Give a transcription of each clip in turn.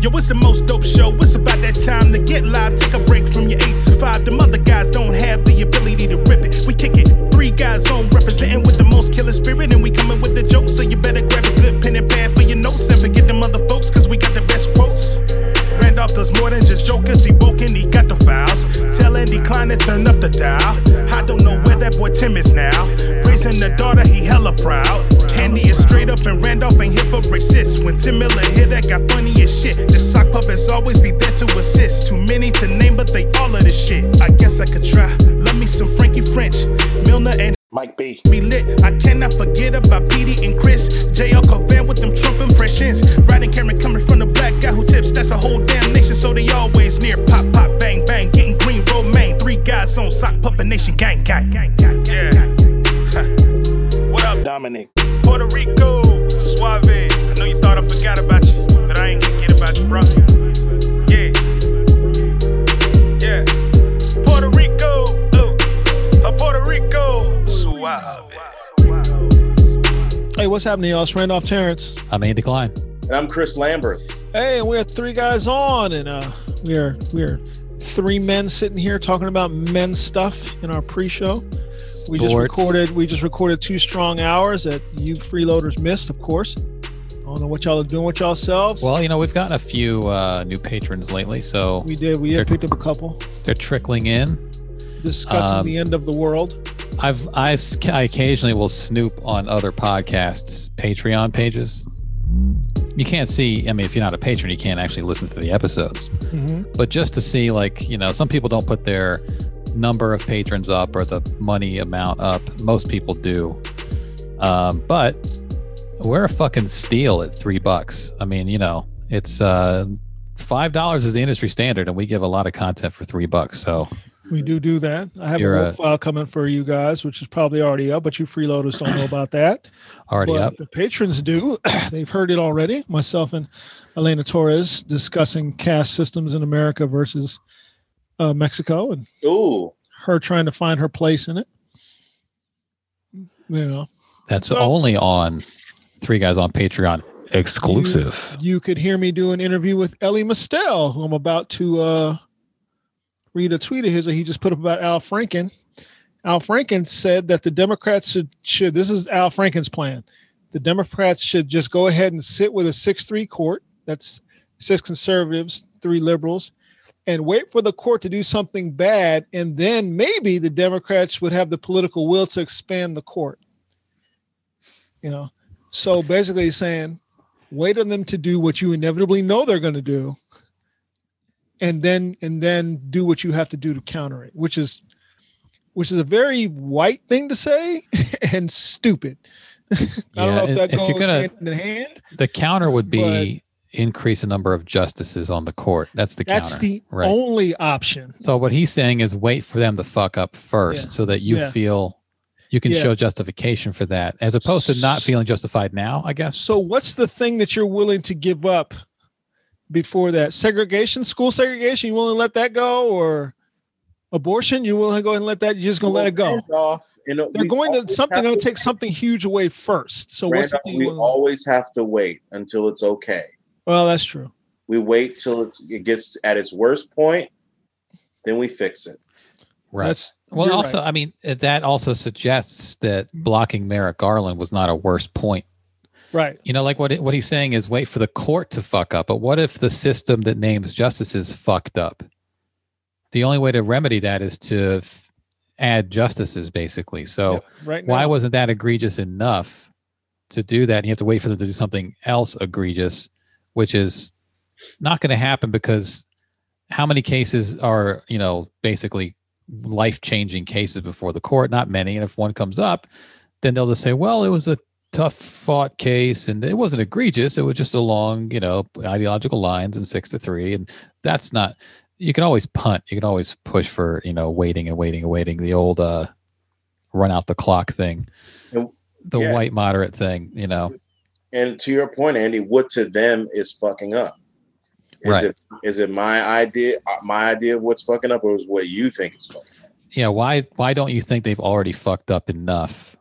Yo, it's the most dope show. It's about that time to get live. Take a break from your 8 to 5. Them other guys don't have the ability to rip it. We kick it. Three guys on representing with the most killer spirit. And we coming with the jokes. So you better grab a good pen and pad for your notes. And forget them other folks, cause we got the best quotes. Randolph does more than just joke, cause he woke and he got the files. Tell Andy Klein to turn up the dial. I don't know where that boy Tim is now. Raising the daughter, he hella proud. Handy is straight up and Randolph ain't here for racist. When Tim Miller hit that got funny as shit. The sock puppets always be there to assist. Too many to name, but they all of this shit. I guess I could try. Love me some Frankie French, Milner and Mike B. Be lit. I cannot forget about Petey and Chris. JL Covan with them Trump impressions. Riding Karen coming from the black guy who tips. That's a whole damn nation, so they always near. Pop, pop, bang, bang. Getting green, romaine. Three guys on sock puppet nation, gang, gang. Yeah. Huh. What up, Dominic? Puerto Rico, Suave. I know you thought I forgot about you, but I ain't gonna get about you, bro. Yeah. Yeah. Puerto Rico, ooh. A Puerto Rico, Suave. Hey, what's happening, y'all? It's Randolph Terrence. I'm Andy Klein. And I'm Chris Lambert. Hey, and we're three guys on, and uh, we are we are three men sitting here talking about men's stuff in our pre-show. We just Sports. recorded we just recorded two strong hours that you freeloaders missed, of course. I don't know what y'all are doing with yourselves. Well, you know, we've gotten a few uh, new patrons lately, so we did. We Sure. had picked up a couple they're trickling in. discussing Um, the end of the world. I've I, s- I occasionally will snoop on other podcasts' Patreon pages. You can't see. I mean, if you're not a patron, you can't actually listen to the episodes. But just to see, like, you know, some people don't put their number of patrons up or the money amount up. Most people do. Um, but we're a fucking steal at three bucks. I mean, you know, it's uh, five dollars is the industry standard, and we give a lot of content for three bucks. So We do do that. I have You're a a- work file coming for you guys, which is probably already up, but you freeloaders don't know about that. already but up. the patrons do. They've heard it already. Myself and Elena Torres discussing caste systems in America versus uh, Mexico, and Ooh, her trying to find her place in it. You know, That's So- only on three guys on Patreon. Exclusive. you could hear me do an interview with Ellie Mastel, who I'm about to uh, read a tweet of his that he just put up about Al Franken. Al Franken said that the Democrats should, should this is Al Franken's plan. The Democrats should just go ahead and sit with a 6 3 court. That's six conservatives, three liberals, and wait for the court to do something bad. And then maybe the Democrats would have the political will to expand the court. You know, so basically saying, wait on them to do what you inevitably know they're going to do and then and then do what you have to do to counter it which is which is a very white thing to say and stupid i don't know if Yeah, that if goes you're gonna- hand in hand The counter would be increase the number of justices on the court. That's the that's counter. the right. only option so what he's saying is wait for them to fuck up first Yeah. so that you Yeah. feel you can Yeah. show justification for that as opposed to not feeling justified now, I guess. so what's the thing that you're willing to give up before that segregation school segregation you willing to let that go or abortion you willing to go ahead and let that you're just going to let it go Randolph, you know, they're we going to always something have going to take something huge away first so what's the Randolph, thing we you wanna- always have to wait until it's okay. well that's true We wait till it's, it gets at its worst point, then we fix it. right. that's well, you're also, I mean, that also suggests that blocking Merrick Garland was not a worse point. right You know, like what what he's saying is wait for the court to fuck up. But what if the system that names justices fucked up? The only way to remedy that is to f- add justices, basically. So right why now, wasn't that egregious enough to do that? And you have to wait for them to do something else egregious, which is not going to happen because how many cases are you know basically life changing cases before the court? Not many. And if one comes up, then they'll just say, well, it was a tough fought case and it wasn't egregious. It was just along you know ideological lines and six to three, and that's not. You can always punt. You can always push for you know waiting and waiting and waiting. The old uh, run out the clock thing, And- the yeah. white moderate thing, you know. And to your point, Andy, what to them is fucking up? Is Right. it is it my idea, uh, my idea of what's fucking up, or is what you think is fucking? Up? Yeah, why why don't you think they've already fucked up enough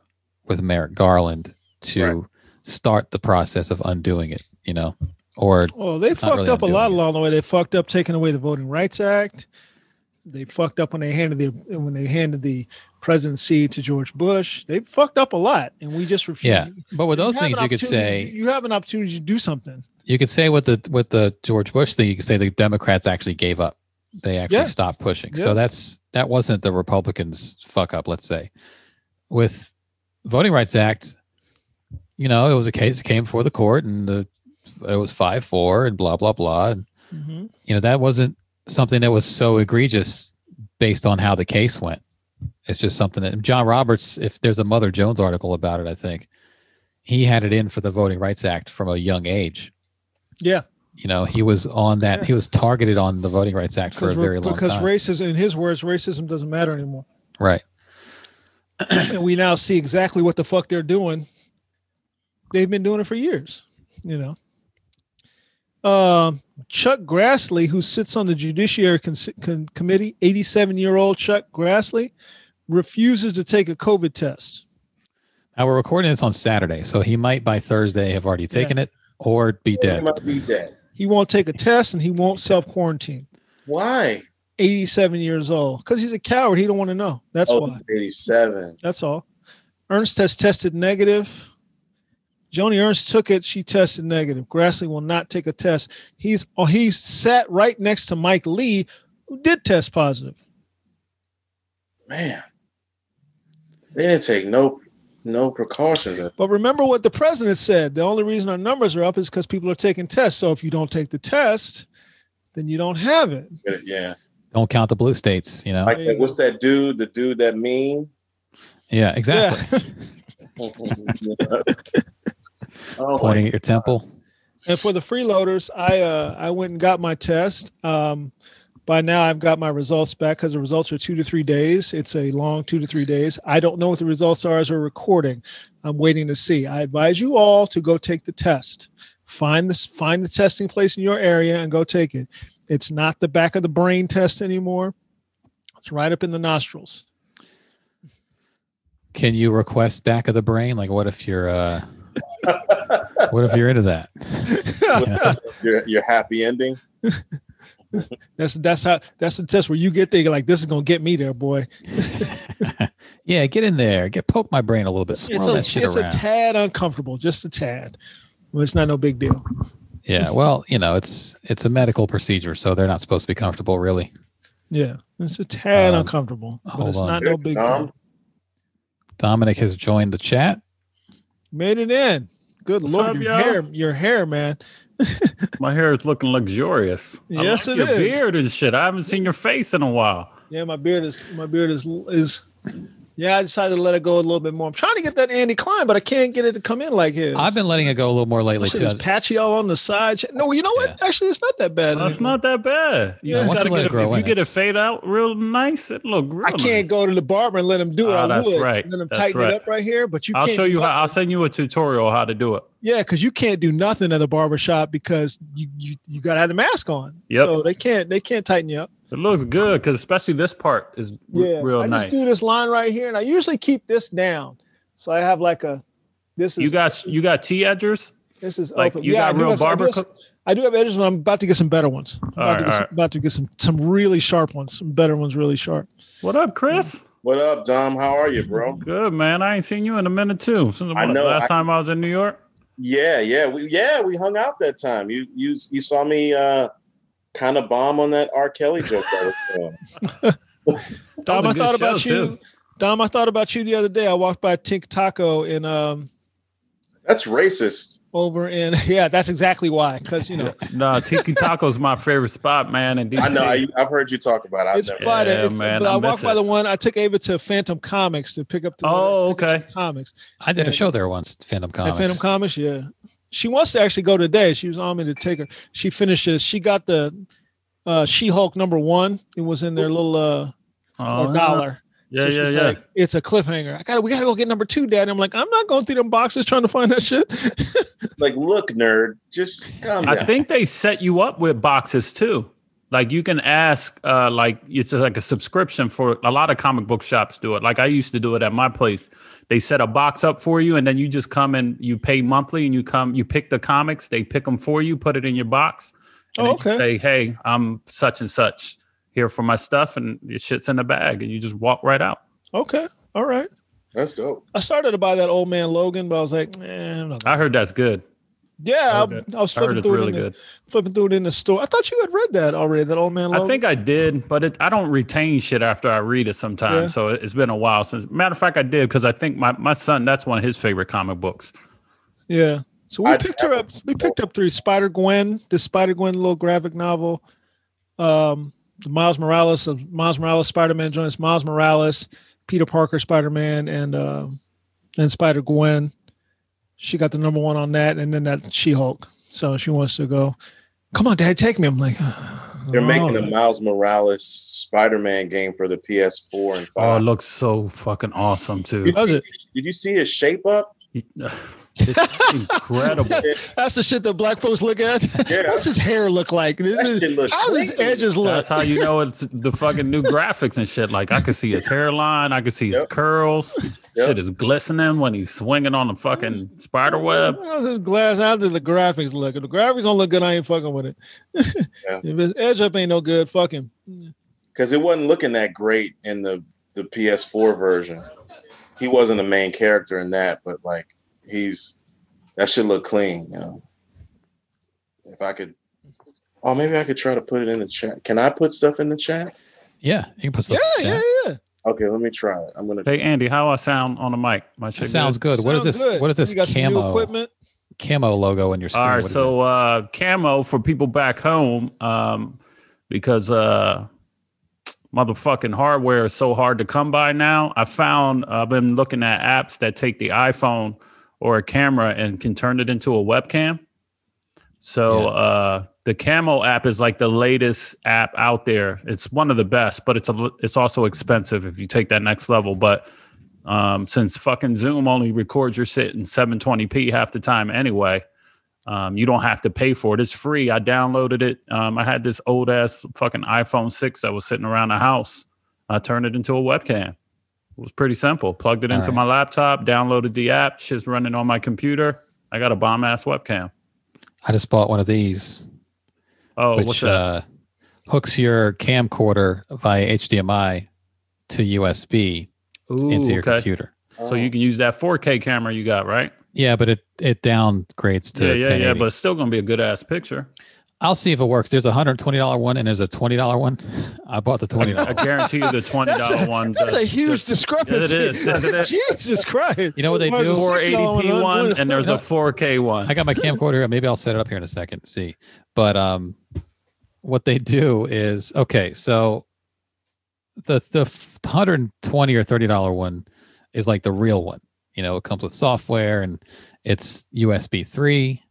with Merrick Garland to Right. start the process of undoing it, you know? or Well, they fucked really up a undoing lot it. along the way. They fucked up taking away the Voting Rights Act. They fucked up when they handed the when they handed the presidency to George Bush. They fucked up a lot, and we just refused. Yeah, but with those have things an you could opportunity- say you have an opportunity to do something. you could say with the with the George Bush thing you could say the Democrats actually gave up. They actually Yeah. stopped pushing. Yeah. So that's that wasn't the Republicans fuck up, let's say. With Voting Rights Act, you know, it was a case that came before the court and the it was 5-4 and blah blah blah and Mm-hmm. you know that wasn't something that was so egregious based on how the case went it's just something that john roberts if there's a mother jones article about it i think he had it in for the voting rights act from a young age Yeah, you know he was on that he was targeted on the voting rights act for a because very we're- long because time racism, in his words, racism doesn't matter anymore. right and we now see exactly what the fuck they're doing. They've been doing it for years, you know. Um, Chuck Grassley, who sits on the Judiciary Con- Con- Committee, 87 year old Chuck Grassley, refuses to take a COVID test. now we're recording this on saturday so he might by thursday have already taken it or be He dead might be dead. He won't take a test and he won't self quarantine. Why? 87 years old because he's a coward. He don't want to know. That's oh, why. 87. That's all. Ernst has tested negative. Joni Ernst took it. She tested negative. Grassley will not take a test. He's oh, he sat right next to Mike Lee, who did test positive. Man. They didn't take no no precautions. But remember what the president said. The only reason our numbers are up is because people are taking tests. So if you don't take the test, then you don't have it. Yeah. don't count the blue states you know Like what's that dude? The dude that mean? yeah exactly Yeah. oh, pointing my- at your temple And for the freeloaders, I uh, I went and got my test. Um, by now, I've got my results back because the results are two to three days. It's a long two to three days. I don't know what the results are as we're recording. I'm waiting to see. I advise you all to go take the test. Find this find the testing place in your area and go take it. It's not the back of the brain test anymore. It's right up in the nostrils. Can you request back of the brain? Like, what if you're, uh, what if you're into that? your, your happy ending. that's that's how that's the test where you get there. You're like, this is gonna get me there, boy. yeah, get in there, get poke my brain a little bit, it's swirl a, that shit it's a around. tad uncomfortable, just a tad. Well, it's not no big deal. yeah, well, you know, it's it's a medical procedure, so they're not supposed to be comfortable, really. Yeah, it's a tad Um, uncomfortable, but hold it's on. not no big Um, deal. Dominic has joined the chat. Made it in. Good What's lord, up, your y'all? hair, your hair, man. My hair is looking luxurious. I Yes, like it your is. beard and shit. I haven't seen your face in a while. Yeah, my beard is my beard is is. Yeah, I decided to let it go a little bit more. I'm trying to get that Andy Klein, but I can't get it to come in like his. I've been letting it go a little more lately Shit, too. it's patchy all on the side. No, you know what? Actually, it's not that bad. That's anymore. not that bad. You Yeah, just once gotta you let it get it grow if you in, get it it's- fade out real nice, it look real I can't nice. go to the barber and let him do it. Ah, I that's would. right. Let him That's tighten right. it up right here, but you. I'll can't show you do how. I'll send you a tutorial how to do it. Yeah, because you can't do nothing at the barber shop because you you, you gotta have the mask on. Yep. So they can't they can't tighten you up. It looks good because especially this part is r- real I nice. just do this line right here, and I usually keep this down. So I have like a this is You got you got T edgers. this is Like open. you Oh, yeah, I got do real have- I do barber. have- Co- I do have edges, but I'm about to get some better ones. I'm about, All right, to get all some, right. about to get some some really sharp ones, some better ones, really sharp. what up, Chris? What up, Dom? How are you, bro? Mm-hmm. Good man. I ain't seen you in a minute too. Since I what, know, last I- time I was in New York. Yeah, yeah, we yeah we hung out that time. You you you saw me uh kind of bomb on that R. Kelly joke that was going. was Dom, a I good thought about show, you. too. Dom, I thought about you the other day. I walked by Tink Taco in um That's racist. over in yeah, that's exactly why. Cause you know, No, Tiki Taco's my favorite spot, man. In DC. I know. I, I've heard you talk about. It. I've It's never. by the Yeah, it's, man, but I I, miss walked by it. the one I took Ava to Phantom Comics to pick up the Oh, okay. comics. I did a show there once, Phantom At Comics. Phantom Comics, yeah. She wants to actually go today. She was on me to take her. She finishes. She got the uh She Hulk number one. It was in their little uh Oh, for a dollar. Yeah, So yeah, she's yeah. like, it's a cliffhanger. I gotta we gotta go get number two, Dad. I'm like, I'm not going through them boxes trying to find that shit. Like, look, nerd, just come. I think they set you up with boxes too. Like you can ask, uh, like it's just like a subscription for a lot of comic book shops do it. Like I used to do it at my place. They set a box up for you, and then you just come and you pay monthly, and you come, you pick the comics, they pick them for you, put it in your box. and Oh, then you okay. Say, hey, I'm such and such here for my stuff, and your shit's in the bag, and you just walk right out. Okay. All right. That's dope. I started to buy that old man Logan, but I was like, man, I'm not I heard that's good. Yeah, Heard I, I was I heard flipping it's through, really it in good. The, flipping through it in the store. I thought you had read that already. That old man. Logan. I think I did, but it, I don't retain shit after I read it sometimes. Yeah. So it, it's been a while since. Matter of fact, I did because I think my, my son that's one of his favorite comic books. Yeah. So we I- picked her up. We picked up three Spider Gwen, this Spider Gwen little graphic novel, um, the Miles Morales of Miles Morales Spider Man joints Miles Morales, Peter Parker Spider Man, and um and Spider Gwen. She got the number one on that, and then that She Hulk. So she wants to go. Come on, Dad, take me. I'm like, They're making them. a Miles Morales Spider-Man game for the PS4 and Oh, Uh, it 5. looks so fucking awesome too. Does it? Did you see his shape up? it's incredible. That's the shit that black folks look at. Yeah. What's his hair look like? This That is- shit looks How's his crazy. edges look? That's how you know it's the fucking new graphics and shit. Like I could see his hairline, I could see his Yep. curls. Yep. Shit is glistening when he's swinging on the fucking spider web. How's his glass? How do the graphics look? If the graphics don't look good, I ain't fucking with it. Yeah. If his edge up ain't no good, fuck him. Because it wasn't looking that great in the, the PS4 version. He wasn't the main character in that, but like he's that should look clean, you know. If I could oh maybe I could try to put it in the chat. Can I put stuff in the chat? Yeah, you can put Yeah, stuff. in yeah, there. yeah. Okay, let me try it. I'm gonna Hey Andy, how I sound on the mic? My It shit sounds good. What is Sounds this? good. What is this You got some new camo equipment? camo logo on your screen? All What right, is so uh, camo for people back home, um, because uh, motherfucking hardware is so hard to come by now. I found I've been looking at apps that take the iPhone or a camera and can turn it into a webcam. So Yeah. uh, the Camo app is like the latest app out there. It's one of the best, but it's a, it's also expensive if you take that next level. But um, since fucking Zoom only records your shit in 720p half the time anyway. Um, you don't have to pay for it. It's free. I downloaded it. Um, I had this old ass fucking iPhone 6 that was sitting around the house. I turned it into a webcam. It was pretty simple. Plugged it All into right. my laptop, downloaded the app. Shit's running on my computer. I got a bomb ass webcam. it? I just bought one of these, Oh, what's which that? uh, hooks your camcorder via HDMI to USB into your computer. So you can use that 4K camera you got, right? Yeah, but it it downgrades to yeah, yeah, yeah. 1080p. But it's still going to be a good ass picture. I'll see if it works. There's a hundred twenty dollar one and there's a twenty dollar one. I bought the twenty dollar. I guarantee you the $20 That's a- one. That's a does- huge does- discrepancy. is, isn't it? Jesus Christ. You know what they Mine's a do? $6 480p one, and there's a I 4K one. I got my camcorder. here. Maybe I'll set it up here in a second. and See, but um, what they do is okay. So the the hundred twenty or thirty dollar one is like the real one. You know, it comes with software and it's USB three.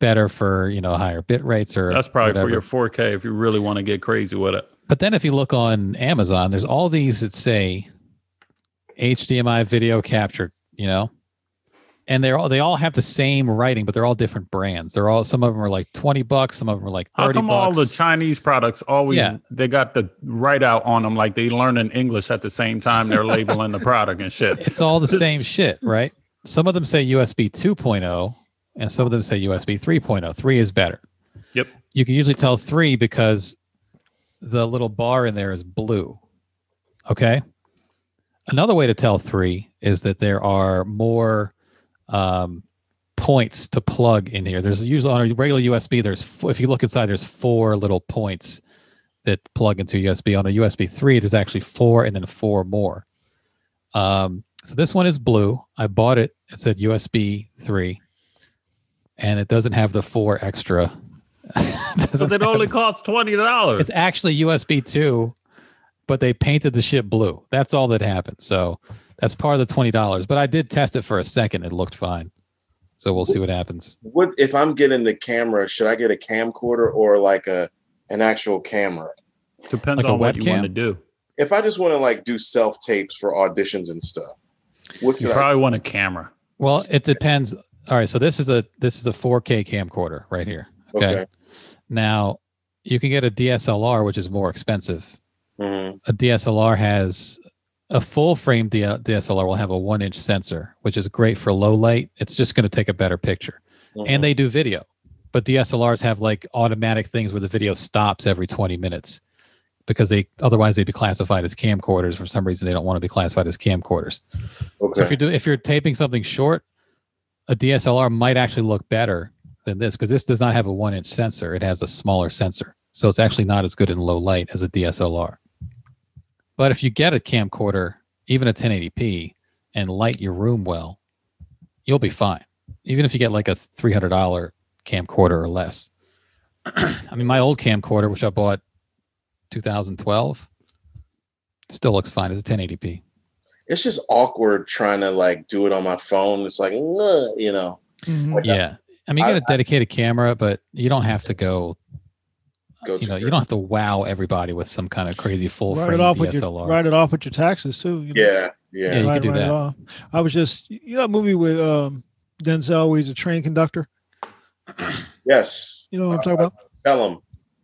Better for you know higher bit rates or That's probably whatever. for your 4K if you really want to get crazy with it. But then if you look on Amazon, there's all these that say HDMI video capture, you know? And they're all they all have the same writing, but they're all different brands. They're all some of them are like 20 bucks, some of them are like 30 How come bucks. all the Chinese products always Yeah. they got the write out on them like they learn in English at the same time they're labeling the product and shit. it's all the same shit, right? Some of them say USB 2.0 and some of them say USB 3.0. 3 oh. is better. Yep. You can usually tell 3 because the little bar in there is blue. Okay? Another way to tell 3 is that there are more um, points to plug in here. There's usually on a regular USB there's f- if you look inside there's four little points that plug into USB. On a USB 3 there's actually four and then four more. Um, so this one is blue. I bought it. It said USB three, and it doesn't have the four extra. It Because doesn't it only have- costs twenty dollars. it's actually USB two, but they painted the shit blue. That's all that happened. So that's part of the twenty dollars. But I did test it for a second. It looked fine. So we'll see what happens. Um, what if I'm getting the camera, should I get a camcorder or like a an actual camera? Depends Like a on what you webcam? want to do. if I just want to like do self tapes for auditions and stuff, what You should I? probably want a camera. Well, it depends. All right. So this is a this is a 4K camcorder right here. Okay. Now, you can get a DSLR, which is more expensive. Mm-hmm. A DSLR has a full frame D- DSLR will have a one inch sensor, which is great for low light. It's just going to take a better picture. Uh-huh. And they do video, but DSLRs have like automatic things where the video stops every 20 minutes because they otherwise they'd be classified as camcorders. For some reason, they don't want to be classified as camcorders. So Mm-hmm. okay. if you're doing, if you're taping something short, a DSLR might actually look better than this because this does not have a one inch sensor. It has a smaller sensor, so it's actually not as good in low light as a DSLR. But if you get a camcorder, even a 1080p, and light your room well, you'll be fine. Even if you get like a $300 camcorder or less. I mean, my old camcorder, which I bought 2012, still looks fine as a 1080p. it's just awkward trying to like do it on my phone. It's like, "Ugh," you know, Mhm. yeah i mean you I- got a dedicated camera but you don't have to go, go you to know you don't have to wow everybody with some kind of crazy full Write frame it off with your dslr write it off with your taxes too. you know? yeah, yeah, Yeah, you Write- could do write it that. off. I was just you know that movie with um, Denzel where he's a train conductor. yes. You know what I'm talking about? Tell him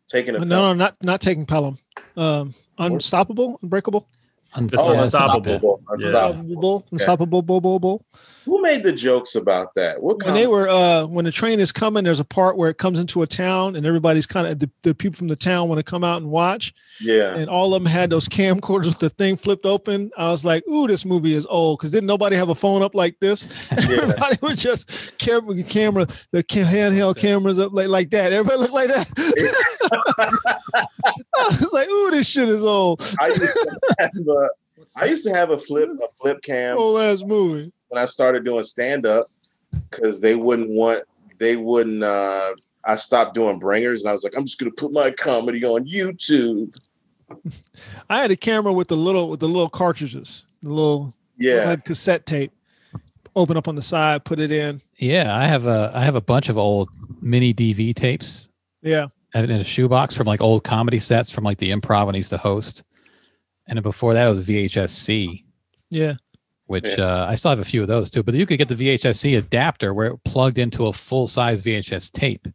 taking a No, pill. no, not not taking Pelham. Um, unstoppable, unbreakable, Un- That's yeah, unstoppable. something like that. Oh, Unstoppable. unstoppable, unstoppable, bull, bull, bull. Who made the jokes about that? What when kind they were uh when the train is coming there's a part where it comes into a town and everybody's kind of the, the people from the town want to come out and watch Yeah, and all of them had those camcorders with the thing flipped open i was like ooh this movie is old because didn't nobody have a phone up like this everybody was just camera camera the ca- handheld cameras up like, like that everybody looked like that i was like ooh this shit is old I used to have a, I used to have a flip a flip cam old ass movie when I started doing stand up because they wouldn't want they wouldn't. uh I stopped doing bringers and I was like, I'm just gonna put my comedy on YouTube. i had a camera with the little with the little cartridges the little Yeah, had cassette tape. Open up on the side, put it in. yeah i have a i have a bunch of old mini dv tapes Yeah. in in a shoebox from like old comedy sets from like the improv when i used to host and then before that it was vhsc Yeah. which Yeah. uh, i still have a few of those too but you could get the vhsc adapter where it plugged into a full size vhs tape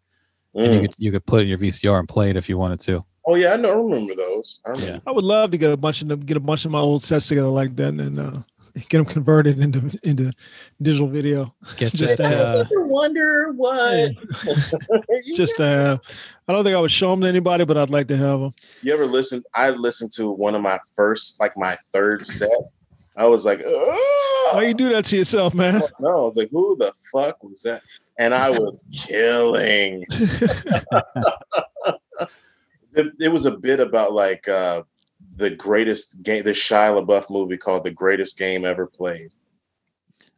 and you Mm. could you could put it in your vcr and play it if you wanted to Oh yeah, I know. I remember those. I remember. Yeah. I would love to get a bunch of them, get a bunch of my old sets together like that and uh, get them converted into into digital video. get Just that uh, I wonder what. Just uh, I don't think I would show them to anybody, but I'd like to have them. you ever listen? I listened to one of my first, like my third set. I was like, oh, Why you do that to yourself, man? no. I was like, who the fuck was that? And I was killing. it, it was a bit about like uh, the greatest game, the Shia LaBeouf movie called "The Greatest Game Ever Played,"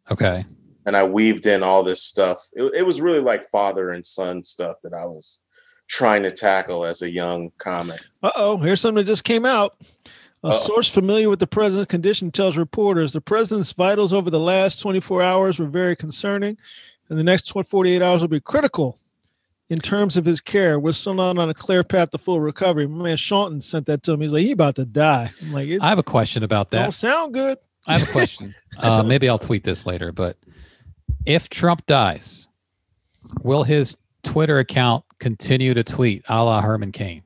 uh, okay and I weaved in all this stuff. It, it was really like father and son stuff that I was trying to tackle as a young comic. Uh oh, here's something that just came out. A Uh-oh. source familiar with the president's condition tells reporters the president's vitals over the last 24 hours were very concerning, and the next 12 48 hours will be critical in terms of his care. We're still not on a clear path to full recovery. My man Shaunton sent that to me. He's like, he about to die. I'm like, it I have a question about don't that. sound good. I have a question. uh, maybe I'll tweet this later, but if Trump dies, will his Twitter account continue to tweet a la Herman Cain?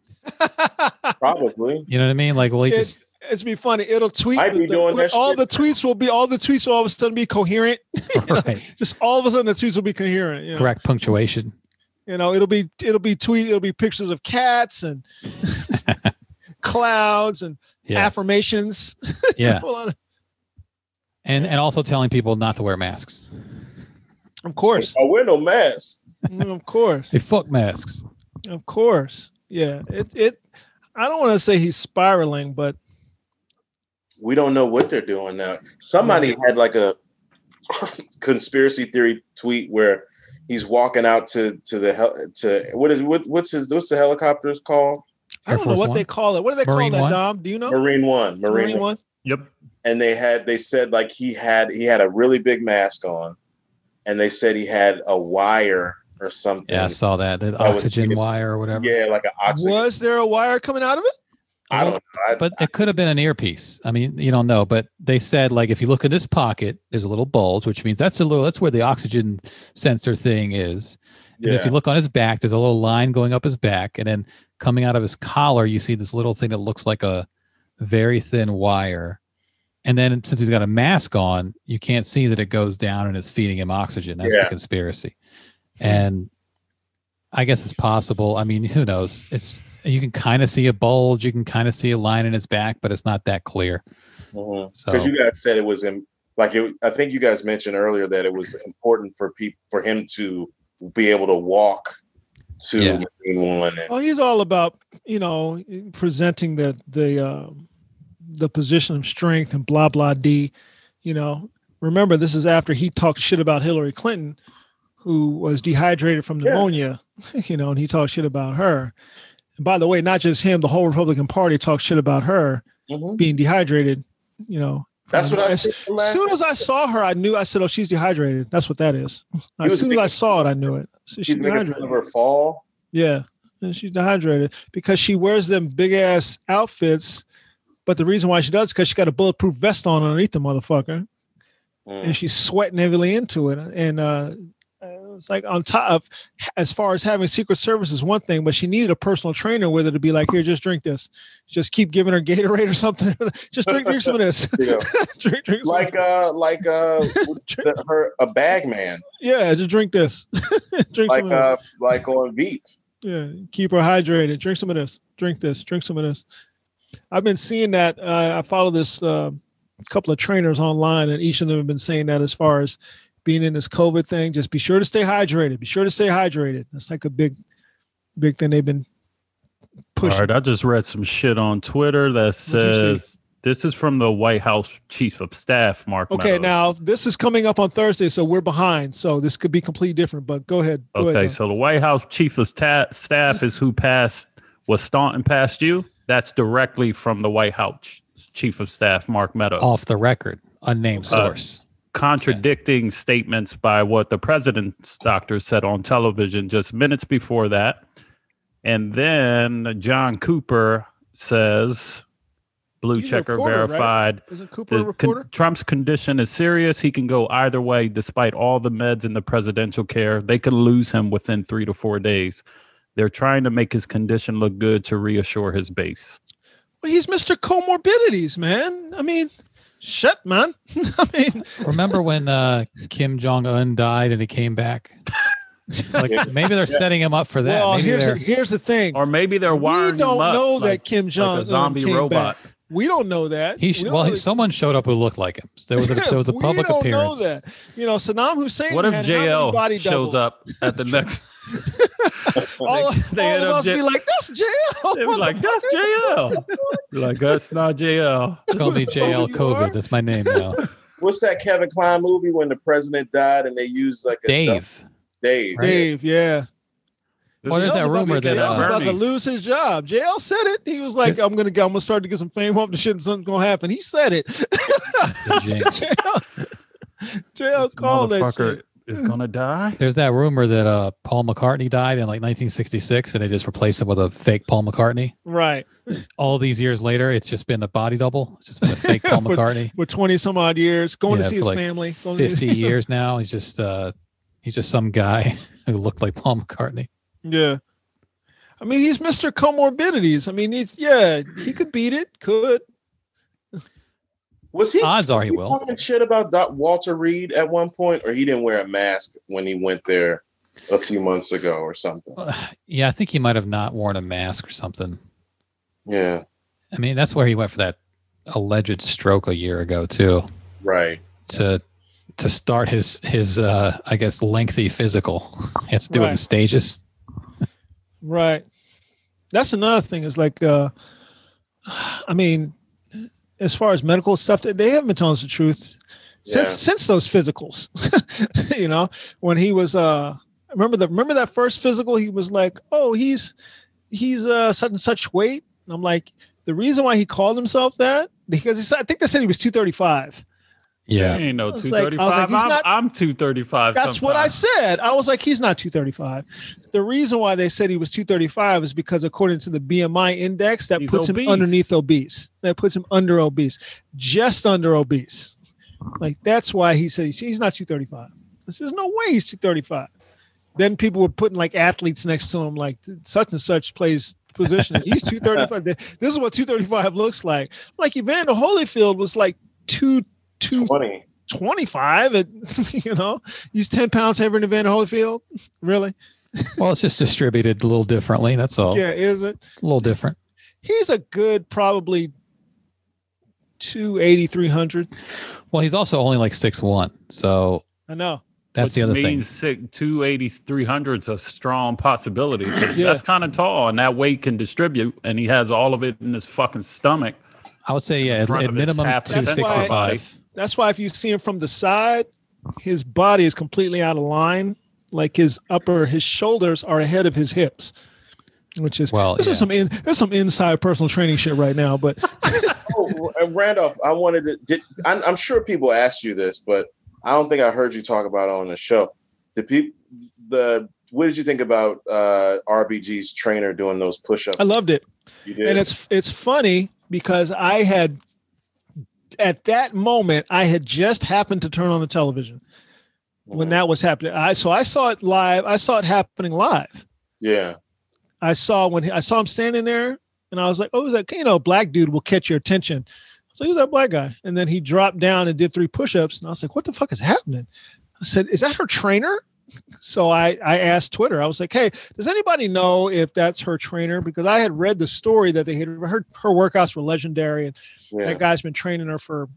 Probably. You know what I mean? Like, will he It- just? It's be funny. It'll tweet. I'd be the- doing that all shit. the tweets will be all the tweets will all of a sudden be coherent. right, Just all of a sudden the tweets will be coherent. You know? correct punctuation. You know, it'll be it'll be tweet, it'll be pictures of cats and clouds and Yeah, affirmations. yeah, Hold on. and and also telling people not to wear masks. of course, I wear Oh, no mask. Mm, of course, Hey, fuck masks. of course. Yeah, it it. I don't want to say he's spiraling, but We don't know what they're doing now. Somebody had like a conspiracy theory tweet where he's walking out to to the hel- to what is what, what's his what's the helicopter's called? I Air don't know Force what they One? call it. What do they Marine call that, One? Dom? Do you know? Marine One. Oh. Marine, One. One. Yep. And they had they said like he had he had a really big mask on, and they said he had a wire or something. Yeah, I saw that. The I would oxygen tweet it. wire or whatever. Yeah, like an oxygen. Was there a wire coming out of it? I don't know. I, but it could have been an earpiece. I mean, you don't know, but they said like if you look in this pocket, there's a little bulge, which means that's a little that's where the oxygen sensor thing is. And if Yeah. you look on his back, there's a little line going up his back, and then coming out of his collar, you see this little thing that looks like a very thin wire. And then since he's got a mask on, you can't see that it goes down and it's feeding him oxygen. That's Yeah. the conspiracy. And I guess it's possible. I mean, who knows? It's you can kind of see a bulge, you can kind of see a line in his back, but it's not that clear. Because So you guys said it was in, like it, I think you guys mentioned earlier that it was important for people for him to be able to walk to Yeah. Machine One. And, Well, he's all about you know presenting the the um the position of strength and blah blah d. You know, remember this is after he talked shit about Hillary Clinton, who was dehydrated from Yeah. pneumonia. You know, and he talked shit about her. And by the way, not just him, the whole Republican Party talked shit about her Mhm. being dehydrated. You know, That's what I mm-hmm. As said the as last. soon as I saw her, I knew. I said, "Oh, she's dehydrated. That's what that is." was As soon as making- I saw it, I knew it. So She's she's making dehydrated. fun of her fall. Yeah, and she's dehydrated because she wears them big ass outfits. But the reason why she does because she got a bulletproof vest on underneath the motherfucker, Mm. and she's sweating heavily into it. And uh, it's like on top of as far as having Secret Service is one thing, but she needed a personal trainer with her to be like, "Here, just drink this. Just keep giving her Gatorade or something. just drink, drink some of this. Yeah. drink, drink some of Like uh, like uh, this. Drink- the, her a bag man, Yeah, just drink this. drink like some of this. uh, like on Veep. Yeah, keep her hydrated. Drink some of this. Drink this. Drink some of this. I've been seeing that. Uh, I follow this uh, couple of trainers online, and each of them have been saying that as far as being in this COVID thing, just be sure to stay hydrated. Be sure to stay hydrated. That's like a big, big thing they've been All pushing. right, I just read some shit on Twitter that you see? says this is from the White House Chief of Staff, Mark. Okay, Meadows. now this is coming up on Thursday, so we're behind. So this could be completely different. But go ahead. Go Okay, ahead. so the White House Chief of ta- Staff is who passed was Staunton past you. That's directly from the White House Chief of Staff, Mark Meadows. off the record, unnamed Uh, source. contradicting statements by what the president's doctor said on television just minutes before that. And then John Cooper says, Blue He's a Checker reporter, right? verified Isn't Cooper a the con- reporter? Trump's condition is serious. He can go either way, despite all the meds and the presidential care. They could lose him within three to four days. They're trying to make his condition look good to reassure his base. Well, he's Mr. Comorbidities, man. I mean, shit, man. I mean, Remember when uh, Kim Jong Un died and he came back? Like Yeah. maybe they're setting him up for that. well, maybe here's the, they're, here's the thing. Or maybe they're wiring we don't him up know that like- Kim like Jong a zombie robot. We don't know that. he sh- We don't well, know he- that- someone showed up who looked like him. So there was a, there was a We public don't know appearance. that. You know, Saddam Hussein. What if had how many body JL doubles? shows up at the next? All, they all end of up us J- be like, "That's JL." They were like, "That's JL." like that's not JL. It's called the JL you COVID. are? That's my name now. What's that Kevin Klein movie when the president died and they used like a Dave. Dave. Right. Dave, yeah. Well, there's JL's that about to- rumor that JL's uh, about to lose his job. JL said it. He was like, "I'm gonna go. I'm gonna start to get some fame off the shit, and something's gonna happen." He said it. the jinx. JL, JL This called that motherfucker shit. is gonna die. There's that rumor that uh, Paul McCartney died in like 1966, and they just replaced him with a fake Paul McCartney. Right. All these years later, it's just been a body double. It's just been a fake Paul With- McCartney. With 20 some odd years, going Yeah, to see for his like family. Going to- 50 years now. He's just uh he's just some guy who looked like Paul McCartney. Yeah. I mean, he's Mr. Comorbidities. I mean, he's, yeah, he could beat it. Could. Was he Odds are he was will. talking shit about Doc Walter Reed at one point, or he didn't wear a mask when he went there a few months ago or something? Yeah, I think he might have not worn a mask or something. Yeah, I mean, that's where he went for that alleged stroke a year ago too right. to to start his his uh I guess lengthy physical. He has to do it in Right. stages. Right. That's another thing is like, uh, I mean, as far as medical stuff, they- they haven't been telling us the truth since Yeah. since those physicals. you know, when he was, uh, remember the remember that first physical? He was like, oh, he's he's uh such and such weight, and I'm like, the reason why he called himself that because he said, I think they said he was 235. Yeah. He ain't no I was like- I was 235. like, he's I'm, not- I'm 235. That's what I sometimes. said. I was like, he's not 235. The reason why they said he was 235 is because according to the BMI index, that He's puts obese. him underneath obese. That puts him under obese, just under obese. Like that's why he said he's not 235. I said, There's no way he's 235. then people were putting like athletes next to him, like such and such plays position. He's 235. this is what 235 looks like. Like Evander Holyfield was like two, two, 20. 25. At, you know, he's 10 pounds heavier than Evander Holyfield. Really? Well, it's just distributed a little differently. That's all. Yeah, is it? A little different. He's a good, probably 280, 300. Well, he's also only like six one, so I know. that's the which other thing. means thing. 280, 300 is a strong possibility. 'cause Yeah. That's kind of tall, and that weight can distribute, and he has all of it in his fucking stomach. I would say yeah, in at, front at of his minimum half two sixty century. five. That's why if you see him from the side, his body is completely out of line. Like his upper, his shoulders are ahead of his hips, which is Well, this yeah. is some in, that's some inside personal training shit right now. But Oh, uh, Randolph, I wanted to. Did, I'm, I'm sure people asked you this, but I don't think I heard you talk about it on the show. The people, the what did you think about uh, RBG's trainer doing those push-ups? I loved it. you did. And it's it's funny because I had at that moment I had just happened to turn on the television when that was happening. I so I saw it live. I saw it happening live. yeah, I saw when he, I saw him standing there, and I was like, "Oh, is that you know, black dude will catch your attention." So he was that black guy, and then he dropped down and did three push-ups, and I was like, "What the fuck is happening?" I said, "Is that her trainer?" So I I asked Twitter. I was like, "Hey, does anybody know if that's her trainer?" Because I had read the story that they had her her workouts were legendary, and yeah. that guy's been training her for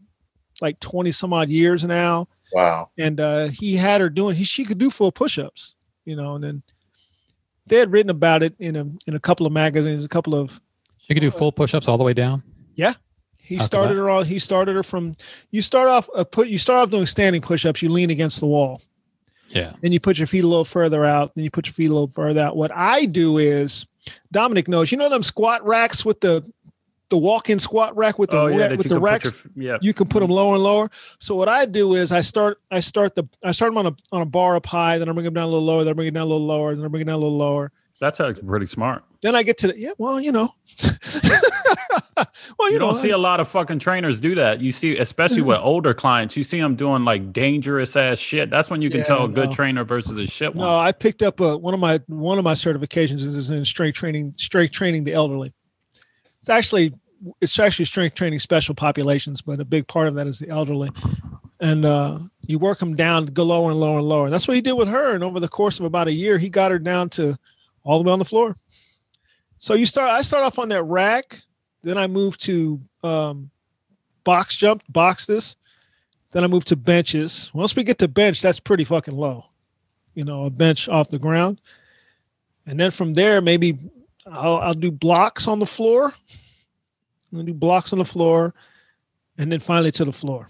like twenty some odd years now Wow. and uh, he had her doing he, she could do full push-ups you know and then they had written about it in a in a couple of magazines a couple of She could do full push ups all the way down. he How could started I? her on he started her from you start off uh, put you start off doing standing push-ups you lean against the wall Yeah. then you put your feet a little further out then you put your feet a little further out what i do is dominic knows you know them squat racks with the the walk-in squat rack with the oh, yeah. rack- That with you the can racks put your, yeah. you can put them lower and lower. So what I do is I start I start the I start them on a on a bar up high, then I bring them down a little lower, then I bring it down a little lower, then I bring it down a little lower. That's actually pretty smart. Then I get to the yeah, well, you know. well, you, You, know, don't see a lot of fucking trainers do that. You see, especially with older clients, you see them doing like dangerous ass shit. That's when you can Yeah, tell a good no. trainer versus a shit one. no, I picked up a, one of my one of my certifications is in strength training, strength training the elderly. It's actually it's actually strength training special populations, but a big part of that is the elderly. And uh, you work them down, go lower and lower and lower. And that's what he did with her. And over the course of about a year, he got her down to all the way on the floor. So you start. I start off on that rack, then I move to um, box jump boxes, then I move to benches. Once we get to bench, that's pretty fucking low, you know, a bench off the ground, and then from there maybe I'll, I'll do blocks on the floor. I'm gonna do blocks on the floor, and then finally to the floor.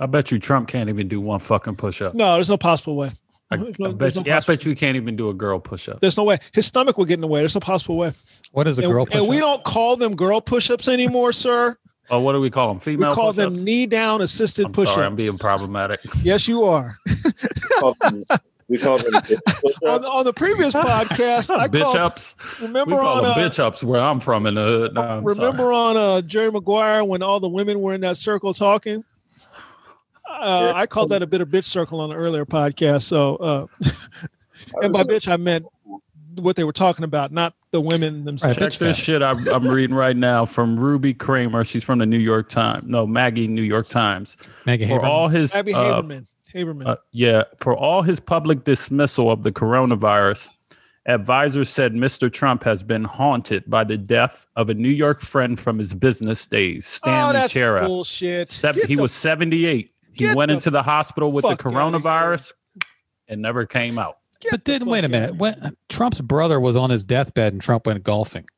I bet you Trump can't even do one fucking push up. No, there's no possible way. I, There's I no- bet there's you, no yeah, I possible- bet you can't even do a girl push up. There's no way. His stomach will get in the way. There's no possible way. What is a And- girl and we push up? don't call them girl push-ups anymore, sir. Oh, what do we call them? We Female call push them ups? knee down assisted I'm push sorry, ups. I'm being problematic. yes, you are. We call them, we call them on, the, on the previous podcast, I bitch called, ups. We remember call on them uh, bitch ups where I'm from in the hood. No, I'm sorry. remember on uh, Jerry Maguire when all the women were in that circle talking. Uh, I called that a bit of bitch circle on an earlier podcast. So, uh, and by bitch, I meant what they were talking about, not the women themselves. Right, Check bitch this fest. shit I'm, I'm reading right now from Ruby Kramer. She's from the New York Times. No, Maggie, New York Times. Maggie For Haberman? all his Abby uh, Haberman. Haberman. Uh, yeah, for all his public dismissal of the coronavirus, advisors said Mr. Trump has been haunted by the death of a New York friend from his business days, oh, Stanley that's Chera. bullshit. Sev- Get he the was 78. He get went the into the hospital with the fuck outta here. coronavirus and never came out. Get but the then wait a fuck minute. out. When Trump's brother was on his deathbed and Trump went golfing.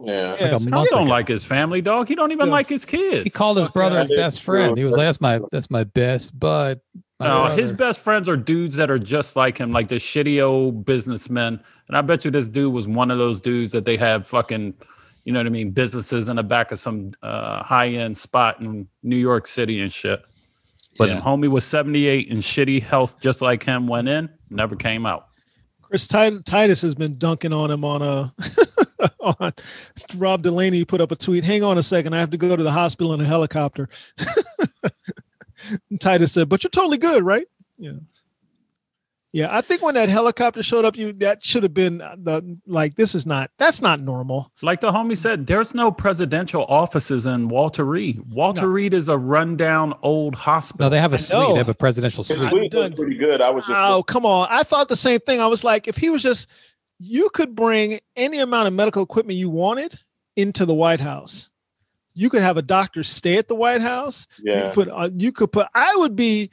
yeah. Like Yeah, a so Trump month Oh, don't ago. like his family, dog. He don't even Yeah. like his kids. He called his Fuck brother yeah. his best friend. He was like, "That's my that's my best bud." my No, his brother." best friends are dudes that are just like him, like the shitty old businessmen. And I bet you this dude was one of those dudes that they have fucking, you know what I mean, businesses in the back of some uh, high end spot in New York City and shit. But Yeah. him homie was 78 and shitty health, just like him, went in, never came out. Chris Tit- Titus has been dunking on him on uh on Rob Delaney put up a tweet. Hang on a second, I have to go to the hospital in a helicopter. And Titus said, "But you're totally good, right?" Yeah. Yeah, I think when that helicopter showed up, you that should have been the like this is not that's not normal. Like the homie said, there's no presidential offices in Walter Reed. Walter No. Reed is a rundown old hospital. No, they have a suite. know. They have a presidential His suite. wings done. look pretty good. I was just Oh, come on. I thought the same thing. I was like, if he was just you could bring any amount of medical equipment you wanted into the White House. You could have a doctor stay at the White House. You yeah. put uh, you could put. I would be.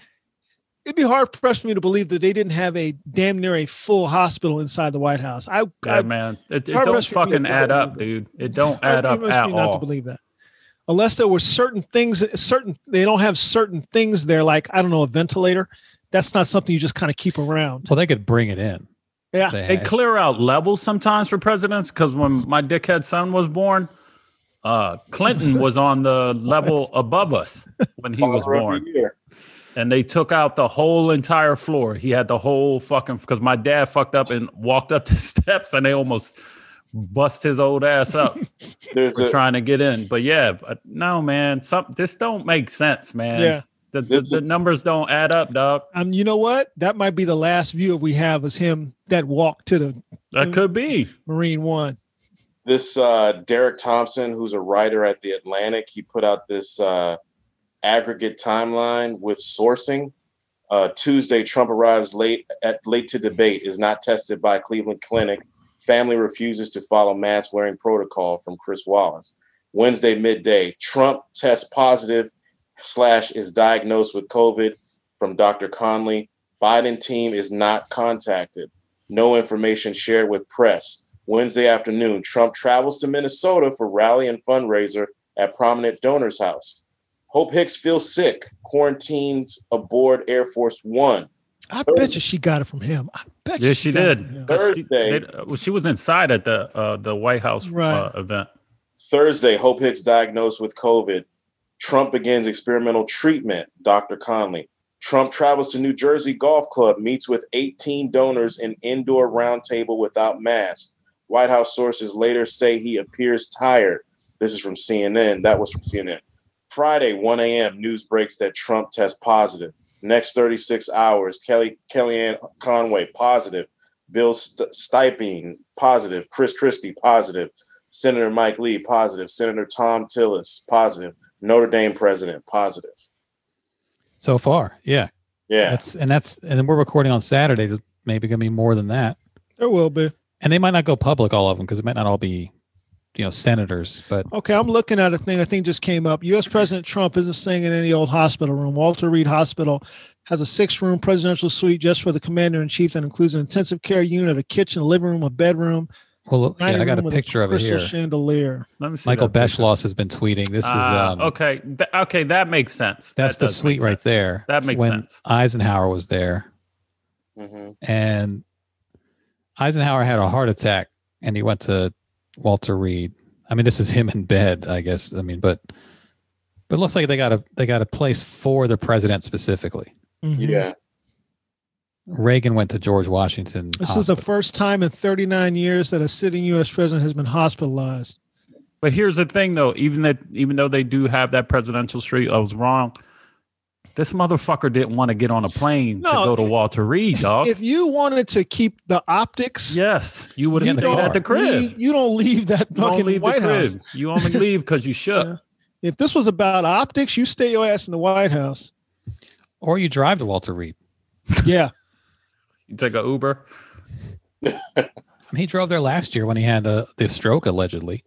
It'd be hard pressed for me to believe that they didn't have a damn near a full hospital inside the White House. I, Yeah, I man, it, it Hard don't press for me to fucking add believe up, it. dude. It don't hard add up press for at me Not to all. believe that, unless there were certain things, certain they don't have certain things there. Like I don't know, a ventilator. That's not something you just kind of keep around. Well, they could bring it in. Yeah, if They They had. clear out levels sometimes for presidents because when my dickhead son was born, uh, Clinton was on the level above us when he was Father of the born. year. and they took out the whole entire floor. He had the whole fucking because my dad fucked up and walked up the steps, and they almost bust his old ass up There's for a, trying to get in. But yeah, but no, man, some this don't make sense, man. Yeah. the, the, the numbers don't add up, dog. um, you know what? That might be the last view we have is him that walked to the That could be. Marine One. this uh, Derek Thompson, who's a writer at the Atlantic, he put out this uh, aggregate timeline with sourcing. Uh, Tuesday, Trump arrives late at late to debate, is not tested by Cleveland Clinic. Family refuses to follow mask wearing protocol from Chris Wallace. Wednesday midday, Trump tests positive slash is diagnosed with COVID from Dr. Conley. Biden team is not contacted. No information shared with press. Wednesday afternoon, Trump travels to Minnesota for rally and fundraiser at prominent donor's house. Hope Hicks feels sick, quarantines aboard Air Force One. I bet you she got it from him. I bet you Yes, she got it did. from him. 'Cause She, Thursday. they- uh, well, she was inside at the uh, the White House Right. uh, event. Thursday, Hope Hicks diagnosed with COVID. Trump begins experimental treatment, Dr. Conley. Trump travels to New Jersey Golf Club, meets with 18 donors in indoor roundtable without mask. White House sources later say he appears tired. This is from CNN. That was from CNN. Friday, 1 a.m., news breaks that Trump tests positive. Next 36 hours, Kelly Kellyanne Conway positive, Bill St- Stiping positive, Chris Christie positive, Senator Mike Lee, positive. Senator Tom Tillis, positive. Notre Dame president, positive. So far, yeah. Yeah. That's and that's and then we're recording on Saturday. There's Maybe gonna be more than that. There will be. And they might not go public, all of them, because it might not all be, you know, senators. But Okay, I'm looking at a thing I think just came up. Mm-hmm. U.S. President Trump isn't staying in any old hospital room. Walter Reed Hospital has a six room presidential suite just for the commander in chief that includes an intensive care unit, a kitchen, a living room, a bedroom. well, yeah, dining I got room a with picture of it crystal here. chandelier. Let me see. Michael that picture. Beschloss has been tweeting. This is Ah, um, okay. Th- okay, that makes sense. that's That the does suite make right sense. there. That makes when sense. Eisenhower was there, hmm Mhm. and Eisenhower had a heart attack, and he went to Walter Reed. I mean, this is him in bed, I guess. I mean, but but it looks like they got a they got a place for the president specifically. Mhm. Yeah. Reagan went to George Washington. This is Hospital. the first time in 39 years that a sitting U.S. president has been hospitalized. But here's the thing, though. Even that, even though they do have that presidential street, I was wrong. This motherfucker didn't want to get on a plane to No, go to Walter Reed, dog. If you wanted to keep the optics, yes, you would have You stayed don't at the crib. leave- you don't leave that You only fucking leave the White House. crib. You only leave because you shook. Yeah. If this was about optics, you stay your ass in the White House. or you drive to Walter Reed. Yeah. You take a Uber. I mean, he drove there last year when he had uh, the stroke allegedly.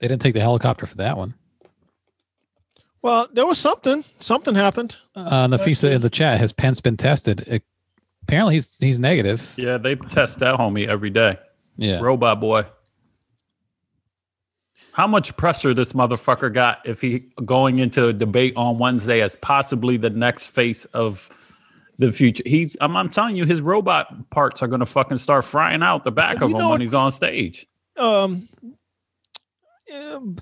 They didn't take the helicopter for that one. Well, there was something. Something happened. Uh, Nafisa in the chat has Pence been tested? It- apparently, he's he's negative. Yeah. Yeah, they test that homie every day. Robot boy. How much pressure this motherfucker got if he going into a debate on Wednesday as possibly the next face of the future? He's I'm, I'm telling you, his robot parts are gonna fucking start frying out the back Well, of you him know when what- he's on stage. Um, uh,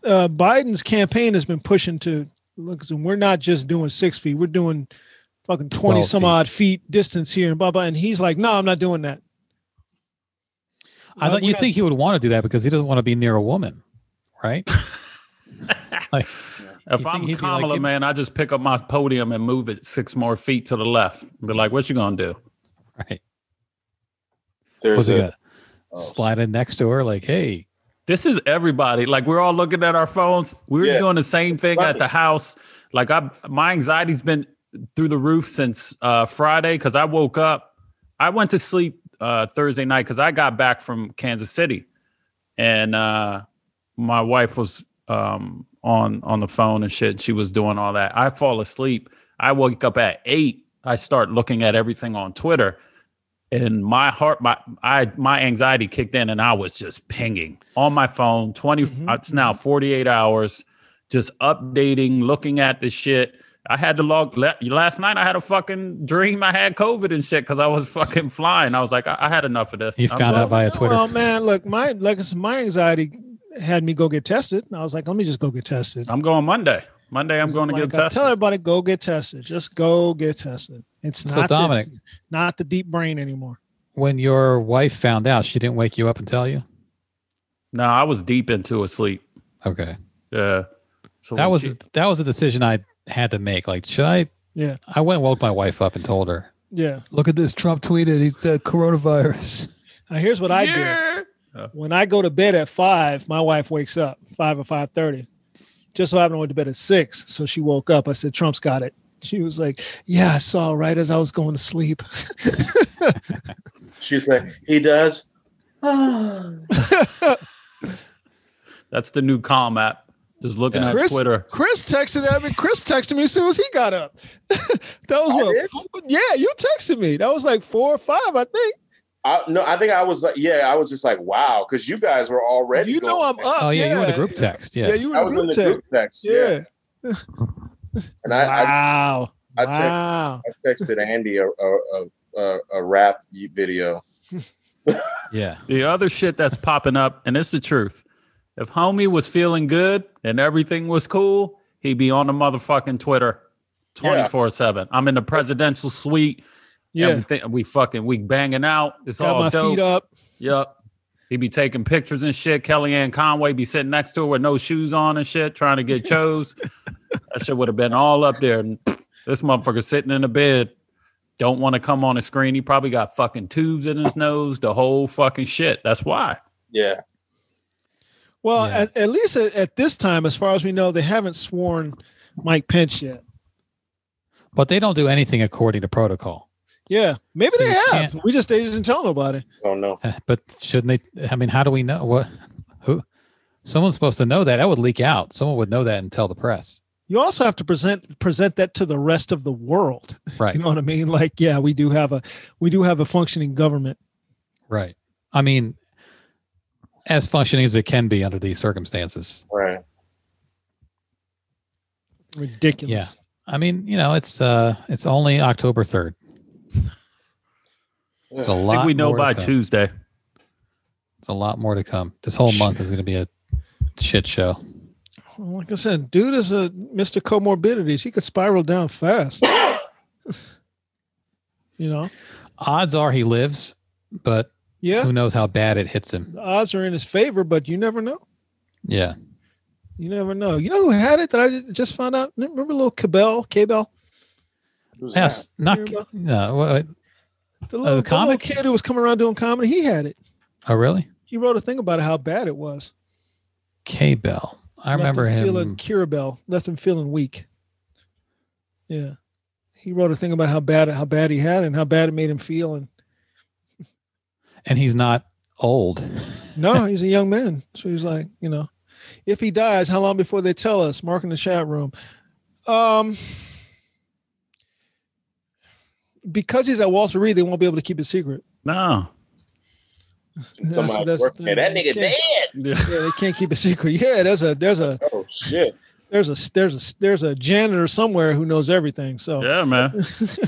uh, Biden's campaign has been pushing to look. so We're not just doing six feet. We're doing fucking twenty 12 some feet. odd feet distance here and blah blah. And he's like, "No, I'm not doing that." I thought we you got- think he would want to do that because he doesn't want to be near a woman, right? like If You think I'm he'd be like, "Give Kamala, me-" man, I just pick up my podium and move it six more feet to the left. Be like, what you gonna do? Right. There's Was he a, gonna slide in next to her? Like, hey, This is everybody. Like we're all looking at our phones. We're Yeah. doing the same thing at Exactly. the house. Like I, my anxiety's been through the roof since uh, Friday because I woke up. I went to sleep uh, Thursday night because I got back from Kansas City, and uh, my wife was um, on on the phone and shit. She was doing all that. I fall asleep. I wake up at eight. I start looking at everything on Twitter, and my heart, my I, my anxiety kicked in, and I was just pinging on my phone. 20 Mm-hmm. Mhm. It's now forty eight hours, just updating, looking at the shit. I had to log la- last night. I had a fucking dream. I had COVID and shit because I was fucking flying. I was like, I, I had enough of this. you I'm found done. out via Twitter. Well, Oh, man, look, my like I said, my anxiety had me go get tested, and I was like, let me just go get tested. I'm going Monday. Monday, Oh, I'm going to Like, get I Tell tested. everybody, go get tested. Just go get tested. It's So, not the- Dominic- not the deep brain anymore. when your wife found out, she didn't wake you up and tell you. No, I was deep into a sleep. Okay, Yeah. So that when was she- that was a decision I had to make. Like, should I? Yeah. I went and woke my wife up and told her. Yeah. Look at this. Trump tweeted. He said coronavirus. Now here's what I do. yeah. When I go to bed at five, my wife wakes up five or five thirty. Just so happened I went to bed at six, so she woke up. I said, "Trump's got it." She was like, "Yeah, I saw right as I was going to sleep." she's like, he does. Ah. That's the new Calm app. Just looking Yeah. at Chris- Twitter. Chris texted at me. Chris texted me as soon as he got up. that was what. Yeah, you texted me. That was like four or five, I think. I, no, I think I was like, yeah, I was just like, wow, because you guys were already. you know going I'm there. up. Oh yeah, you were in the yeah. group text. Yeah, Yeah. you were I was in the text. group text. Yeah, Yeah. and I, I wow. I text- wow. I texted Andy a a, a, a, a rap video. yeah. The other shit that's popping up, and it's the truth. If homie was feeling good and everything was cool, he'd be on the motherfucking Twitter 24 7. I'm in the presidential suite. Yeah. Everything, we fucking, we banging out. It's Got all my dope. feet up. Yep. He be taking pictures and shit. Kellyanne Conway be sitting next to her with no shoes on and shit, trying to get chose. that shit would have been all up there. And this motherfucker sitting in the bed, don't want to come on the screen. He probably got fucking tubes in his nose, the whole fucking shit. That's why. Yeah, Well, Yeah. at, at least at, at this time, as far as we know, they haven't sworn Mike Pence yet. But they don't do anything according to protocol. Yeah, maybe So they you have. We just they didn't tell nobody. don't know. But shouldn't they? I mean, how do we know what? Who? Someone's supposed to know that. That would leak out. Someone would know that and tell the press. You also have to present present that to the rest of the world. Right. You know what I mean? Like, yeah, we do have a we do have a functioning government. Right. I mean, as functioning as it can be under these circumstances. Right. Ridiculous. I mean, you know, it's uh it's only October third. It's a I lot. think we know more to by come. Tuesday. It's a lot more to come. This whole month is going to be a shit show. Well, like I said, dude is a Mr. Comorbidities. He could spiral down fast. you know? Odds are he lives, but Yeah. who knows how bad it hits him. The odds are in his favor, but you never know. Yeah. You never know. You know who had it that I ju- just found out? Remember little Cabell, Cabell, Who's Yes. Not. Hear No. what- the little, the little Oh, comic? kid who was coming around doing comedy. He had it. Oh, really? He wrote a thing about how bad it was. K Bell. I Left remember him. feeling Curabel left him feeling weak. Yeah, he wrote a thing about how bad how bad he had and how bad it made him feel. And and he's not old. no, he's a young man, so he's like, you know, if he dies, how long before they tell us? Mark in the chat room. Um, because he's at Walter Reed, they won't be able to keep it secret. No. that? That's- Somebody that's the working there. thing. That They nigga can't- dead. Yeah, they can't keep it secret. Yeah, there's a there's a Oh shit. there's a there's a there's a janitor somewhere who knows everything. So Yeah, man.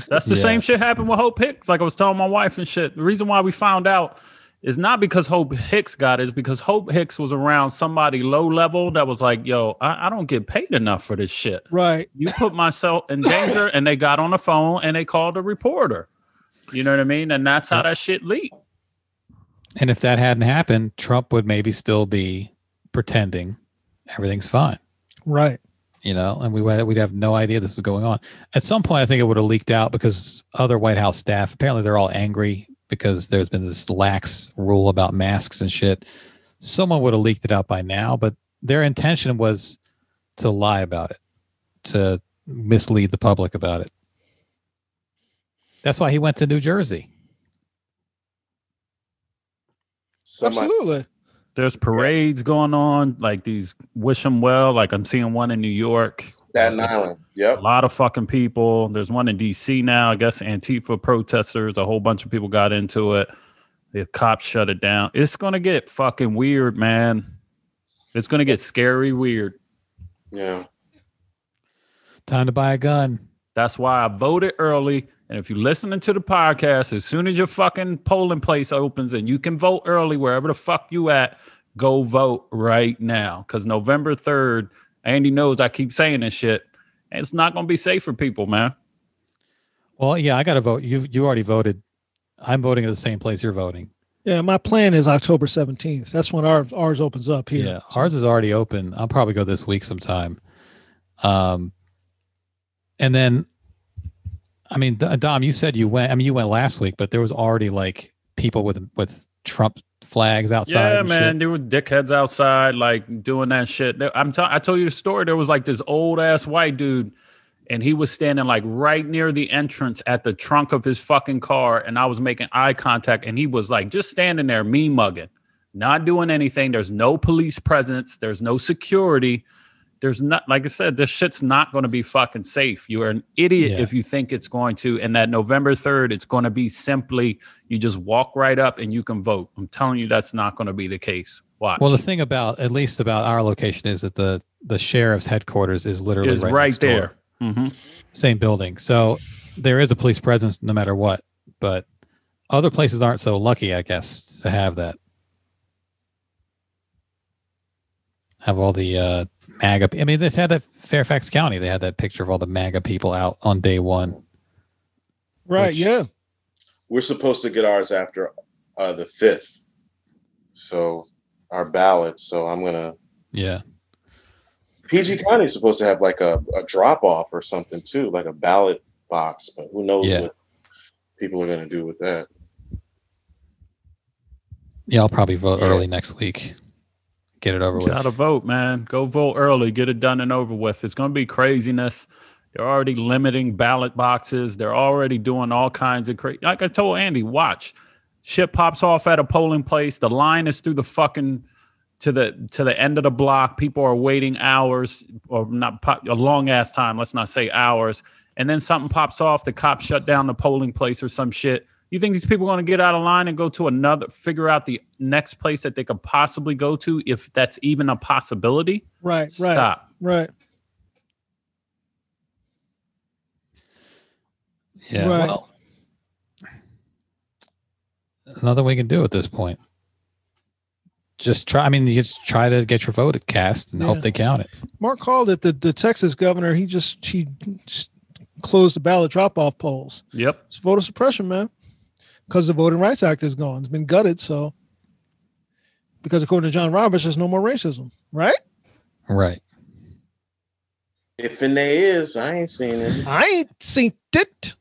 That's the Yeah. same shit happened with Hope Hicks. Like I was telling my wife and shit. The reason why we found out is not because Hope Hicks got it, is because Hope Hicks was around somebody low level that was like, yo, I, I don't get paid enough for this shit. right, You put myself in danger, and they got on the phone and they called a reporter. You know what I mean? And that's how that shit leaked. And if that hadn't happened, Trump would maybe still be pretending everything's fine. right. you know, and we would we'd have no idea this was going on. At some point, I think it would have leaked out because other White House staff apparently they're all angry because there's been this lax rule about masks and shit. Someone would have leaked it out by now, but their intention was to lie about it, to mislead the public about it. That's why he went to New Jersey. Somebody, Absolutely. There's parades going on, like these wish them well. Like I'm seeing one in New York. Staten Island. A Yep. lot of fucking people. There's one in DC now. I guess Antifa protesters. A whole bunch of people got into it. The cops shut it down. It's gonna get fucking weird, man. It's gonna get scary weird. Yeah. Time to buy a gun. That's why I voted early. And if you're listening to the podcast, as soon as your fucking polling place opens and you can vote early wherever the fuck you at, go vote right now. Cause November 3rd, Andy knows I keep saying this shit. And it's not gonna be safe for people, man. Well, yeah, I got to vote. You you already voted. I'm voting at the same place you're voting. Yeah, my plan is October 17th. That's when our ours opens up Yeah, here. ours is already open. I'll probably go this week sometime. Um, and then, I mean, D- Dom, you said you went. I mean, you went last week, but there was already like people with with Trump flags outside. Yeah, and man, shit. there were dickheads outside, like doing that shit. There- I'm telling, I told you the story. There was like this old ass white dude, and he was standing like right near the entrance at the trunk of his fucking car, and I was making eye contact, and he was like just standing there, me mugging, not doing anything. There's no police presence. There's no security. There's not, like I said, this shit's not going to be fucking safe. You are an idiot Yeah. if you think it's going to. And that November 3rd, it's going to be simply you just walk right up and you can vote. I'm telling you, that's not going to be the case. Watch. Well, the thing about at least about our location is that the the sheriff's headquarters is literally is right, next door. there. Mhm. same building. So there is a police presence no matter what, but other places aren't so lucky, I guess, to have that. Have all the uh, MAGA. I mean, they had that Fairfax County. They had that picture of all the MAGA people out on day one. Right, Which- yeah. We're supposed to get ours after uh, the fifth. So our ballot. So I'm gonna Yeah, PG County is supposed to have like a, a drop off or something too, like a ballot box, but who knows Yeah. what people are gonna do with that. yeah. I'll probably vote early next week. Get it over You with. Gotta vote, man. Go vote early. Get it done and over with. It's going to be craziness. They're already limiting ballot boxes. They're already doing all kinds of crazy. Like I told Andy, watch. Shit pops off at a polling place. The line is through the fucking to the to the end of the block. People are waiting hours or not pop, a long ass time. Let's not say hours. And then something pops off. The cops shut down the polling place or some shit. You think these people are going to get out of line and go to another, figure out the next place that they could possibly go to if that's even a possibility? Right, right, Stop. right. Yeah. Right. Well, nothing we can do at this point. Just try. I mean, you just try to get your vote cast and Yeah. hope they count it. Mark called it the, the Texas governor. He just he s- closed the ballot drop off polls. Yep. It's voter suppression, man. Because the Voting Rights Act is gone. It's been gutted, so because according to John Roberts, there's no more racism, right? Right. If and they is, I ain't seen it. I ain't seen it.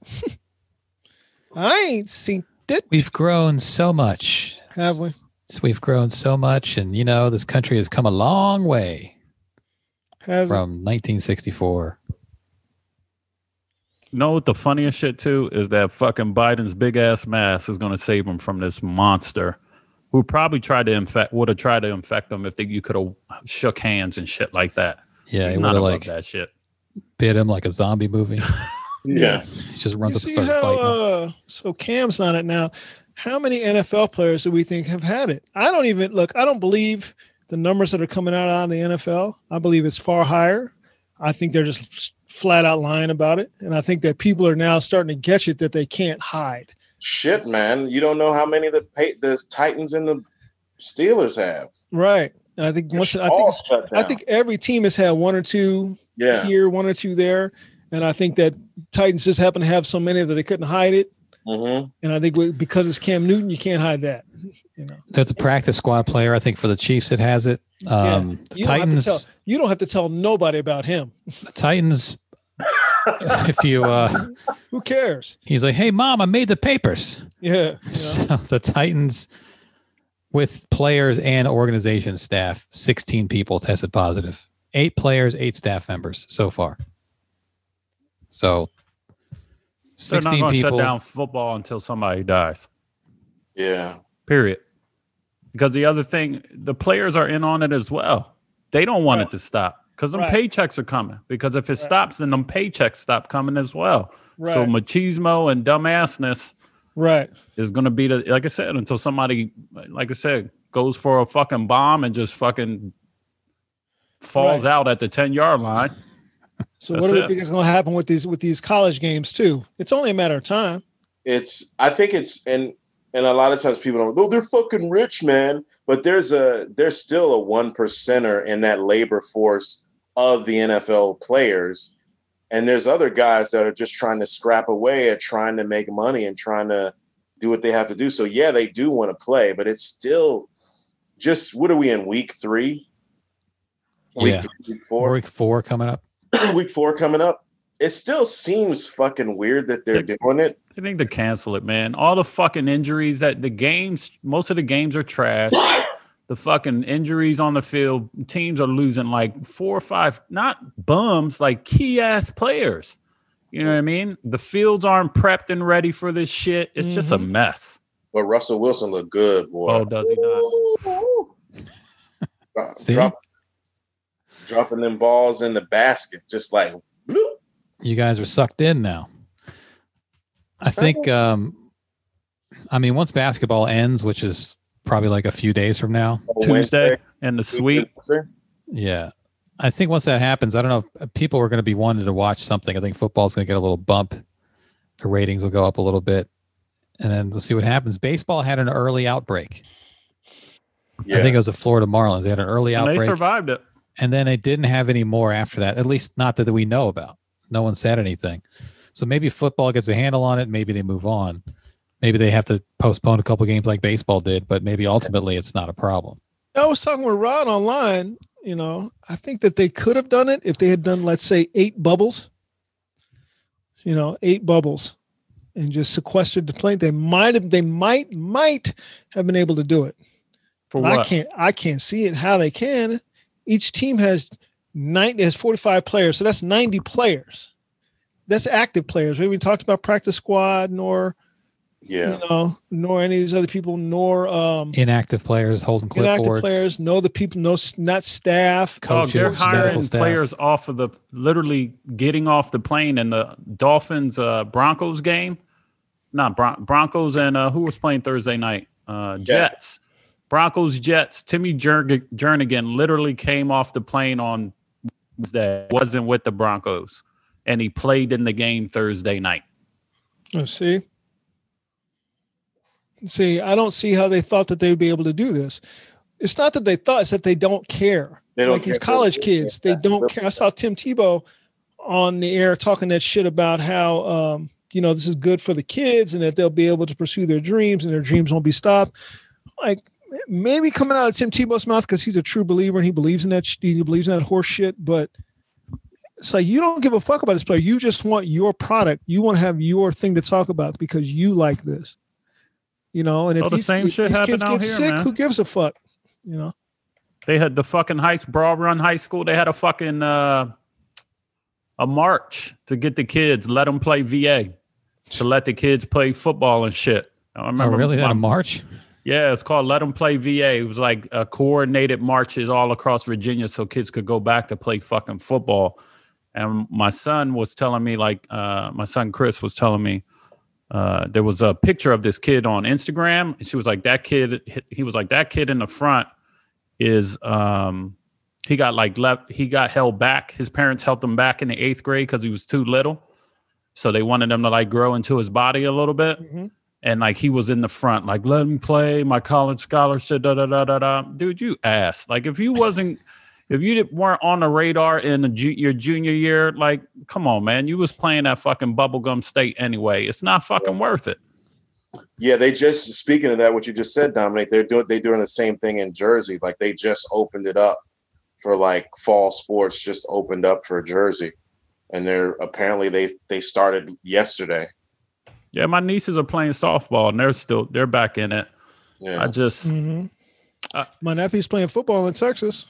I ain't seen it, We've grown so much. have we? S- We've grown so much, and you know, this country has come a long way Have we? from 1964. You know what the funniest shit too is that fucking Biden's big ass mask is going to save him from this monster, who probably tried to infect would have tried to infect him if they, you could have shook hands and shit like that. Yeah, He's he not would have above like that shit. bit him like a zombie movie. Yeah. he just runs You up and see starts how, biting. him. uh, so Cam's on it now. How many NFL players do we think have had it? I don't even look. I don't believe the numbers that are coming out on the NFL. I believe it's far higher. I think they're just f- flat out lying about it, and I think that people are now starting to get it that they can't hide. Shit, man. You don't know how many the pa- the Titans and the Steelers have. Right. And I think once I think All it's, shut I down. think every team has had one or two yeah. here, one or two there, and I think that Titans just happen to have so many that they couldn't hide it. Mm-hmm. And I think we, because it's Cam Newton, you can't hide that. You know. That's a practice squad player, I think, for the Chiefs. It has it. Um, the You don't, have to tell, Titans, you don't have to tell nobody about him. the Titans. if you, uh, Who cares? he's like, "Hey, mom, I made the papers." Yeah. you know? So the Titans, with players and organization staff, 16 people tested positive, eight players, eight staff members so far. So They're not 16 going to shut people. down football until somebody dies. Yeah. Period. Because the other thing, the players are in on it as well. They don't want it to stop because them Right. paychecks are coming. Because if it Right. stops, then them paychecks stop coming as well. Right. So machismo and dumbassness right. is going to be the like I said until somebody like I said goes for a fucking bomb and just fucking falls Right. out at the ten yard line. So That's what do we it. think is going to happen with these with these college games too? It's only a matter of time. it's I think it's and and a lot of times people don't oh they're fucking rich man but there's a there's still a one percenter in that labor force of the NFL players and there's other guys that are just trying to scrap away at trying to make money and trying to do what they have to do so yeah they do want to play but it's still just what are we in week three week Yeah. three week four Week four coming up. week four coming up it still seems fucking weird that they're Yeah. doing it They need to cancel it, man. All the fucking injuries that the games, most of the games are trash. the fucking injuries on the field, teams are losing like four or five, not bums, like key ass players. You know what I mean? The fields aren't prepped and ready for this shit. It's just a Mhm. mess. But Russell Wilson looked good, boy. Oh, does he not? Dro- See? drop- dropping them balls in the basket, just like bloop. oh, You guys are sucked in now. I think, um, I mean, once basketball ends, which is probably like a few days from now, on Tuesday and the sweep. Wednesday. Yeah. I think once that happens, I don't know if people are going to be wanting to watch something. I think football's going to get a little bump. The ratings will go up a little bit. And then we'll see what happens. Baseball had an early outbreak. Yeah. I think it was the Florida Marlins. They had an early And they outbreak. survived it. and then they didn't have any more after that, at least not that we know about. No one said anything. So maybe football gets a handle on it. Maybe they move on. Maybe they have to postpone a couple games like baseball did, but maybe ultimately it's not a problem. I was talking with Rod online. You know, I think that they could have done it if they had done, let's say, eight bubbles. You know, eight bubbles, and just sequestered the plane. They might have. They might might have been able to do it. For But I what? can't. I can't see it how they can. Each team has nine has forty five players, so that's ninety players. That's active players. We haven't talked about practice squad, nor Yeah. you know, nor any of these other people, nor um, Inactive players holding inactive clipboards. players, no the people, no s- not staff. Dog, Coaches, Oh, they're medical hiring staff. players off of the literally getting off the plane in the Dolphins uh, Broncos game. Not Bron- Broncos and uh, who was playing Thursday night? Uh, Jets. Broncos Jets. Timmy Jerg- Jernigan literally came off the plane on Wednesday, wasn't with the Broncos, and he played in the game Thursday night. Oh, see, see, I don't see how they thought that they'd be able to do this. It's not that they thought; it's that they don't care. They don't like these care. college kids, they Yeah. don't care. I saw Tim Tebow on the air talking that shit about how um, you know this is good for the kids and that they'll be able to pursue their dreams and their dreams won't be stopped. Like maybe coming out of Tim Tebow's mouth because he's a true believer and he believes in that sh- he believes in that horse shit, but. It's like you don't give a fuck about this player. You just want your product. You want to have your thing to talk about because you like this, you know. And if Oh, the these, same if shit these happen kids out get here, sick, man. who gives a fuck, you know? They had the fucking high Broad Run High School. They had a fucking uh, a march to get the kids, let them play VA, to let the kids play football and shit. I Oh, remember really? my- That in March? yeah, it's called Let Them Play VA. It was like uh, coordinated marches all across Virginia so kids could go back to play fucking football. And my son was telling me, like, uh, my son Chris was telling me, uh, there was a picture of this kid on Instagram. And she was like, that kid, he was like, that kid in the front is, um, he got like left, he got held back. His parents held him back in the eighth grade because he was too little. So they wanted him to like grow into his body a little bit and like he was in the front, like let me play my college scholarship, da da da da da. Dude, you ass. Like if you wasn't, if you didn't- weren't on the radar in the ju- your junior year, like come on, man, you was playing that fucking bubblegum state anyway. It's not fucking worth it. Yeah, they just speaking of that, what you just said, Dominic. They're doing they doing the same thing in Jersey. Like they just opened it up for like fall sports. Just opened up for Jersey, and they're apparently they they started yesterday. Yeah, my nieces are playing softball and they're still they're back in it. I Yeah. just Mhm. Uh, My nephew's playing football in Texas,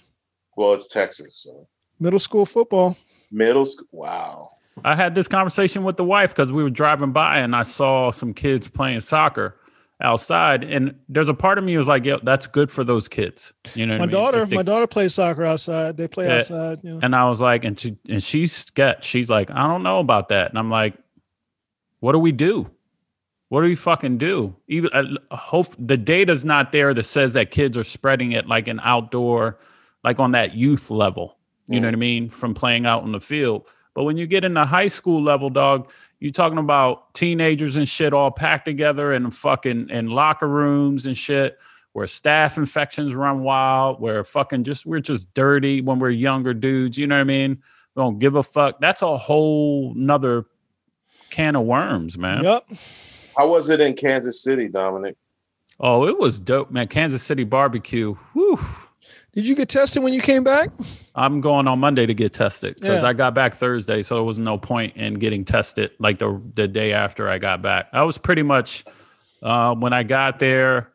Well, it's Texas. So. middle school football. Middle school. Wow. I had this conversation with the wife because we were driving by and I saw some kids playing soccer outside. And there's a part of me was like, "Yo, that's good for those kids." You know, what My I mean? daughter, If they- my daughter plays soccer outside. They play Yeah. outside. You know. And I was like, and she and she's sketch. She's like, I don't know about that. And I'm like, what do we do? What do we fucking do? Even uh, hope the data's not there that says that kids are spreading it like an outdoor, like on that youth level. You know Mm. what I mean? From playing out in the field. But when you get in the high school level, dog, you talking about teenagers and shit all packed together in fucking in locker rooms and shit where staff infections run wild, where fucking just we're just dirty when we're younger dudes, you know what I mean? We don't give a fuck. That's a whole nother can of worms, man. Yep. How was it in Kansas City, Dominic? Oh, it was dope, man. Kansas City barbecue. Whew. Did you get tested when you came back? I'm going on Monday to get tested because Yeah. I got back Thursday, so there was no point in getting tested like the the day after I got back. I was pretty much uh, when I got there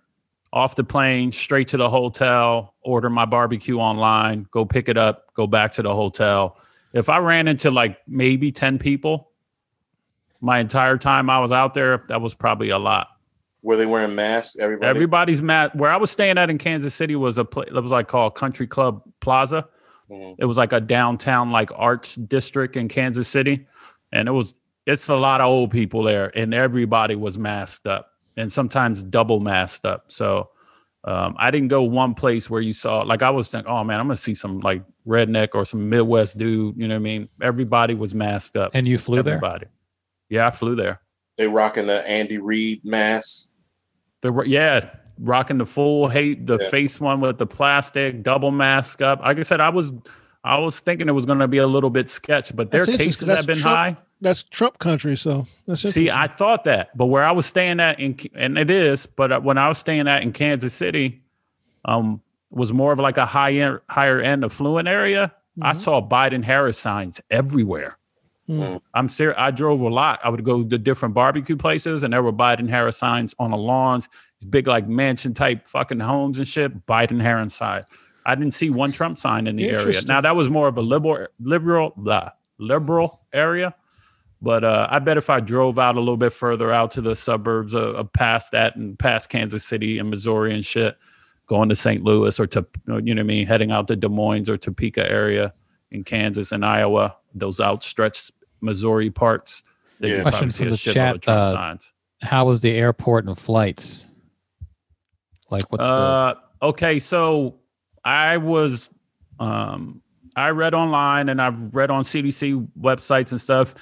off the plane, straight to the hotel, order my barbecue online, go pick it up, go back to the hotel. If I ran into like maybe ten people my entire time I was out there, that was probably a lot. Were they wearing masks? Everybody. Everybody's mad. Where I was staying at in Kansas City was a place. It was like called Country Club Plaza Mhm. it was like a downtown like arts district in Kansas City, and it was it's a lot of old people there, and everybody was masked up and sometimes double masked up. So um, I didn't go one place where you saw like I was thinking, oh man, I'm gonna see some like redneck or some Midwest dude. You know what I mean? Everybody was masked up. And you flew there? everybody. Yeah, I flew there. They rocking the Andy Reid mask. The ro- yeah, rocking the full hate the Yeah. face one with the plastic double mask up. Like I said, I was I was thinking it was going to be a little bit sketch, but their That's interesting. cases That's have been Trump- high. That's Trump country, so that's See, interesting. I thought that, but where I was staying at in and it is, but uh, when I was staying at in Kansas City, um, was more of like a high end, higher end affluent area. I Mhm. saw Biden Harris signs everywhere. Mm. I'm serious. I drove a lot. I would go to different barbecue places, and there were Biden Harris signs on the lawns. These big, like mansion type fucking homes and shit. Biden Harris sign. I didn't see one Trump sign in the area. Interesting. Now that was more of a liberal, liberal, blah, liberal area. But uh, I bet if I drove out a little bit further out to the suburbs, uh, uh, past that and past Kansas City and Missouri and shit, going to St. Louis or to you know what I mean, heading out to Des Moines or Topeka area in Kansas and Iowa, those outstretched Missouri parts. They Yeah. could Question probably see from a the shitload chat, of Trump uh, signs. How was the airport and flights? Like what's Uh, okay, so I was, um, I read online and I've read on CDC websites and stuff.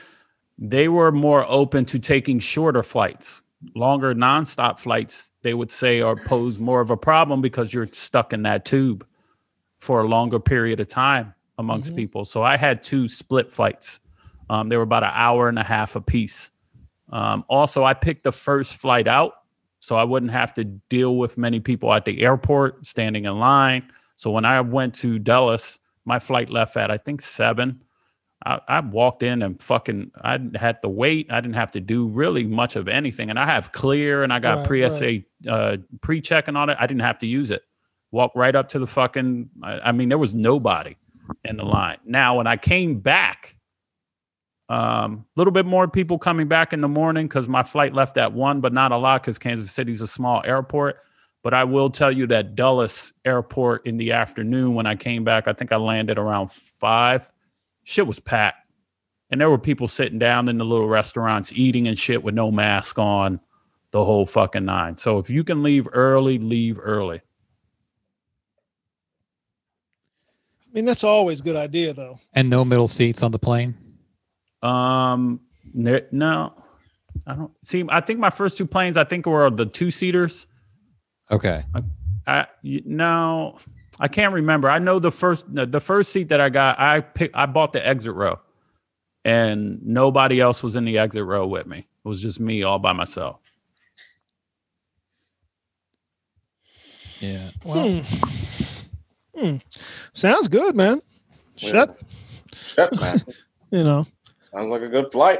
They were more open to taking shorter flights, longer nonstop flights. They would say are pose more of a problem because you're stuck in that tube for a longer period of time amongst Mhm. people. So I had two split flights. Um, they were about an hour and a half apiece. Um, also, I picked the first flight out so I wouldn't have to deal with many people at the airport standing in line. So when I went to Dallas, my flight left at I think seven. I, I walked in and fucking I didn't had to wait. I didn't have to do really much of anything, and I have clear and I got Right, pre SA uh, pre check and all that. I didn't have to use it. Walk right up to the fucking. I, I mean, there was nobody in the line. Now when I came back, a Um, little bit more people coming back in the morning because my flight left at one, but not a lot because Kansas City's a small airport. But I will tell you that Dulles Airport in the afternoon when I came back, I think I landed around five. Shit was packed. And there were people sitting down in the little restaurants eating and shit with no mask on the whole fucking nine. So if you can leave early, leave early. I mean, that's always a good idea, though. the and no middle seats on the plane? Um, there, no, I don't see. I think my first two planes, I think were the two seaters. Okay. I y- no, I can't remember. I know the first no, the first seat that I got, I pick I bought the exit row, and nobody else was in the exit row with me. It was just me all by myself. Yeah. Well, Hmm. Hmm. Sounds good, man. Shut, Shut, man. you know. Sounds like a good flight.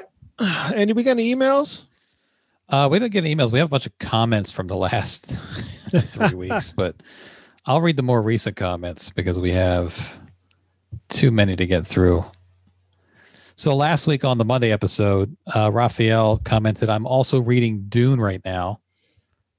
Andy, we got any emails? uh, we don't get emails. We have a bunch of comments from the last three weeks, but I'll read the more recent comments because we have too many to get through. So last week on the Monday episode, uh, Raphael commented, "I'm also reading Dune right now,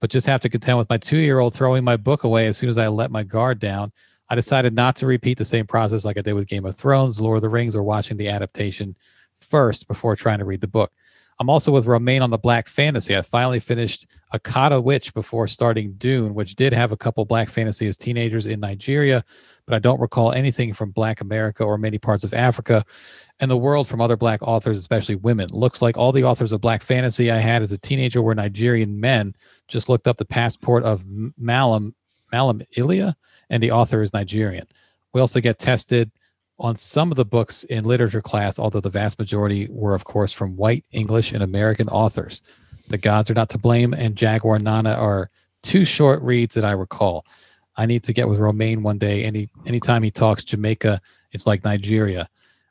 but just have to contend with my two-year-old throwing my book away as soon as I let my guard down." I decided not to repeat the same process like I did with Game of Thrones, Lord of the Rings, or watching the adaptation first before trying to read the book. I'm also with Romaine on the Black Fantasy. I finally finished Akata Witch before starting Dune, which did have a couple Black Fantasy as teenagers in Nigeria, but I don't recall anything from Black America or many parts of Africa and the world from other Black authors, especially women. Looks like all the authors of Black Fantasy I had as a teenager were Nigerian men. Just looked up the passport of M- Malam, Malam Ilia, and the author is Nigerian. We also get tested on some of the books in literature class, although the vast majority were, of course, from white, English, and American authors. The Gods Are Not to Blame and Jaguar Nana are two short reads that I recall. I need to get with Romaine one day. Any anytime he talks Jamaica, it's like Nigeria.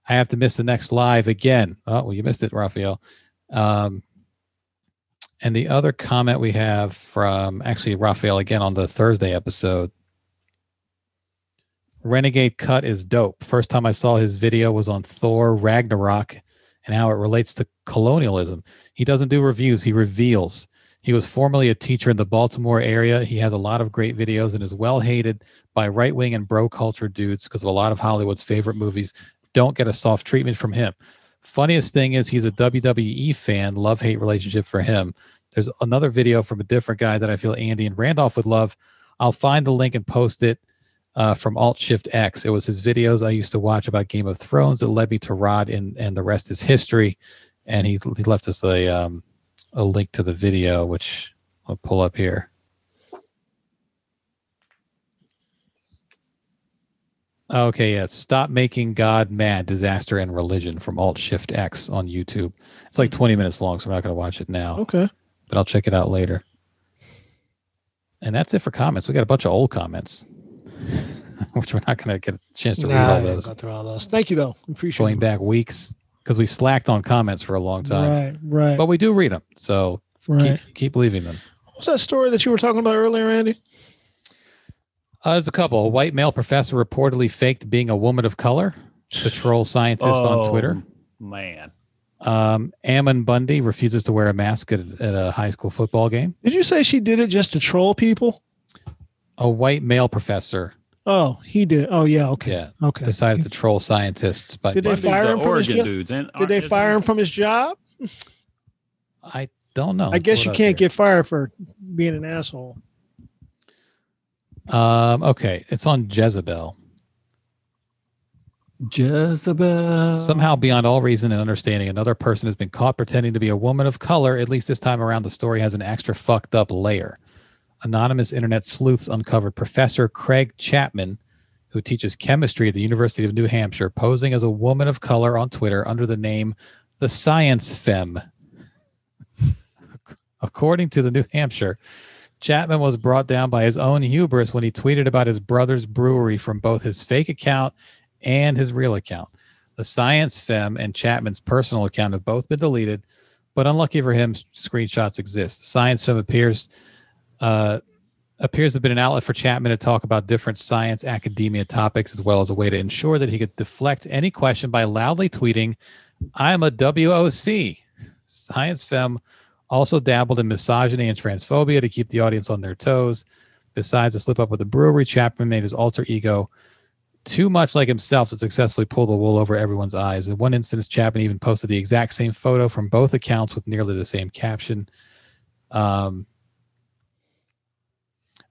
I have to miss the next live again. Oh, well, you missed it, Raphael. Um, and the other comment we have from actually Raphael again on the Thursday episode Renegade Cut is dope. First time I saw his video was on Thor Ragnarok and how it relates to colonialism. He doesn't do reviews, he reveals. He was formerly a teacher in the Baltimore area. He has a lot of great videos and is well hated by right wing and bro culture dudes because of a lot of Hollywood's favorite movies don't get a soft treatment from him. Funniest thing is he's a WWE fan, love hate relationship for him. There's another video from a different guy that I feel Andy and Randolph would love. I'll find the link and post it uh, from Alt Shift X. It was his videos I used to watch about Game of Thrones that led me to Rod, and and the rest is history. And he he left us a um, a link to the video, which I'll pull up here. Okay, yeah. Stop making God mad, disaster, and religion from Alt Shift X on YouTube. It's like 20 minutes long, so I'm not going to watch it now Okay. but I'll check it out later. And that's it for comments. We got a bunch of old comments, which we're not going to get a chance to read all those through all those. Thank you, though. Appreciate going it. back weeks because we slacked on comments for a long time, Right, right, but we do read them. So right. keep, keep leaving them. What was that story that you were talking about earlier, Andy? Uh, there's a couple. A white male professor reportedly faked being a woman of color to troll scientists Oh, on Twitter. Man. Um, Ammon Bundy refuses to wear a mask at, at a high school football game. Did you say she did it just to troll people? A white male professor, Oh, he did. Oh, yeah. Okay. yeah, Okay. decided to troll scientists by Did they Bundy's fire the him from his Oregon job? dudes. And, Did they isn't fire he- him from his job? I don't know. I guess you Pull it up can't here. get fired for being an asshole. Um, okay, it's on Jezebel. Jezebel. Somehow, beyond all reason and understanding, another person has been caught pretending to be a woman of color. At least this time around, the story has an extra fucked up layer. Anonymous internet sleuths uncovered Professor Craig Chapman, who teaches chemistry at the University of New Hampshire, posing as a woman of color on Twitter under the name The Science Femme. According to the New Hampshire, Chapman was brought down by his own hubris when he tweeted about his brother's brewery from both his fake account and his real account. The Science Femme and Chapman's personal account have both been deleted, but unlucky for him, s- screenshots exist. The Science Femme appears uh, appears to have been an outlet for Chapman to talk about different science academia topics, as well as a way to ensure that he could deflect any question by loudly tweeting, "I'm a WOC." Science Femme also dabbled in misogyny and transphobia to keep the audience on their toes. Besides a slip up with the brewery, Chapman made his alter ego too much like himself to successfully pull the wool over everyone's eyes. In one instance, Chapman even posted the exact same photo from both accounts with nearly the same caption. Um,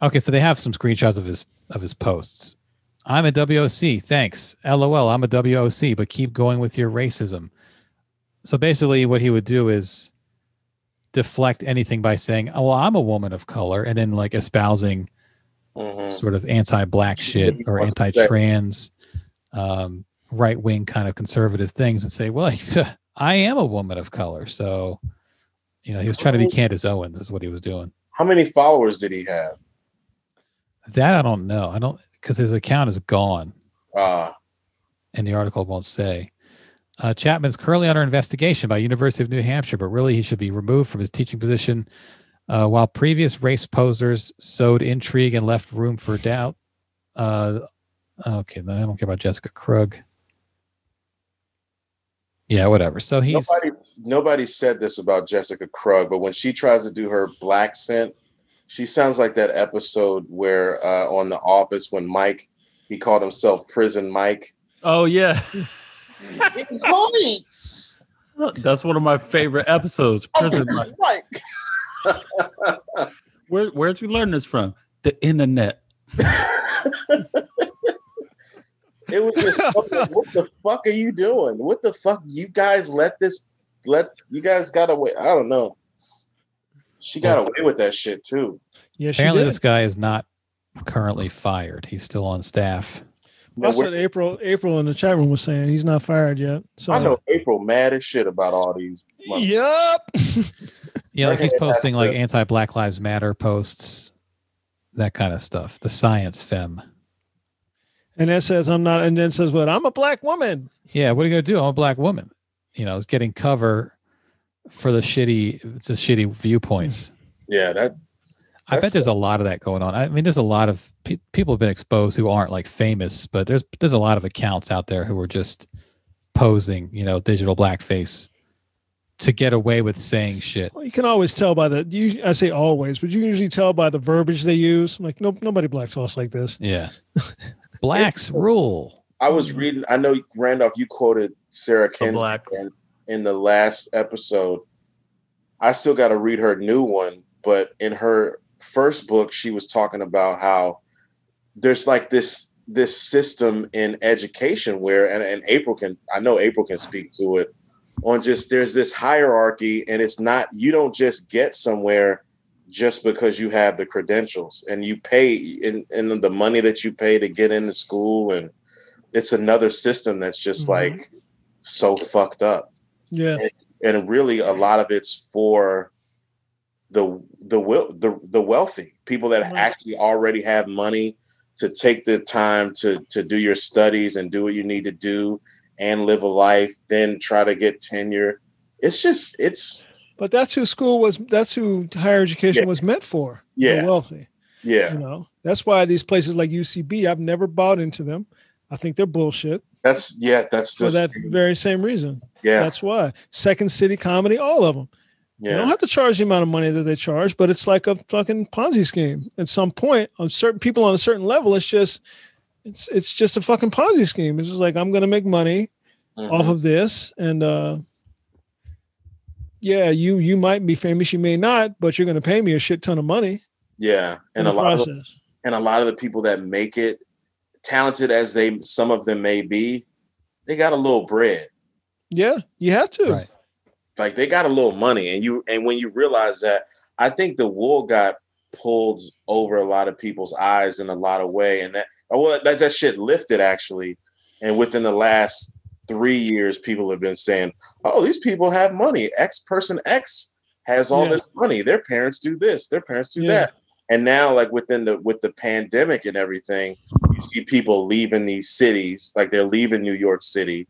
okay, so they have some screenshots of his of his posts. I'm a WOC, thanks. LOL, I'm a WOC, but keep going with your racism. So basically, what he would do is deflect anything by saying, "Oh, well, I'm a woman of color," and then like espousing hmm sort of anti-black shit or What's that? anti-trans, um, right-wing kind of conservative things, and say, "Well, I am a woman of color," so you know he was trying to be Candace Owens, is what he was doing. How many followers did he have? I That I don't know. I don't because his account is gone, Uh, and the article won't say. Uh, Chapman's currently under investigation by University of New Hampshire, but really he should be removed from his teaching position. Uh, while previous race posers sowed intrigue and left room for doubt. Uh, okay, then I don't care about Jessica Krug. Yeah, whatever. So he's nobody, nobody said this about Jessica Krug, but when she tries to do her black scent, she sounds like that episode where uh, on The Office when Mike, he called himself Prison Mike. Oh yeah, Points. that's one of my favorite episodes. Prison. Break. Mike. Where where'd you learn this from? The internet. It was just what the fuck are you doing? What the fuck you guys let this let you guys got away? I don't know. She got away with that shit too. Yeah, she apparently did. this guy is not currently fired. He's still on staff. But That's we're- what April April in the chat room was saying. He's not fired yet. So I know April mad as shit about all these. mother- Yep. Yeah, like Okay, he's that's posting like good. anti Black Lives Matter posts, that kind of stuff. The science femme. And that says I'm not and then says what I'm a black woman. Yeah, what are you gonna do? I'm a black woman. You know, it's getting cover for the shitty it's a shitty viewpoints. Yeah, that I bet That's- there's a lot of that going on. I mean, there's a lot of pe- people have been exposed who aren't like famous, but there's there's a lot of accounts out there who are just posing, you know, digital blackface to get away with saying shit. Well, you can always tell by the you I say always, but you can usually tell by the verbiage they use. I'm like, nope, nobody black talks like this. Yeah. Blacks rule. I was reading. I know Randolph, you quoted Sarah The Kins blacks. in, in the last episode. I still got to read her new one, but in her first book, she was talking about how there's like this this system in education where, and, and April can, I know April can speak to it, on just there's this hierarchy, and it's not you don't just get somewhere just because you have the credentials and you pay in, in the money that you pay to get into school and it's another system that's just Mhm. like so fucked up Yeah. and really a lot of it's for the the will the, the wealthy people that Right. actually already have money to take the time to to do your studies and do what you need to do and live a life then try to get tenure it's just it's But that's who school was that's who higher education Yeah. was meant for. Yeah. The wealthy. yeah You know, that's why these places like UCB, I've never bought into them. I think they're bullshit that's yeah that's for just that very same reason. yeah That's why. Second City Comedy, all of them. They yeah don't have to charge the amount of money that they charge, but it's like a fucking Ponzi scheme. At some point, on certain people on a certain level, it's just it's it's just a fucking Ponzi scheme. It's just like I'm gonna make money Mhm. off of this and uh yeah, you you might be famous, you may not, but you're gonna pay me a shit ton of money yeah in and a the lot of process. and a lot of the people that make it talented as they some of them may be they got a little bread yeah, you have to. Right. like they got a little money and you and when you realize that i think the wool got pulled over a lot of people's eyes in a lot of way and that oh, well that, that shit lifted actually and within the last three years people have been saying oh these people have money x person x has all Yeah. this money their parents do this their parents do Yeah. that and now like within the with the pandemic and everything you see people leaving these cities like they're leaving new york city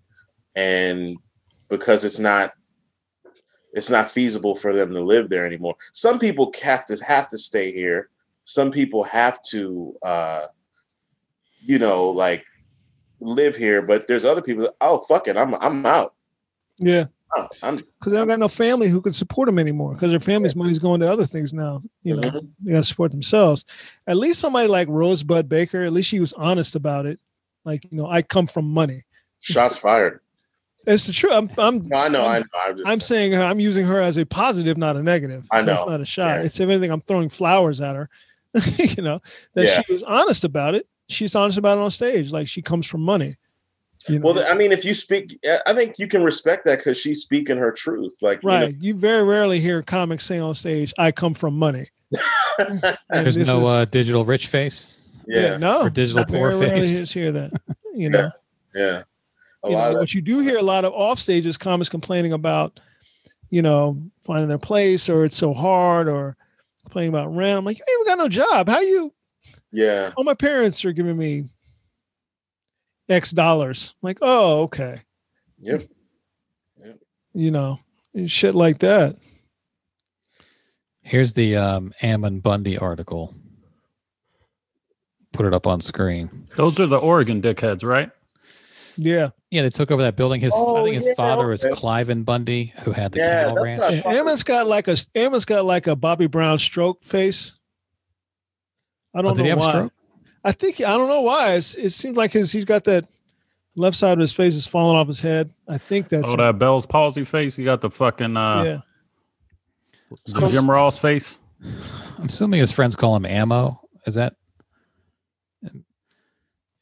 and because it's not it's not feasible for them to live there anymore. Some people have to have to stay here. Some people have to, uh, you know, like live here. But there's other people. That, oh fuck it, I'm I'm out. Yeah. I'm- I'm because they don't got no family who can support them anymore because their family's money's going to other things now. You know, Mhm. they got to support themselves. At least somebody like Rosebud Baker, at least she was honest about it. Like, you know, I come from money. shots fired. It's the truth. I'm, I'm, No, I know. I I'm, know. I'm just I'm saying. saying her, I'm using her as a positive, not a negative. I So it's know. not a shot. Yeah. It's if anything, I'm throwing flowers at her. you know, that Yeah. she was honest about it. She's honest about it on stage. Like she comes from money. You know? Well, I mean, if you speak, I think you can respect that because she's speaking her truth. Like, you know, right. You very rarely hear comics say on stage, I come from money. And There's this no is- uh, digital rich face. yeah, no. or digital poor Very rarely face. just hear that. You Yeah, know, yeah. A you know, lot of but you do hear a lot of off stages comments complaining about, you know, finding their place or it's so hard or complaining about rent. I'm like, you ain't even got no job. How you Yeah. oh, my parents are giving me X dollars. I'm like, oh, okay. Yep. You know, and shit like that. Here's the um, Ammon Bundy article. Put it up on screen. Those are the Oregon dickheads, right? Yeah. Yeah, they took over that building. His I Oh, think his yeah, father was okay. Cliven Bundy, who had the Yeah, cattle that's ranch. not- And Emma's got like a Emma's got like a Bobby Brown stroke face. Oh, I don't Oh, did know he have a why. stroke? I think I don't know why. It's, it seems like his he's got that left side of his face is falling off his head. I think that's Oh, that Bell's palsy face. You got the fucking uh, yeah. the Jim Ross face. I'm assuming his friends call him Ammo. Is that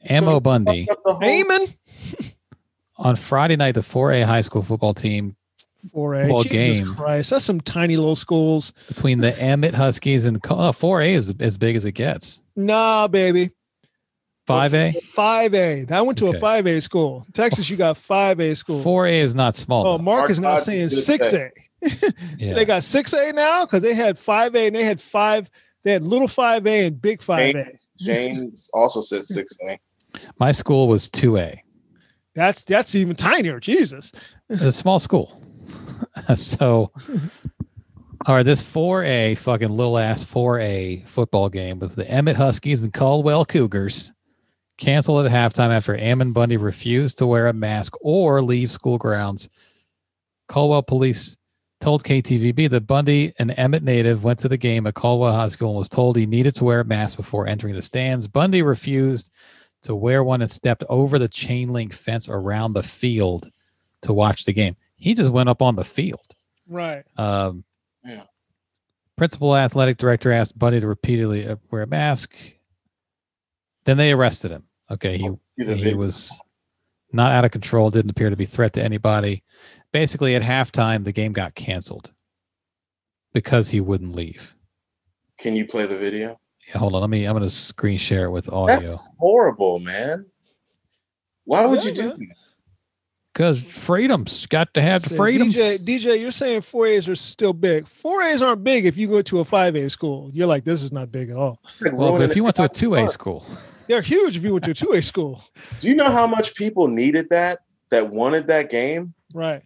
Ammo So- uh, Bundy? Fucked up the whole- Amen. On Friday night, the 4A high school football team Four A. Well, Jesus game. Christ, that's some tiny little schools. between the Emmett Huskies and oh, 4A is as big as it gets. Nah, baby. 5A, Five A. I went to Okay. a five A school. Texas, you got five A school. 4A is not small. Oh, though. Mark is now Mark saying Hodges six A. Yeah. They got six A now because they had five A and they had five. They had little five A and big five A. James also said six A. My school was 2A. That's that's even tinier. Jesus. It's a small school. so, all right, this 4A fucking little ass 4A football game with the Emmett Huskies and Caldwell Cougars canceled at halftime after Ammon Bundy refused to wear a mask or leave school grounds. Caldwell police told KTVB that Bundy, an Emmett native, went to the game at Caldwell High School and was told he needed to wear a mask before entering the stands. Bundy refused to wear one and stepped over the chain link fence around the field to watch the game. He just went up on the field. Right. Um, Yeah. Principal athletic director asked Bundy to repeatedly uh, wear a mask. Then they arrested him. Okay, Oh, he he was not out of control. Didn't appear to be a threat to anybody. Basically, at halftime, the game got canceled because he wouldn't leave. Can you play the video? Yeah, hold on, let me. I'm going to screen share it with audio That's horrible, man. Why would Yeah, you do man. that? because freedom's got to have the Say, freedom. DJ, DJ, you're saying four A's are still big. Four A's aren't big if you go to a five A school. You're like, this is not big at all. Like Well, but ruining if you went to a everybody's two A fun. school, They're huge if you went to a two A school. do you know how much people needed that? That wanted that game? Right.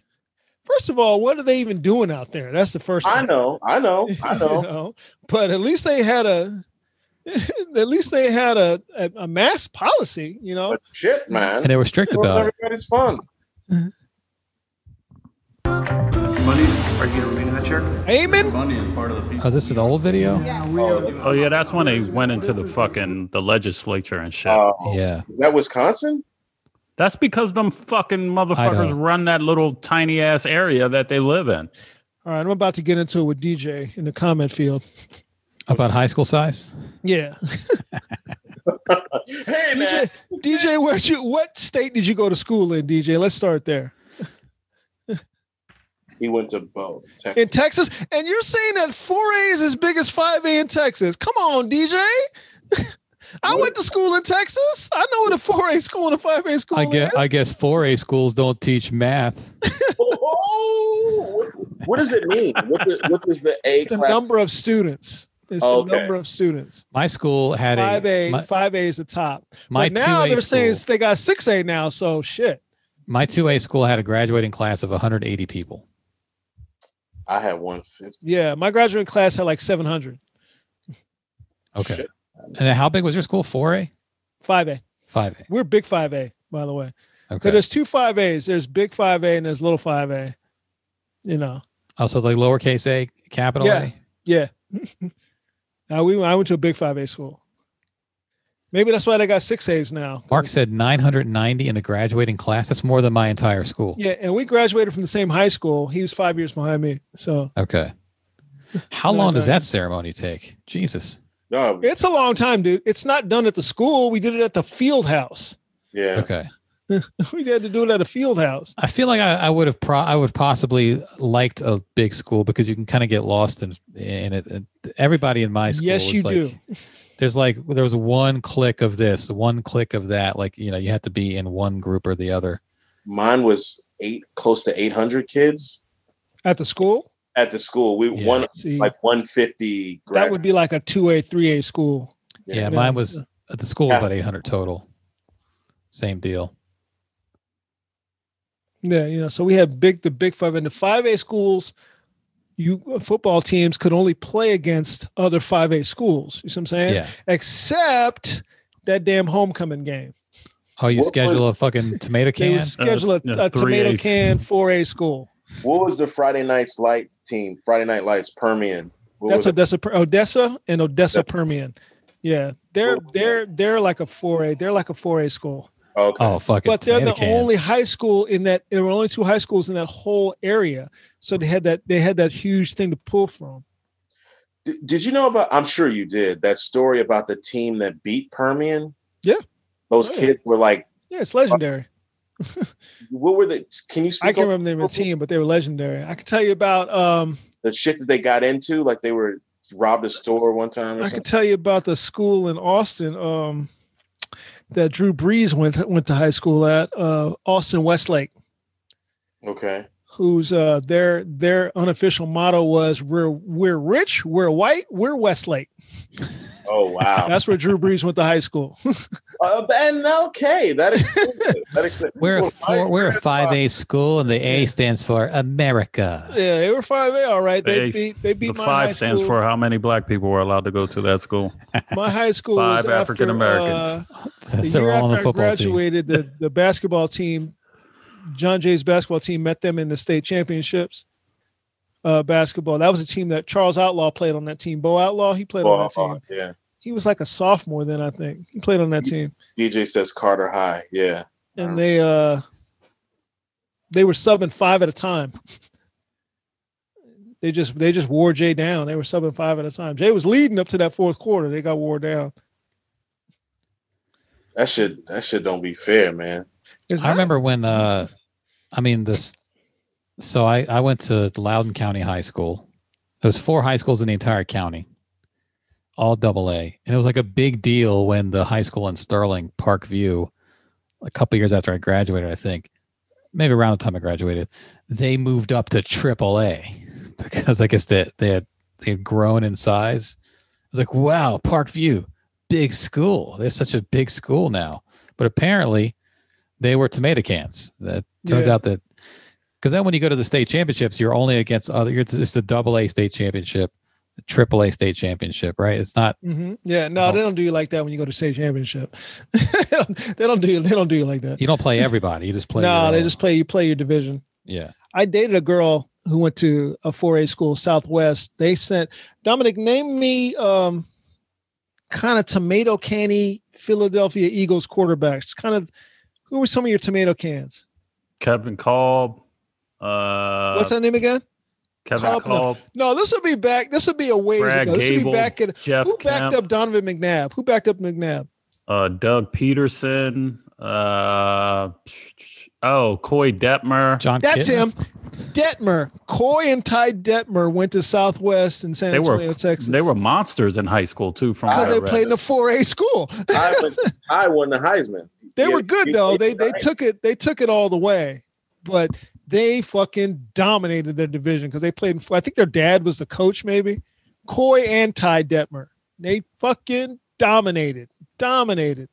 First of all, what are they even doing out there? That's the first. I thing. know, I know, I You know. know? But at least they had a. at least they had a a, a mask policy. You know. But shit, man. and they were strict Ruined about it. everybody's fun. Bundy, are you gonna remain in that chair? Amen. Bundy is part of the Oh, this is an old video. Oh yeah, that's when they went into the fucking the legislature and shit. Oh, yeah. Is that Wisconsin? that's because them fucking Idaho. motherfuckers run that little tiny ass area that they live in. All right, I'm about to get into it with DJ in the comment field. About high school size? Yeah. Hey, man. DJ, DJ, where'd you? What state did you go to school in, DJ? Let's start there. He went to both. Texas. In Texas, and you're saying that four A is as big as five A in Texas? Come on, DJ. I went to school in Texas. I know what a four A school and a five A school I guess is. Oh, I guess 4A schools don't teach math. oh, what, what does it mean? What, the, what does the A it's the class? number of students. It's Okay. the number of students. My school had Five a A, my, five A is the top. my but now 2A they're school, saying they got six A now. So shit. my 2A school had a graduating class of 180 people. I had 150. Yeah, my graduating class had like 700. Okay. Shit. And then how big was your school? 4A? Five A. 5A. We're big five A, by the way. Because Okay. there's two five A's. There's big five A and there's little five A. You know. Oh, so like lowercase a, capital Yeah. A? Yeah. now we I went to a big five A school. Maybe that's why they got six A's now. Mark said 990 in a graduating class. That's more than my entire school. Yeah, and we graduated from the same high school. He was five years behind me. So Okay. How No, long does no. that ceremony take? Jesus. No, it's a long time, dude. It's not done at the school. We did it at the field house. yeah. Okay. we had to do it at a field house. I feel like I, I would have pro- I would possibly liked a big school because you can kind of get lost in in it. And Everybody in my school Yes, was you like, do. there's like there was one click of this, one click of that. Like you know, you had to be in one group or the other. Mine was eight, close to 800 kids At the school? at the school. We Yeah. one See, like 150 that would graduates. be like a two A, three A school. Yeah, Yeah. mine was at the school about 800 total. Same deal. Yeah, you know, so we had big the Big Five and the five A schools. You football teams could only play against other five A schools. You see what I'm saying? yeah. Except that damn homecoming game. Oh, you What schedule a fucking tomato They can? would schedule a, yeah, a tomato 3A. can four A school. What was the Friday Night's Light team? Friday Night Lights Permian. What That's was Odessa, Per- Odessa, and Odessa Odessa. Permian. Yeah, they're What was they're they're like a four A. They're like a four A school. oh, okay. oh, fucking but they're tomato the can. only high school in that there were only two high schools in that whole area so they had that they had that huge thing to pull from D- did you know about? I'm sure you did that story about the team that beat Permian. Yeah. those Oh, yeah. kids were like, yeah it's legendary what were the? Can you i speak can't on remember the name of the team but they were legendary i can tell you about um the shit that they got into? Like they were robbed a store one time or i something. can tell you about the school in austin um that drew brees went went to high school at uh austin westlake Okay, whose uh their their unofficial motto was we're we're rich we're white we're westlake oh wow, that's where drew brees went to high school uh, and okay, that explains it. That explains. We're a Well, four, my we're a five grandfather- A school, and the A stands for America. Yeah, they were five A. All right, they They- beat they beat The my five high stands school. for how many black people were allowed to go to that school. my high school. was five after, African Americans. uh, the They're year all after on the I football team. graduated, the the basketball team, John Jay's basketball team, met them in the state championships. Uh, basketball. That was a team that Charles Outlaw played on that team. Bo Outlaw, he played on Oh, that team. oh, yeah, He was like a sophomore then, I think. He played on that team, DJ says Carter High. Yeah, and they uh they were subbing five at a time. They just they just wore Jay down. They were subbing five at a time. Jay was leading up to that fourth quarter. They got wore down. that shit. That shit don't be fair, man. It's I not- remember when, uh, I mean this. So I I went to Loudoun County High School. There was four high schools in the entire county, all double A, and it was like a big deal when the high school in Sterling Parkview, a couple years after I graduated, I think, maybe around the time I graduated, they moved up to triple A because I guess that they, had they had grown in size. It was like wow, Parkview, big school. They're such a big school now, but apparently they were tomato cans. That turns Yeah. out that because then when you go to the state championships, you're only against other. You're just a double A state championship, a triple A state championship, right? It's not. Mhm. Yeah, no, Uh-huh. they don't do you like that when you go to state championship. they, don't, they don't do you. They don't do you like that. You don't play everybody. You just play. no, your they own. just play. You play your division. yeah. I dated a girl who went to a 4A school, Southwest. They sent Dominic. Name me um, kind of tomato canny Philadelphia Eagles quarterbacks. Kind of who were some of your tomato cans? Kevin Cobb. Uh, What's that name again? Kevin Cobb? No. Cobb. No, this would be back. This would be a ways Brad ago. This would Gable, be back in. Jeff Who backed Kemp. up Donovan McNabb? Who backed up McNabb? uh, Doug Peterson. Uh, oh, Coy Detmer. John. That's Kitna? him. Detmer, Coy and Ty Detmer went to Southwest in San They were- Antonio, Texas. They were monsters in high school too. From because what I they read. played in a 4A school. I, was, I won the Heisman. They Yeah, were good though. They they took it they took it all the way, but they fucking dominated their division because they played in. four- I think their dad was the coach, maybe. Coy and Ty Detmer, they fucking dominated, dominated.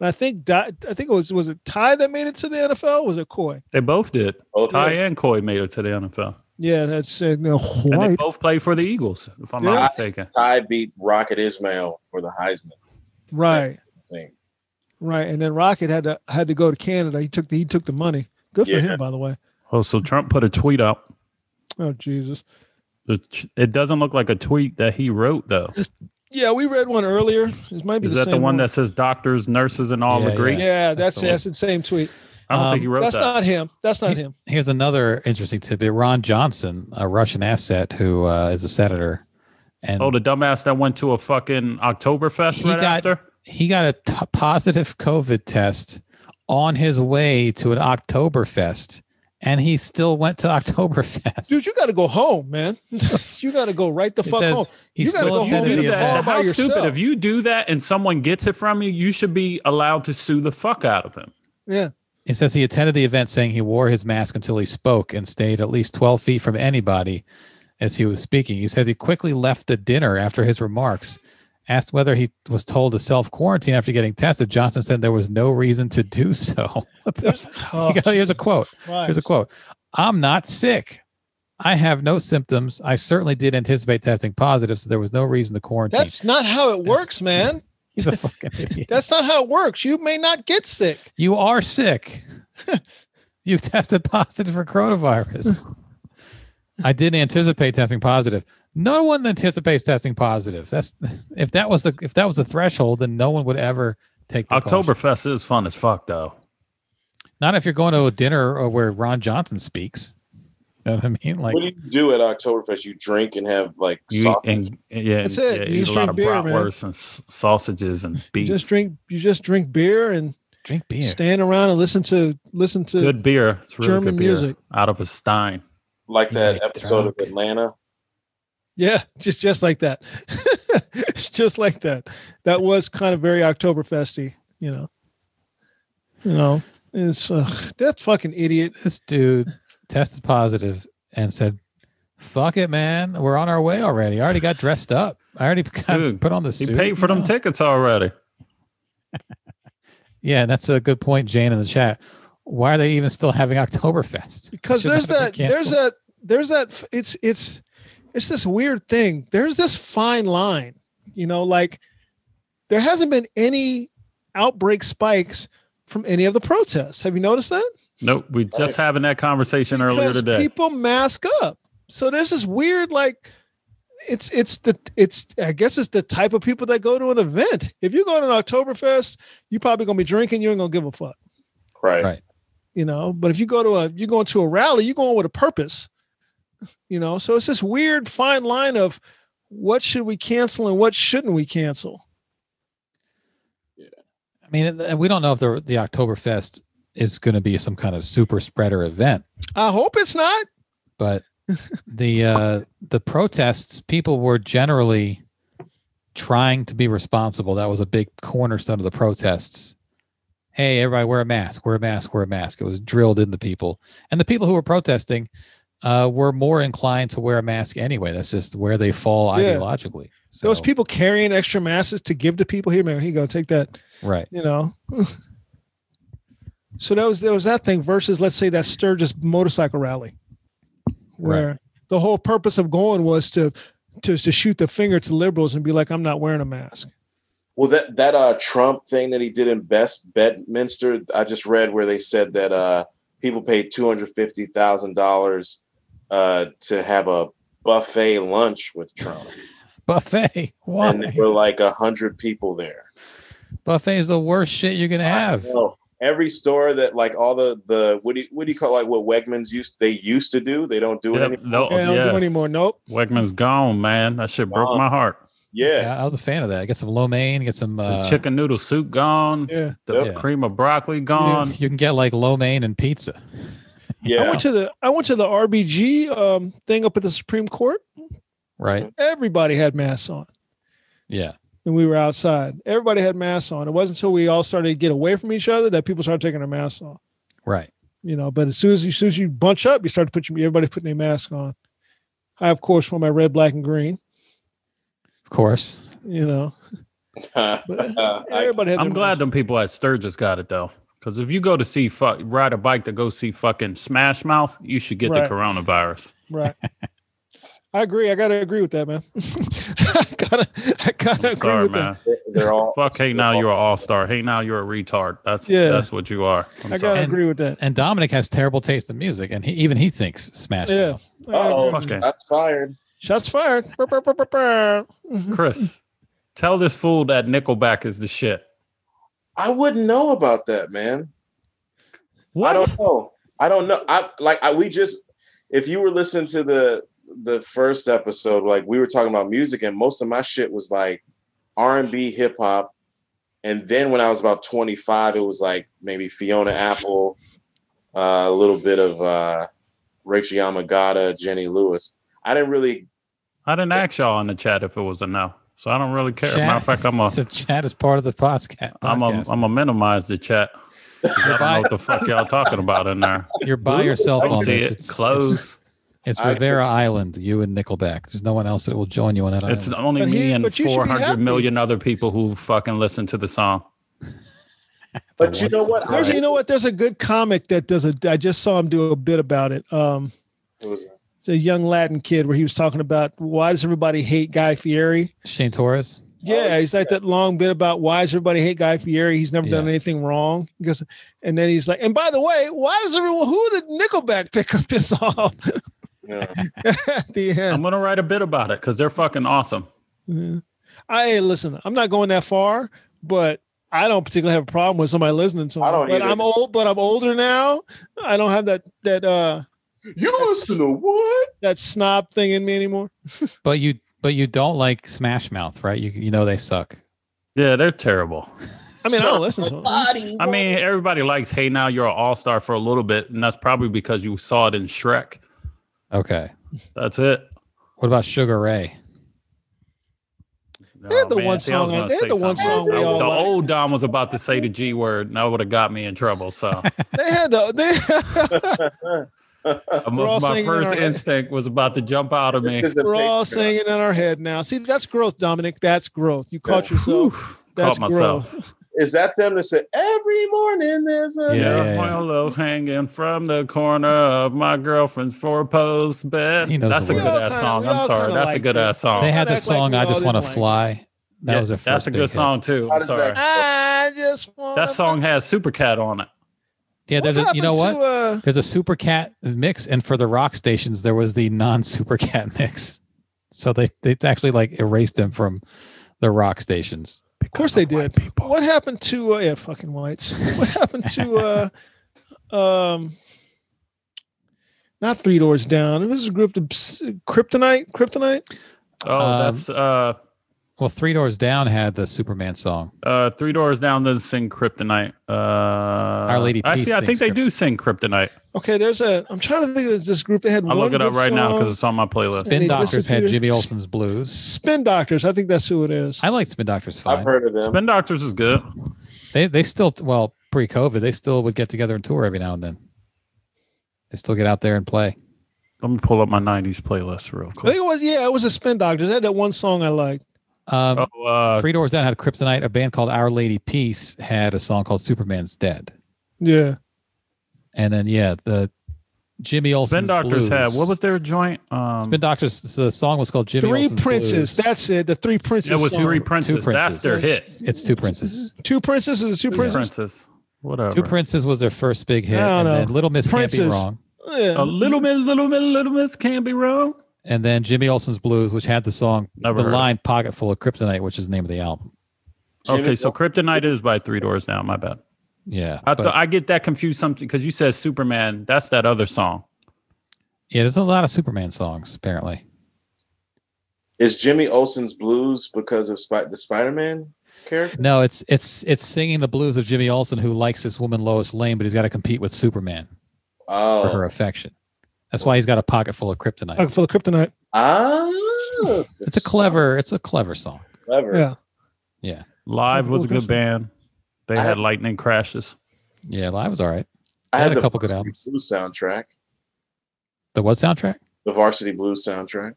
And I think Di- I think it was was it Ty that made it to the NFL? Was it Coy? They both did. Both Ty did. and Coy made it to the NFL, Yeah, that's uh, no, and they White. both played for the Eagles, if I'm Yeah. not mistaken. Ty beat Rocket Ismail for the Heisman. right. I think. Right, and then Rocket had to had to go to Canada. He took the he took the money. Good for Yeah. him, by the way. Oh, so Trump put a tweet out. Oh Jesus. It it doesn't look like a tweet that he wrote though. Yeah, we read one earlier. It might be Is the that the same one that says doctors, nurses, and all Yeah, agree? Yeah, yeah. that's that's That's the the, one. same tweet. I don't Um, think he wrote That's that. not him. That's not He- him. Here's another interesting tidbit. Ron Johnson, a Russian asset who uh, is a senator, and oh, the dumbass that went to a fucking Oktoberfest He right got- after. he got a t- positive COVID test on his way to an Oktoberfest, and he still went to Oktoberfest. Dude, you got to go home, man. you got to go right the It fuck says Oh, home. he you gotta still go home attended and the do that. event. by How yourself. stupid! If you do that and someone gets it from you, you should be allowed to sue the fuck out of him. Yeah, It says he attended the event saying he wore his mask until he spoke and stayed at least 12 feet from anybody as he was speaking. He says he quickly left the dinner after his remarks asked whether he was told to self quarantine after getting tested, Johnson said there was no reason to do so. What the- Oh, Here's a quote. Here's a Christ. quote I'm not sick. I have no symptoms. I certainly did anticipate testing positive, so there was no reason to quarantine. That's not how it That's- works, man. He's a fucking idiot. That's not how it works. You may not get sick. You are sick. you tested positive for coronavirus. I did anticipate testing positive. No one anticipates testing positive. That's if that was the if that was the threshold, then no one would ever take precautions. Oktoberfest is fun as fuck, though. Not if you're going to a dinner or where Ron Johnson speaks. You know what I mean? Like what do you do at Oktoberfest? You drink and have like You sausage. and yeah, That's and- it. You yeah, eat just a lot drink of beer, man. bratwursts and s- sausages and You beef. just drink. You just drink beer and drink beer. stand around and listen to listen to. good beer. It's really German good beer. music. Out of a stein. like that Yeah, episode of drunk. Atlanta. Yeah, just just like that. It's just like that. That was kind of very Oktoberfesty, you know. You know, it's uh, that fucking idiot. This dude tested positive and said, "Fuck it, man. We're on our way already. I already got dressed up. I already got Dude, put on the He suit. paid for you them know? tickets already. Yeah, that's a good point, Jane, in the chat. Why are they even still having Oktoberfest? because Should there's not that have been there's canceled. that there's that f- it's it's it's this weird thing there's this fine line you know like there hasn't been any outbreak spikes from any of the protests have you noticed that Nope. We just having that conversation earlier because today. people mask up so there's this weird like it's it's the it's i guess it's the type of people that go to an event if you go to an oktoberfest you're probably going to be drinking you ain't going to give a fuck Right. Right. you know but if you go to a you're going to a rally you're going with a purpose you know so it's this weird fine line of what should we cancel and what shouldn't we cancel I mean, and- and we don't know if the the Oktoberfest is going to be some kind of super spreader event, i hope it's not but the uh, the protests, people were generally trying to be responsible. That was a big cornerstone of the protests. Hey, everybody, wear a mask. Wear a mask. Wear a mask. It was drilled into people, and the people who were protesting uh, were more inclined to wear a mask anyway. That's just where they fall Yeah. ideologically. So, those people carrying extra masses to give to people here man here you go take that right? you know so that was there was that thing versus let's say that sturgis motorcycle rally where the whole purpose of going was to to, to shoot the finger to liberals and be like i'm not wearing a mask Well, that that uh, Trump thing that he did in Best Bedminster, I just read where they said that uh, people paid two hundred fifty thousand dollars uh, to have a buffet lunch with Trump, Buffet. Why? and there were like a hundred people there. Buffet is the worst shit you're gonna have. No, every store that like all the the what do you, what do you call like what Wegmans used they used to do they don't do it Yep, anymore. no, yeah, i don't do Oh, yeah. anymore nope Wegman's gone, man. That shit broke Wow. my heart. Yeah, Yeah, I was a fan of that. Get some lo mein, get some The uh, chicken noodle soup gone. yeah The Yeah. cream of broccoli You, gone. you can get like lo mein and pizza. I yeah. went to the I went to the RBG um, thing up at the Supreme Court. Mm-hmm. Right. Everybody had masks on, Yeah. and we were outside. Everybody had masks on. It wasn't until we all started to get away from each other that people started taking their masks off. Right. You know, but as soon as, as soon as you bunch up, you start to put your, everybody's putting their mask on. I of course wore my red, black, and green. Of course. You know, but I- everybody had. I'm their glad mask them people at Sturgis got it though. Because if you go to see fuck ride a bike to go see fucking Smash Mouth, you should get Right. the coronavirus. on. right. I agree. I gotta agree with that, man. I gotta, I gotta I'm agree sorry, with that. man. they're all Fuck hey now you're an all star. Hey now you're a retard. That's Yeah. that's what you are. I'm I sorry. gotta And- agree with that. And Dominic has terrible taste in music, and he, even he thinks Smash. Yeah. Mouth. I gotta agree Uh-oh. with that. Fucking That's fired. Shots fired. Brr, brr, brr, brr, brr. Chris, tell this fool that Nickelback is the shit. I wouldn't know about that, man. I don't know. I don't know. I like I we just if you were listening to the the first episode, like we were talking about music, and most of my shit was like R and B, hip hop, and then when I was about twenty five, it was like maybe Fiona Apple, uh, a little bit of uh, Rachel Yamagata, Jenny Lewis. I didn't really. I didn't ask y'all in the chat if it was a no, so I don't really care. Matter of fact, I'm a so chat is part of the posca- podcast. I'm a I'm a minimize the chat. I don't know what the fuck y'all talking about in there. You're by yourself I can on see this. it. Close. It's I- Rivera Island, you and Nickelback. There's no one else that will join you on that It's island. only But me he- and but you should be 400 happy. million other people who fucking listen to the song. But you know what? There's, you know what? There's a good comic that does a. I just saw him do a bit about it. Um, It was- it's a young Latin kid where he was talking about why does everybody hate Guy Fieri? Shane Torres. Oh, Yeah, he's like that long bit about why does everybody hate Guy Fieri? He's never done Yeah. anything wrong. He goes, and then he's like, and by the way, why does everyone who did Nickelback pick up piss off yeah. at the I'm end? gonna write a bit about it because they're fucking awesome. Yeah. I listen, I'm not going that far, but I don't particularly have a problem with somebody listening to me. I don't but either. I'm old, but I'm older now. I don't have that that uh You listen to what? that snob thing in me anymore. But you but you don't like Smash Mouth, right? You you know they suck. Yeah, they're terrible. I mean, I don't listen to them. I mean, everybody likes "Hey Now You're an All Star" for a little bit, and that's probably because you saw it in Shrek. Okay. That's it. What about Sugar Ray? No, They had the one see, I was song- gonna they had say the one something. song we I- all the liked. old Dom was about to say the G word, and that would have got me in trouble. So They had a, they all my singing in first our- instinct was about to jump out of me. This is a We're all picture. singing in our head now. See, that's growth, Dominic. That's growth. You caught yourself. That's Caught myself. growth. Is that them that said every morning there's a Yeah, yeah, yeah. Hello, hanging from the corner of my girlfriend's four post bed. He knows That's the a good words. We all ass kinda- song. we I'm all sorry. kinda That's a like good that. ass song. They had I'd that act like song we I all just want to didn't like fly. That Oh. Yeah, was a first That's a big good hit. song too. How I'm does sorry. that- I just want That song has Super Cat on it. Yeah, there's a you know what? To, uh, There's a Super Cat mix, and for the rock stations, there was the non-Super Cat mix. So they they actually like erased them from the rock stations. of course they did. What happened to uh, yeah, fucking whites? What happened to uh, um, not Three Doors Down? It was a group of Kryptonite. Kryptonite. Oh, Um, that's uh, Well, Three Doors Down had the Superman song. uh, Three Doors Down doesn't sing Kryptonite. Uh, Our Lady Peace Actually, I sings think they do sing Kryptonite. Okay, there's a. I'm trying to think of this group. They had. I'll one look it up good right now song. because it's on my playlist. Spin- Listen Spin Doctors had to- Jimmy Olsen's Blues. Spin Doctors. I think that's who it is. I like Spin Doctors I've fine. heard of them. Spin Doctors is good. They they still well pre-COVID they still would get together and tour every now and then. They still get out there and play. Let me pull up my 90s playlist real I think quick. it was. Yeah, it was a Spin Doctors. They had that one song I liked. Um, Oh, uh, Three Doors Down had Kryptonite. A band called Our Lady Peace had a song called Superman's Dead. Yeah. And then yeah, the Jimmy Olsen's Spin Doctors Blues. had, what was their joint? Um, Spin Doctors? The song was called Jimmy three Olsen's Princes. Blues. That's it. The Three Princes. it was song. Three Princes. That's uh, Princes. their hit. it's Two Princes. Two Princes is it Two Two Princes? Princes. Whatever. Two Princes was their first big hit, I and don't then know. Little Miss Can't Princes. Be Wrong, Yeah. A little bit, little bit, little miss can't be wrong. and then Jimmy Olsen's Blues, which had the song Never the heard of line "Pocket Full of Kryptonite," which is the name of the album. Okay, so Kryptonite is by Three Doors Down. My bad. Yeah, I, but- th- I get that confused something because you said Superman. That's that other song. yeah. There's a lot of Superman songs apparently. Is Jimmy Olsen's blues because of Spi- the Spider-Man character? No, it's it's it's singing the blues of Jimmy Olsen, who likes this woman Lois Lane, but he's got to compete with Superman for her Oh, affection. That's why he's got a pocket full of kryptonite. Pocket full of kryptonite. ah, It's a clever, it's a clever song. clever. Yeah. Yeah, Live was a good Christmas. band. They I had had- lightning crashes. yeah. Live was all right. I They had, had a the couple good Varsity albums. Blues soundtrack. The what soundtrack? The Varsity Blues soundtrack.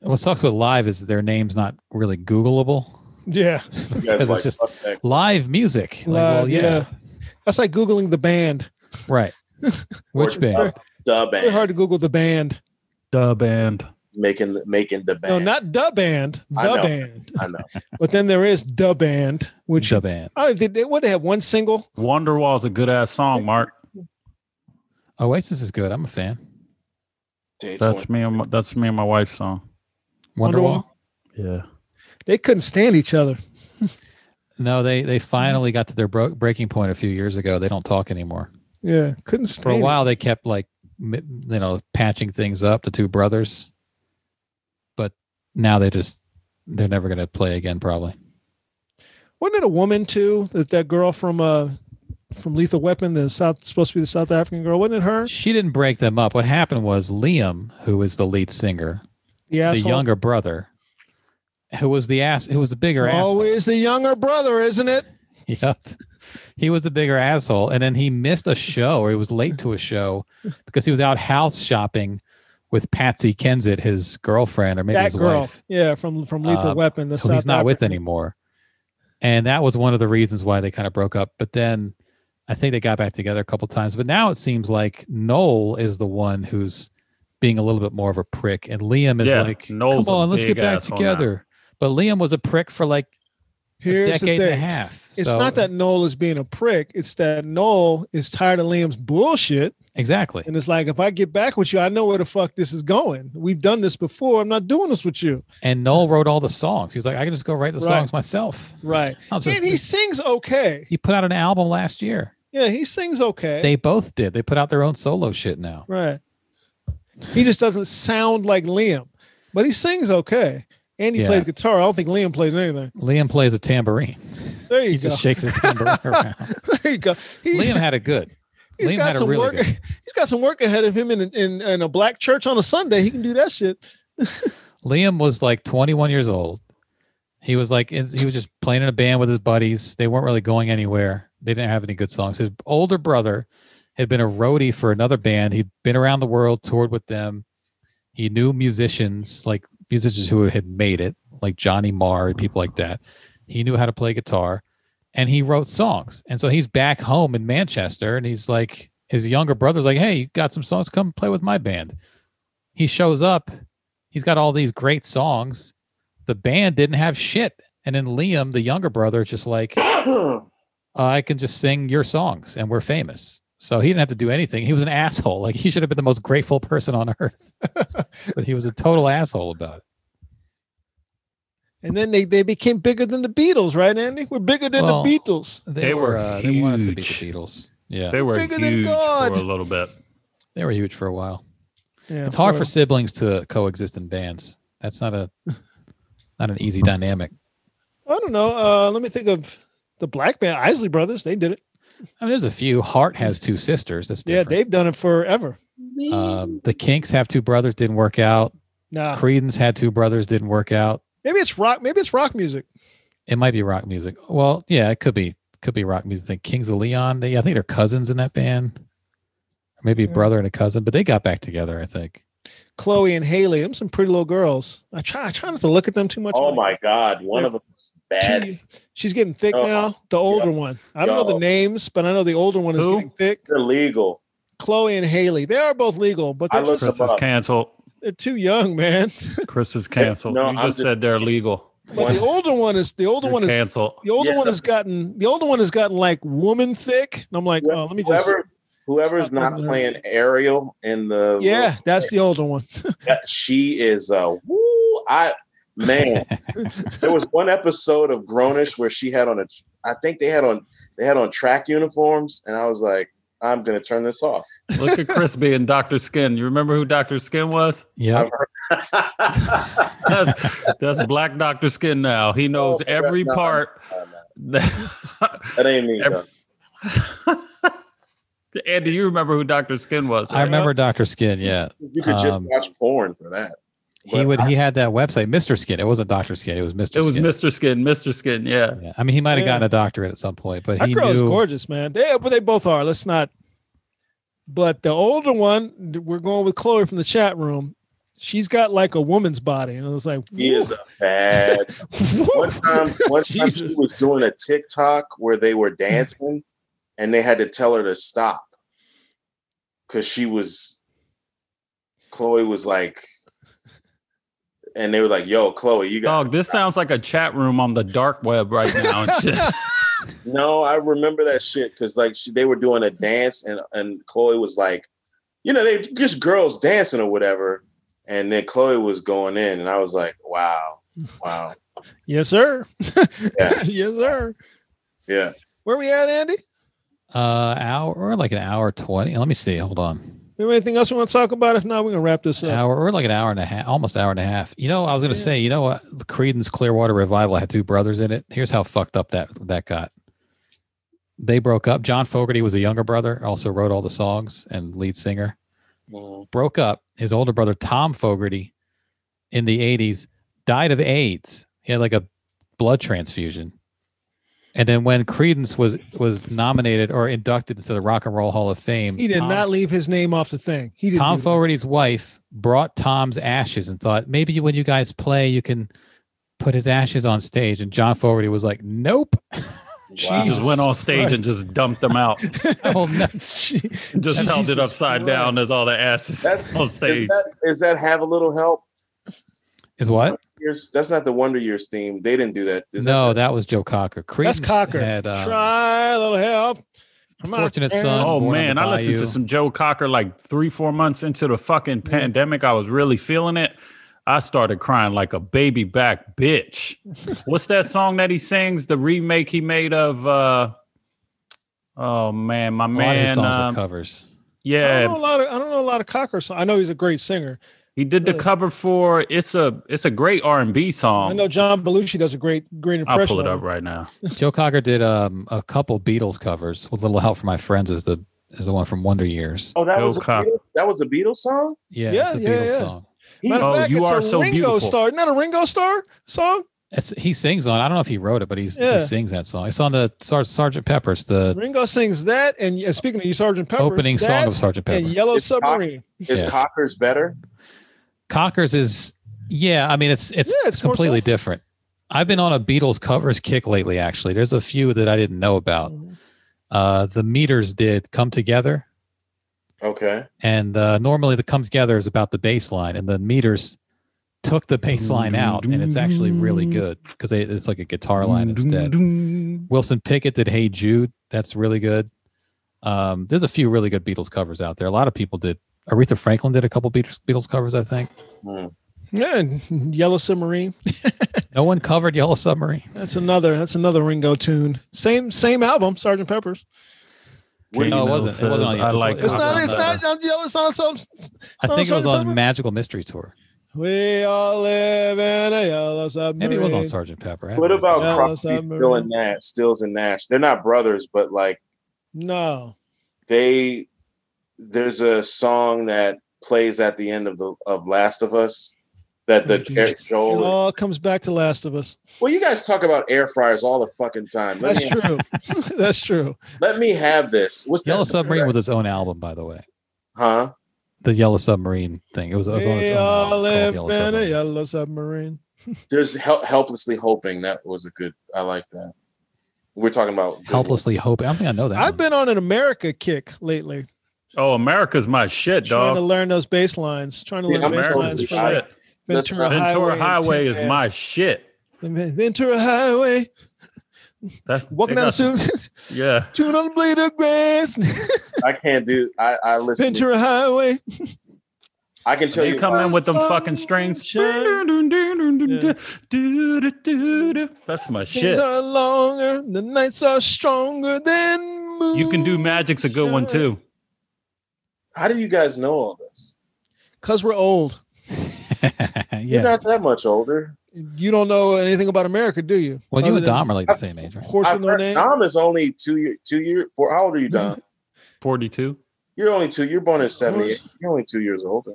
What sucks with Live is their name's not really Googleable Yeah. You guys because like it's just fuck that. live music. Like, well, Live, yeah, yeah. That's like Googling the band. right. Which Or band? The It's very band hard to Google the band. The band. making the, making the band. No, not the band. The I know. band. I know. But then there is the band, which The band. I don't think they what they have one single. Wonderwall's a good ass song, Mark. Oasis is good. I'm a fan. Dates That's one. me and my, that's me and my wife's song. Wonderwall. Wonderwall? Yeah. They couldn't stand each other. No, they they finally got to their bro- breaking point a few years ago. They don't talk anymore. Yeah. Couldn't stand For a it. while, they kept like mi- you know patching things up, the two brothers. But now they just they're never going to play again. Probably. Wasn't it a woman too? That that girl from uh from Lethal Weapon, the South supposed to be the South African girl. Wasn't it her? She didn't break them up. What happened was Liam, who is the lead singer, The the asshole. younger brother, who was the ass, who was the bigger It's ass. Always the younger brother, isn't it? Yep. he was the bigger asshole. And then he missed a show or he was late to a show because he was out house shopping with Patsy Kensit, his girlfriend, or maybe that his girl, wife, yeah, from from Lethal Uh, Weapon. The who he's South not with African- anymore. And that was one of the reasons why they kind of broke up. But then I think they got back together a couple times. But now it seems like Noel is the one who's being a little bit more of a prick. And Liam is Yeah, like, Noel's a come on, let's get big back asshole now." together. But Liam was a prick for like a Here's the decade and a thing. half. It's So- not that Noel is being a prick. It's that Noel is tired of Liam's bullshit, Exactly. and it's like if I get back with you, I know where the fuck this is going. We've done this before. I'm not doing this with you, And Noel wrote all the songs. He was like, I can just go write the Right. songs myself. right? I'll just- And he sings okay. he put out an album last year. Yeah, he sings okay. They both did. They put out their own solo shit now. Right. He just doesn't sound like Liam, but he sings okay. And he Yeah. plays guitar. I don't think Liam plays anything. Liam plays a tambourine. There you He go. just shakes his tambourine around. there you go. He, Liam had a good. he's Liam got had a some really work. good. He's got some work ahead of him in, in in a black church on a Sunday. He can do that shit. Liam was like 21 years old. He was like, in- he was just playing in a band with his buddies. They weren't really going anywhere. They didn't have any good songs. His older brother had been a roadie for another band. He'd been around the world, toured with them. He knew musicians, like musicians who had made it, like Johnny Marr, people like that. He knew how to play guitar and he wrote songs. And so he's back home in Manchester and he's like, his younger brother's like, hey, you got some songs? Come play with my band. He shows up he's got all these great songs. The band didn't have shit. And then Liam, the younger brother, is just like, uh, I can just sing your songs and we're famous. So he didn't have to do anything. He was an asshole. Like he should have been the most grateful person on earth. but he was a total asshole about it. And then they, they became bigger than the Beatles, right, Andy? We're bigger than Well, the Beatles. They, They were, were uh, they wanted to be the huge. Beatles. Yeah. They were Bigger than huge for God. a little bit. They were huge for a while. Yeah, It's hard for well, siblings to coexist in bands. That's not a not an easy dynamic. I don't know. Uh, let me think of the Black Band, Isley Brothers. They did it. I mean, there's a few. Hart has two sisters. That's Yeah, different. they've done it forever. um, the Kinks have two brothers. Didn't work out. Nah, Credence had two brothers, didn't work out. maybe it's rock. Maybe it's rock music. It might be rock music. Well, yeah, it could be could be rock music. Think Kings of Leon. They I think they're cousins in that band. Or Maybe a Yeah. brother and a cousin, but they got back together, I think. Chloe and Haley. Them some pretty little girls. I try I try not to look at them too much. Oh Like, my God, one of them is bad. she- she's getting thick Oh, now. The older one. I don't know Yo. the names, but I know the older one is Who? getting thick. They're legal. Chloe and Haley. They are both legal, but I they're, looked just- Chris is up. canceled. they're too young, man. Chris is canceled. No, you I'm just, just- said they're illegal. But the older one is the older You're one is canceled. the older Yeah. one has gotten the older one has gotten like woman thick. And I'm like, Whoever- oh, let me just Whoever, whoever's Stop not looking playing at Ariel in the yeah, that's the older one. that- she is a woo. I man, there was one episode of Grownish where she had on a. I think they had on they had on track uniforms, and I was like, I'm gonna turn this off. Look at Chris being Dr. Skin. You remember who Dr. Skin was? Yeah. That's, that's black Dr. Skin now. He knows Oh, yeah, every no, part. that ain't me. Every- though. Andy, you remember who Dr. Skin was? I right? remember Dr. Skin, yeah. You could just Um, watch porn for that. He would he had that website, Mr. Skin. It wasn't Dr. Skin, it was Mr. It was Skin. Mr. Skin. Mr. Skin. Yeah. Yeah. I mean, he might have Yeah. gotten a doctorate at some point, but That he girl is knew gorgeous, man. They but they both are. Let's not. But the older one, we're going with Chloe from the chat room. She's got like a woman's body, and I was like, He is a bad one time, one time she Jesus. was doing a TikTok where they were dancing, and they had to tell her to stop because she was. Chloe was like, and they were like, "Yo, Chloe, you got Dog, this sounds like a chat room on the dark web right now. And shit. no." I remember that shit because like she, they were doing a dance, and and Chloe was like, "You know, they just girls dancing or whatever," and then Chloe was going in, and I was like, "Wow, wow, yes, sir. Yeah. yes, sir. yeah." Where we at, Andy? uh hour or like an hour twenty. Let me see. Hold on. We have anything else we want to talk about? If not, we're gonna wrap this an up. hour or like an hour and a half, almost hour and a half. You know, I was gonna Yeah. say, you know what? The Creedence Clearwater Revival had two brothers in it. Here's how fucked up that that got. They broke up. John Fogerty was a younger brother, also wrote all the songs and lead singer. Broke up. His older brother Tom Fogerty in the 80s died of AIDS. He had like a blood transfusion. And then when Credence was was nominated or inducted into the Rock and Roll Hall of Fame, He did Tom- not leave his name off the thing. He didn't Tom do that. Fogarty's wife brought Tom's ashes and thought maybe when you guys play, you can put his ashes on stage. And John Fogarty was like, "Nope, Wow. He just went on stage and just dumped them out. oh, no. Gee, just held it Jesus upside Christ. down as all the ashes That's- on Is stage. that, is that have a little help? is what? Years- That's not the Wonder Years theme. They didn't do that. Is No, that was Joe Cocker. Credence That's Cocker. Had, um, Try a little help. Come on, Fortunate man. Son. Oh Born on man, the I listened Bayou. to some Joe Cocker like three, four months into the fucking pandemic. I was really feeling it. I started crying like a baby back bitch. What's that song that he sings? The remake he made of uh oh man, my A lot of his man. songs um, were Oh, covers. I don't know a yeah, lot of I don't know a lot of Cocker songs. I know he's a great singer. he did the really. cover for it's a it's a great R and B I song. know John Belushi does a great great impression. Um, I'll pull it of up right now. Joe Cocker did um, a couple Beatles covers with little help from my friends. Is the is the one from Wonder Years? That, oh, that Joe was a Cocker. Beatles, that was a Beatles song. Yeah, Yeah, it's a yeah, Beatles yeah. song. He- Matter Oh, of fact, you it's are a so Ringo beautiful. Star. Not a Ringo Star song. It's, he sings on. I don't know if he wrote it, but he's, Yeah. he sings that song. It's on the Sar- Sergeant Pepper's, the Ringo sings that, and uh, speaking of you, Sergeant Pepper, opening that song of Sergeant Pepper. and Yellow It's Cock- Submarine. Is Yeah. Cocker's better? Cockers is yeah. I mean, it's it's, Yeah, it's more completely soulful. different. I've been on a Beatles covers kick lately. Actually, there's a few that I didn't know about. Mm-hmm. Uh, the Meters did "Come Together," Okay. and uh, normally the "Come Together" is about the bass line, and the Meters took the bass line out, and it's actually really good because it's like a guitar line instead. Wilson Pickett did "Hey Jude." That's really good. Um, there's a few really good Beatles covers out there. A lot of people did. Aretha Franklin did a couple Beatles, Beatles covers, I think. Hmm. Yeah, and Yellow Submarine. No one covered "Yellow Submarine." That's another. That's another Ringo tune. Same same album, Sergeant Pepper's. What do Gino No, you it wasn't- it says, wasn't on- I it was- like. it It's was not. Cocker It's better. not. not Yellow. It's not. Some, I Oh, think it was Sergeant on Pepper? Magical Mystery Tour. we all live in a yellow submarine. Maybe it was on Sergeant Pepper. I what don't know. about Yeah, Crosby, Submarine. Still and Nash? Stills and Nash. They're not brothers, but like No. they. There's a song that plays at the end of the of Last of Us that the Oh, geez. air, It Joel. all comes back to Last of Us. well, you guys talk about air fryers all the fucking time. Let That's me true. That's true. let me have this. What's that? Yellow Submarine with its own album, by the way. huh? The Yellow Submarine thing. It was, it was on its We own all album called live Yellow in a Submarine. yellow submarine. There's hel- helplessly hoping. That was a good. I like that. We're talking about good- Helplessly Hope. I don't think I know that. I've one. been on an America kick lately, Oh, America's my shit, trying to dog. learn those bass lines, trying to Yeah, learn I'm bass America's America's lines the is for fire. like shit. That's Ventura right. Ventura Highway and is Tin my shit. Man. Ventura Highway. That's Walking they down the got some- street, Yeah. tune on the blade of grass. I can't do. I I listen. to- Ventura Highway. I can tell They you. come in with them fucking strings. That's my Days shit. are longer, the nights are stronger than moon. You can do magic's a good one too. How do you guys know all this? Cause we're old. yeah. You're not that much older. You don't know anything about America, do you? well, you Other and than Dom are like the same age, right? Horse I've with no heard- name. Dom is only two year, two year. Four, how old are you, Dom? 42. You're only two. You're born in '78. You're only two years older.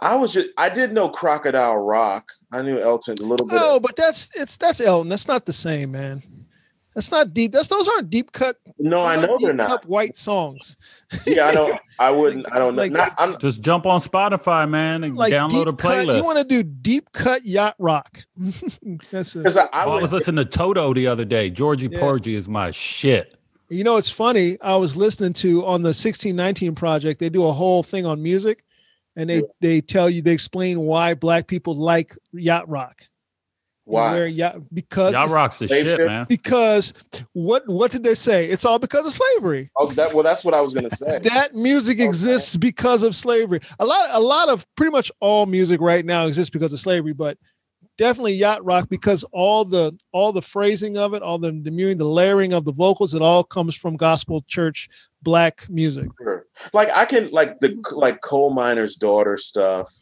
I was just. I did know Crocodile Rock. I knew Elton a little bit. No, but that's it's that's Elton. That's not the same, man. That's not deep. That's those aren't deep cut. no, I know they're not. Up white songs. Yeah, I don't. I wouldn't. I don't know. Like- Not- I'm- Just jump on Spotify, man, and Like download a deep cut- you want to playlist. do deep cut yacht rock? that's a, 'cause I, I I would, was listening to Toto the other day. Georgie Yeah. Porgy is my shit. you know. It's funny. I was listening to on the sixteen nineteen project. They do a whole thing on music, and they Yeah. they tell you they explain why black people like yacht rock. and why? where yacht because Y'all rocks the Slave shit, ship. man. because what what did they say? It's all because of slavery. Oh, that, well, that's what I was gonna say. that music Okay. exists because of slavery. A lot, a lot of pretty much all music right now exists because of slavery, but definitely yacht rock because all the all the phrasing of it, all the the mewing, the layering of the vocals, it all comes from gospel church black music. Sure. Like I can like the like coal miner's daughter stuff.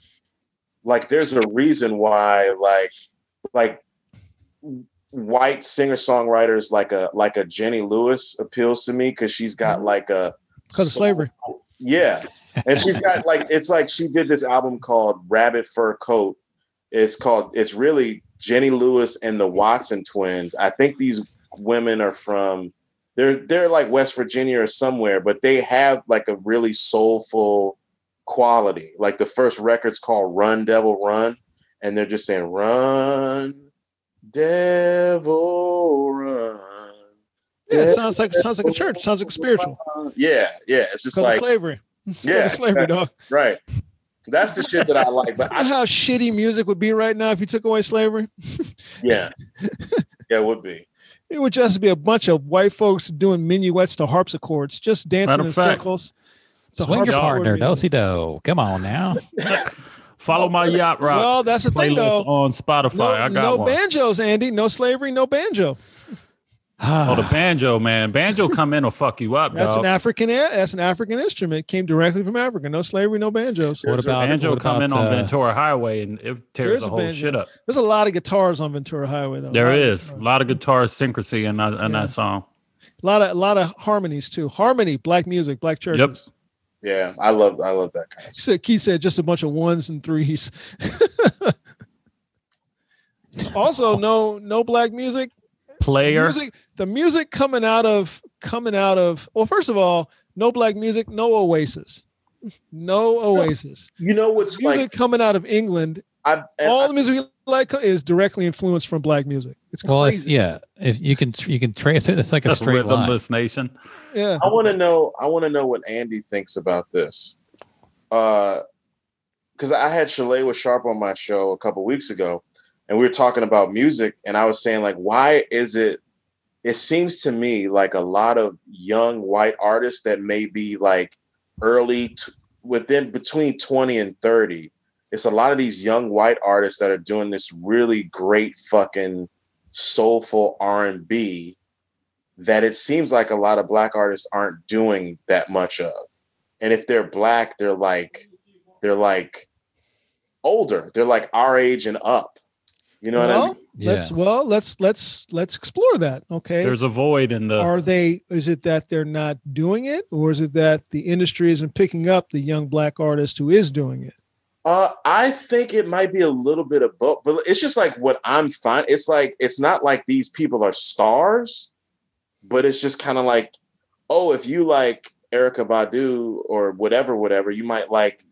Like there's a reason why like like white singer songwriters like a like a Jenny Lewis appeals to me because she's got like a Because of slavery. yeah, and she's got like it's like she did this album called Rabbit Fur Coat. It's called it's really Jenny Lewis and the Watson twins. I think these women are from they're they're like West Virginia or somewhere, but they have like a really soulful quality. Like the first record's called Run Devil Run, and they're just saying Run Devil Run. Yeah, it sounds like sounds like a church. Sounds like a spiritual. Yeah, yeah. It's just Because of like slavery. It's 'cause Yeah, of slavery, dog. right. That's the shit that I like. But You know I, how shitty music would be right now if you took away slavery? yeah, yeah, it would be. It would just be a bunch of white folks doing minuets to harpsichords, just dancing Matter in of fact, circles. The Swing your harpsichord partner, music. do do. Come on now. Follow my yacht rock Well, that's the thing, playlist though. on Spotify. No, I got no one. banjos, Andy. No slavery, no banjo. oh, the banjo, man. Banjo come in will fuck you up, Uh, That's dog. an African. That's an African instrument. Came directly from Africa. No slavery, no banjos. what There's a about banjo what come in about, on uh, Ventura Highway and it There is tears the a whole banjo. shit up. There's a lot of guitars on Ventura Highway, though. There a lot of is a guitars. lot of guitar syncrasy in that, in Yeah. that song. a lot of a lot of harmonies too. Harmony, black music, black churches. Yep. Yeah, I love I love that kind. Of, She said Keith said just a bunch of ones and threes. also, no no black music. Player. Music the music coming out of coming out of well, first of all, no black music, no Oasis. No Oasis. you know what's Music like? coming out of England, I, and all the music we like is directly influenced from black music. It's Well, if, crazy. yeah, if you can, tr- you can trace it. It's like a That's straight line. Rhythmless Nation. yeah. I want to know. I want to know what Andy thinks about this. Because I had Chalet with Sharp on my show a couple weeks ago, and we were talking about music, and I was saying like, why is it? It seems to me like a lot of young white artists that may be like early t- within between twenty and thirty. It's a lot of these young white artists that are doing this really great fucking soulful R and B that it seems like a lot of black artists aren't doing that much of. And if they're black, they're like they're like older. They're like our age and up. You know what I well, mean? Yeah. let's well let's let's let's explore that. Okay. There's a void in the. are they is it that they're not doing it or is it that the industry isn't picking up the young black artist who is doing it Uh, I think it might be a little bit of both, but it's just like what I'm fine. It's like it's not like these people are stars, but it's just kind of like, oh, if you like Erica Badu or whatever, whatever, you might like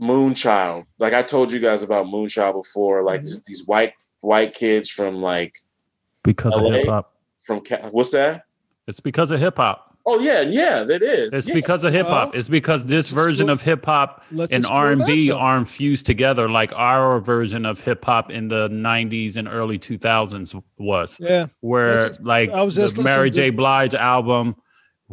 Moonchild. Like I told you guys about Moonchild before, like just these white white kids from like because of LA? hip hop. from Ca- what's that? It's because of hip hop. Oh yeah, yeah, that is. It's Yeah. because of hip hop. Well, It's because this let's explore- version of hip hop let's and explore R that, and B though. aren't fused together like our version of hip hop in the '90s and early 2000s was. yeah where That's- like I was the just listening Mary to- J. Blige album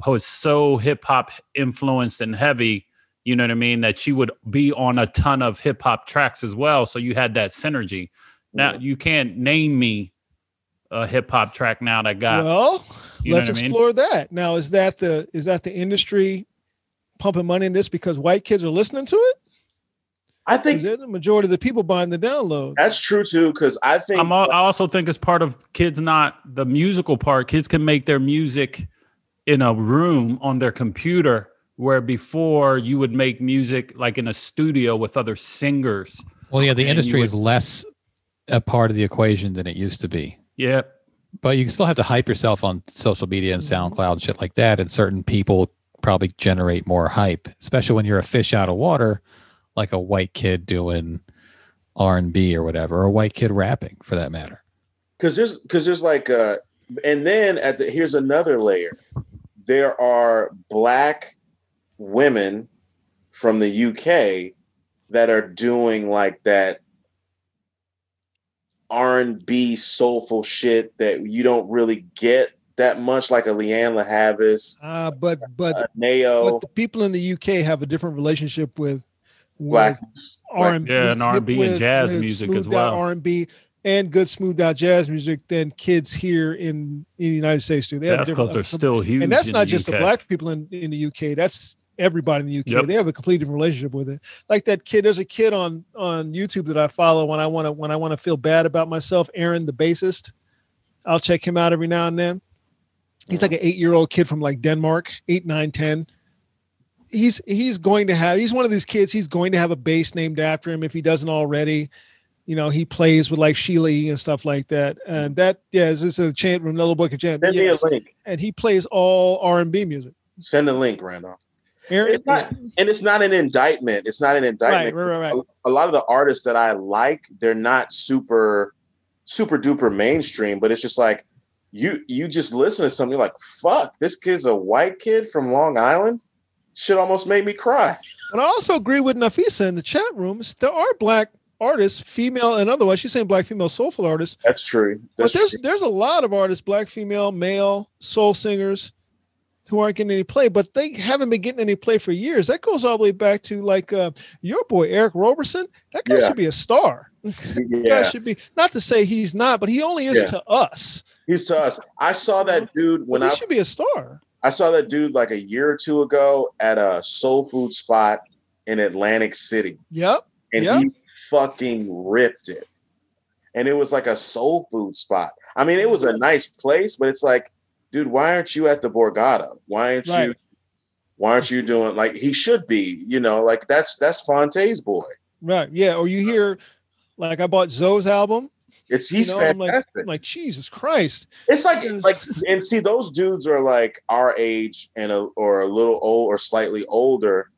was so hip hop influenced and heavy, you know what I mean, that she would be on a ton of hip hop tracks as well. So you had that synergy. Now you can't name me a hip hop track now that got well You know let's what I mean? explore that now is that the is that the industry pumping money in this because white kids are listening to it I is think it the majority of the people buying the download that's true too. Because I think I'm al- I also think it's part of kids not the musical part. Kids can make their music in a room on their computer where before you would make music like in a studio with other singers. Well, yeah, the And you industry would- is less a part of the equation than it used to be. Yeah. But you still have to hype yourself on social media and SoundCloud and shit like that. And certain people probably generate more hype, especially when you're a fish out of water, like a white kid doing R and B or whatever, or a white kid rapping for that matter. because there's because there's like uh and then at the here's another layer there are black women from the uk that are doing like that r&b soulful shit that you don't really get that much like a leanne lahavis uh, but a but nao but the people in the uk have a different relationship with with black R and Yeah, and R&B and jazz music as well. R and B and good smoothed out jazz music than kids here in, in the United States do. They have Jazz different- clubs are still huge. and that's in not the just the UK. black people in, in the UK. That's everybody in the UK. Yep. They have a completely different relationship with it. Like that kid, there's a kid on on YouTube that I follow when I want to when I want to feel bad about myself. Aaron, the bassist, I'll check him out every now and then. He's like an eight year old kid from like Denmark, eight, nine, ten. He's he's going to have he's one of these kids. He's going to have a bass named after him if he doesn't already. you know, he plays with like Sheila E. and stuff like that. And that, yeah, this is a chant from Nello Book of Chant. Send Yes. me a link. And he plays all R and B music. Send a link, Randolph. Aaron, It's not- And it's not an indictment. It's not an right, right, indictment. right, right. A, a lot of the artists that I like, they're not super, super duper mainstream. But it's just like you you just listen to something you're like, fuck, this kid's a white kid from Long Island. Shit almost made me cry. But I also agree with Nafisa in the chat rooms. There are black artists, female and otherwise. She's saying black female soulful artists. That's true. That's but there's true. there's a lot of artists, black, female, male, soul singers, who aren't getting any play, but they haven't been getting any play for years. That goes all the way back to like uh, your boy Eric Roberson. That guy Yeah. should be a star. That guy Yeah, should be not to say he's not, but he only is Yeah. to us. he's to us. I saw that dude when But he I should be a star. I saw that dude like a year or two ago at a soul food spot in Atlantic City, Yep. and Yeah. he fucking ripped it. And it was like a soul food spot. I mean, it was a nice place, but it's like, dude, why aren't you at the Borgata? Why aren't you? Right. Why aren't you doing like he should be? You know, like that's that's Fonte's boy. Right. Yeah. Or Uh, you hear like I bought Zoe's album. It's he's know, I'm like- fantastic. I'm like, Jesus Christ. It's like Because- like and see those dudes are like our age and a, or a little old or slightly older.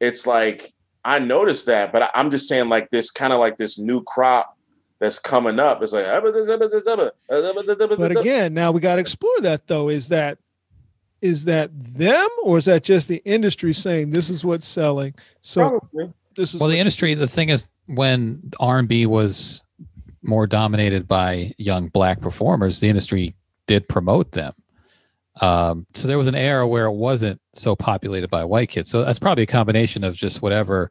It's like I noticed that, but I, I'm just saying like this kind of like this new crop that's coming up. It's like But but again, now we gotta explore that though. Is that is that them or is that just the industry saying this is what's selling? So this is Well, what- the industry. The thing is, when R and B was more dominated by young black performers, the industry did promote them. Um, so there was an era where it wasn't so populated by white kids. So that's probably a combination of just whatever.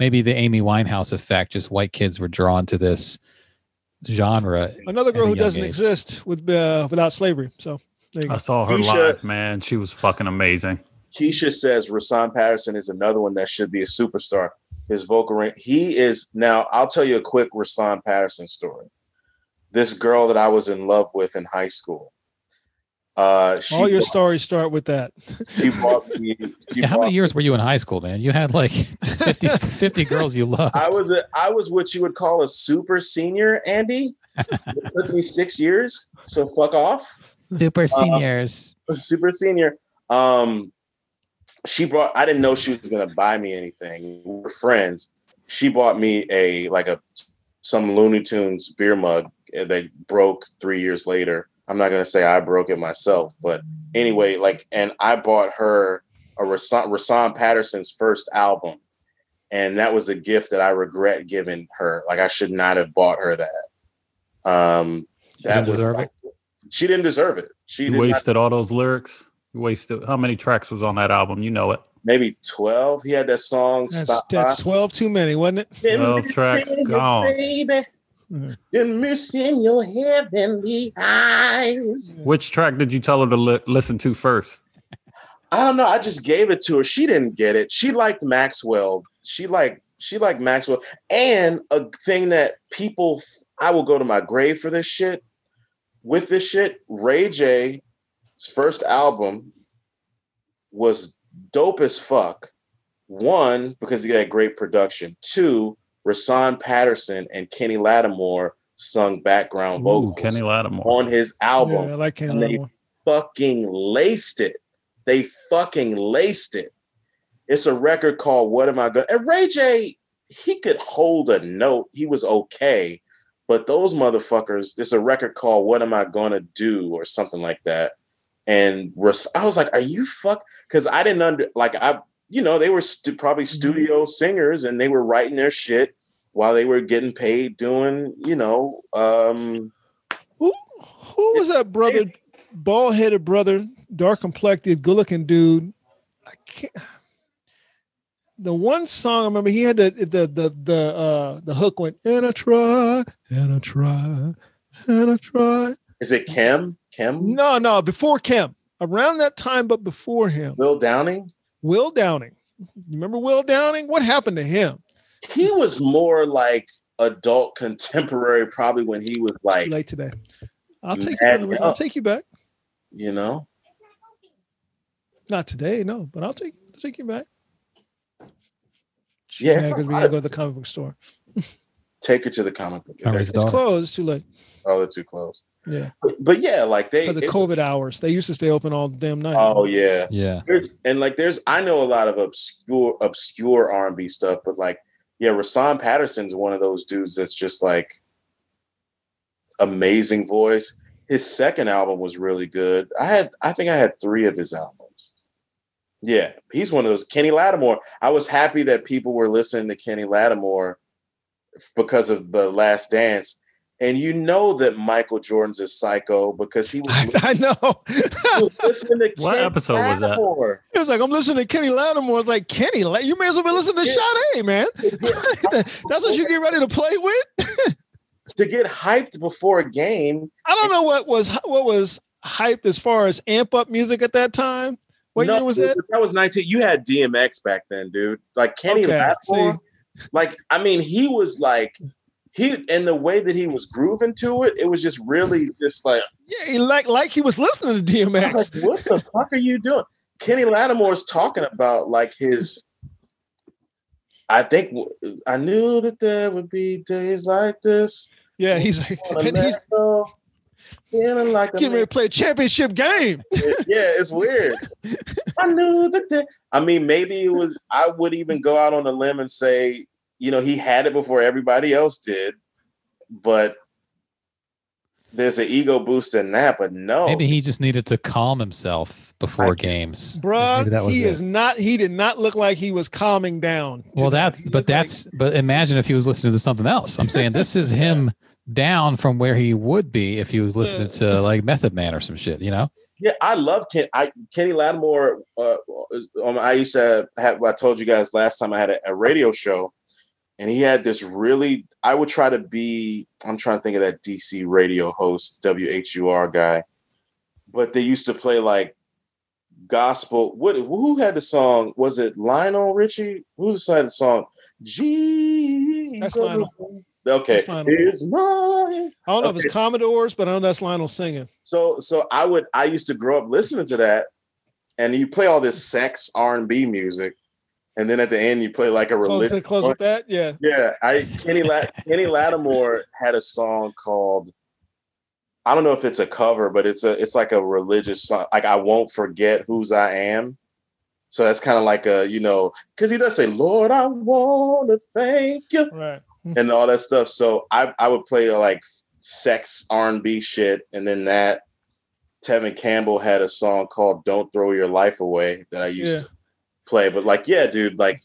Maybe the Amy Winehouse effect. Just white kids were drawn to this genre. another girl at a who young Uh, doesn't age. exist with uh, without slavery. So there you I go. saw her You live, should. man. She was fucking amazing. Keisha says Rasan Patterson is another one that should be a superstar. His vocal range, he is now. I'll tell you a quick Rasan Patterson story. This girl that I was in love with in high school. Uh, she All your was- stories start with that. She bought me. She Yeah, how bought- many years were you in high school, man? You had like 50, 50 girls you loved. I was a, I was what you would call a super senior, Andy. It took me six years, so fuck off, uh, super seniors. super senior. Um, she brought. I didn't know she was gonna buy me anything. We were friends. She bought me a like a some Looney Tunes beer mug that broke three years later. I'm not gonna say I broke it myself, but anyway, like, and I bought her a Rasan, Rasan Patterson's first album, and that was a gift that I regret giving her. Like, I should not have bought her that. Um, She didn't was- deserve it? She didn't deserve it. She You did not, wasted all those lyrics. You wasted how many tracks was on that album? You know it. maybe twelve. He had that song. That's, Stop. that's twelve too many, wasn't it? Been 12 missing tracks you, gone. baby. Mhm. Been missing your heavenly eyes. Which track did you tell her to li- listen to first? I don't know. I just gave it to her. She didn't get it. She liked Maxwell. She liked she liked Maxwell. And a thing that people, I will go to my grave for this shit. With this shit, Ray J's first album was dope as fuck. One because he had great production. Two, Rasan Patterson and Kenny Lattimore sung background Ooh, vocals Kenny Lattimore. on his album Yeah, I like Kenny And they- Lattimore. fucking laced it. They fucking laced it. It's a record called What Am I Gonna and Ray J, he could hold a note. He was okay. But those motherfuckers, it's a record called What Am I Gonna Do or something like that. And Ras- I was like, are you fuck? Because I didn't under like I, you know, they were stu- probably studio singers and they were writing their shit while they were getting paid doing, you know, um Who who was that brother? Bald headed brother, dark complected, good looking dude. I can't. The one song I remember, he had the the the the uh the hook went and I try and I try and I try. is it Kim? Kim? No, no, before Kim, around that time, but before him. Will Downing? Will Downing. You remember Will Downing? What happened to him? he was more like adult contemporary probably when he was like Late today. I'll take Mad you. I'll up. take you back. you know Not today, no, but I'll take I'll take you back. Yeah, it's a because we lot gotta of- go to the comic book store. Take her to the comic book. Congress They're- It's Daughter. closed. Too late. Oh, they're too close. Yeah, But, but yeah, like they. because of it- COVID hours. They used to stay open all damn night. oh yeah. Yeah. There's and like there's I know a lot of obscure obscure R and B stuff, but like yeah, Rasan Patterson's one of those dudes that's just like amazing voice. His second album was really good. I had I think I had three of his albums. Yeah, he's one of those Kenny Lattimore. I was happy that people were listening to Kenny Lattimore because of the Last Dance. And you know that Michael Jordan's a psycho because he was, I, I know. he was listening to What Kenny episode was that? Lattimore. He was like, I'm listening to Kenny Lattimore. It's like, Kenny, La- you may as well be listening to Yeah. Sade, man. That's what you get ready to play with. to get hyped before a game. I don't know what was what was hyped as far as amp up music at that time. What No, year was that? dude, That was 19. You had DMX back then, dude. Like Kenny Okay, Lattimore. Like, I mean, he was like he and the way that he was grooving to it, it was just really just like, Yeah, he like like he was listening to I was DMX. like what the fuck are you doing? Kenny Lattimore's talking about like his I think I knew that there would be days like this. Yeah, he's like On a and he's metro, feeling like a getting ready to play a championship game. yeah, it's weird. I knew that. The, I mean, maybe it was. I would even go out on a limb and say, you know, he had it before everybody else did, but there's an ego boost in that. But no, Maybe he just needed to calm himself Oh. I before guess. games. Bruh, Maybe that was he it. is not he did not look like he was calming down. Well, today. that's He but looked like- that's but imagine if he was listening to something else. I'm saying this is him down from where he would be if he was listening to like Method Man or some shit. You know, yeah, I love Ken. I, Kenny Lattimore. Uh, um, I used to have. I told you guys last time I had a, a radio show, and he had this really. I would try to be. I'm trying to think of that DC radio host, WHUR guy, but they used to play like gospel. What? Who had the song? Was it Lionel Richie? Who's the side of the song? Jesus. That's Lionel. Okay, That's Lionel. is mine. I don't know if okay. it's Commodores, but I know that's Lionel singing. So so I would I used to grow up listening to that, and you play all this sex R and B music, and then at the end you play like a Close, religious. to, close with that, yeah. Yeah, I Kenny La- Kenny Lattimore had a song called I don't know if it's a cover, but it's a it's like a religious song. Like I won't forget whose I am. So that's kind of like a you know because he does say Lord I want to thank you Right. and all that stuff. So I I would play like sex R and B shit, and then that Tevin Campbell had a song called "Don't Throw Your Life Away" that I used Yeah. to play. But like, yeah, dude, like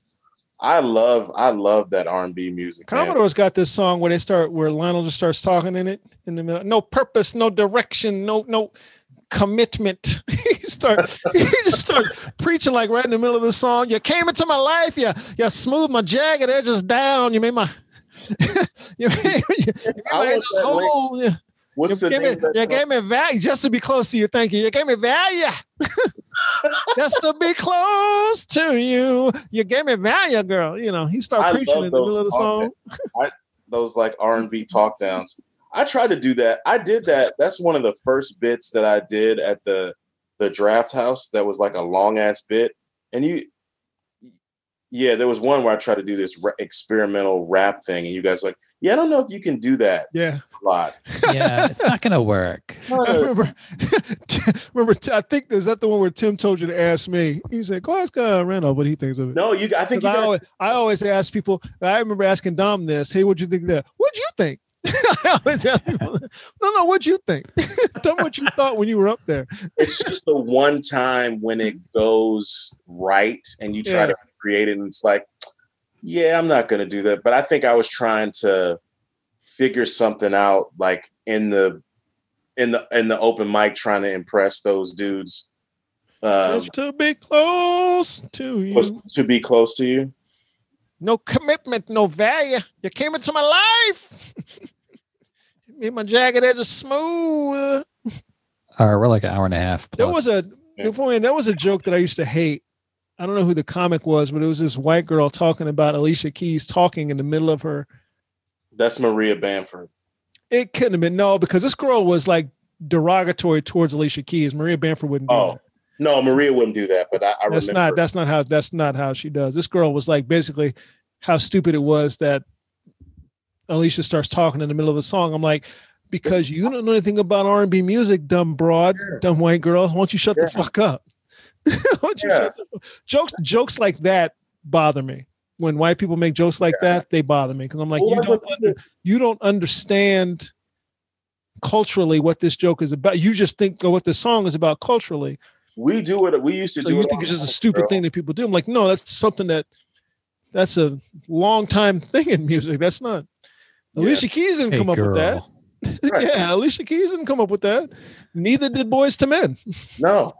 I love I love that R and B music. man. Commodore's got this song where they start where Lionel just starts talking in it in the middle. No purpose, no direction, no no commitment. he start he just start preaching like right in the middle of the song. You came into my life, you you smoothed my jagged edges down. You made my you made, you made I my want edges that link. whole. You, you What's the gave name? me, of that you song? gave me value just to be close to you. Thank you. You gave me value. just to be close to you. You gave me value, girl. You know, he starts I preaching love in the middle those of the talk song. Those like R and B talk downs. I tried to do that. I did that. That's one of the first bits that I did at the the draft house. That was like a long ass bit, and you. Yeah, there was one where I tried to do this ra- experimental rap thing, and you guys were like, "Yeah, I don't know if you can do that Yeah. a lot." yeah, it's not gonna work. I remember, remember. t- I think is that the one where Tim told you to ask me. He said, "Go ask uh, Randall what he thinks of it." No, you. I think 'Cause you I, guys, always, I always ask people. I remember asking Dom this. Hey, what'd you think of that? What'd you think? I always ask people. No, no. What'd you think? Tell me what you thought when you were up there. it's just the one time when it goes right, and you try Mm-hmm. Yeah. to create it, and it's like, "Yeah, I'm not going to do that." But I think I was trying to figure something out, like in the in the in the open mic, trying to impress those dudes. Um, Just to be close to was you. to be um, close to you. No commitment, no value. You came into my life. Made my jagged edges smooth. All right, we're like an hour and a half. There plus. was a Yeah. before we- there was a joke that I used to hate. I don't know who the comic was, but it was this white girl talking about Alicia Keys talking in the middle of her. That's Maria Bamford. It couldn't have been no, because this girl was like derogatory towards Alicia Keys. Maria Bamford wouldn't do Oh, that. No, Maria wouldn't do that, but I, I Mm-hmm. That's remember. not that's not how that's not how she does. This girl was like basically how stupid it was that Alicia starts talking in the middle of the song. I'm like, because you don't know anything about R&B music, dumb broad, Yeah. dumb white girl. Why don't you shut Yeah. the fuck up? Why don't you Yeah. shut the- jokes, jokes like that bother me. When white people make jokes like that, they bother me because I'm like, Well, you uh, that's don't, what under- you don't understand culturally what this joke is about. You just think of what the song is about culturally we do it. We used to so do you it. think all it's the just a time, stupid girl. thing that people do? I'm like, no, that's something that that's a long time thing in music. That's not Yeah. Alicia Keys didn't Hey, come up girl. with that. Right. yeah, Alicia Keys didn't come up with that. Neither did Boys to Men. No,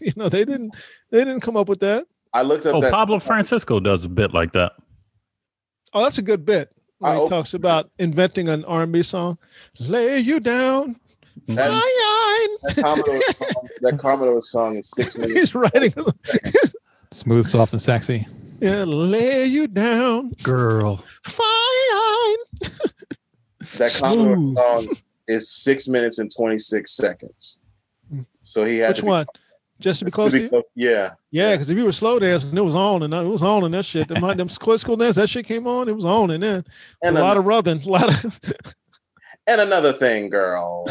you know, they didn't they didn't come up with that. I looked up Oh, that Pablo Francisco does a bit like that. Oh, that's a good bit. When I he op- talks about inventing an R&B song, lay you down, That- aye, that Commodore song. That Commodore song is six aye. minutes. He's writing, Smooth, soft, and sexy. yeah, lay you down, Girl. fine. That Commodore Smooth. song is six minutes and twenty six seconds. So he had Mm. Which to be- one? Just to be close to to be you? close- Yeah, Yeah, because if you were slow dancing, it was on and uh, it was on and that shit. Them, them square school dance, that shit came on. It was on and then and a lot another, of rubbing, a lot of. and another thing, girl.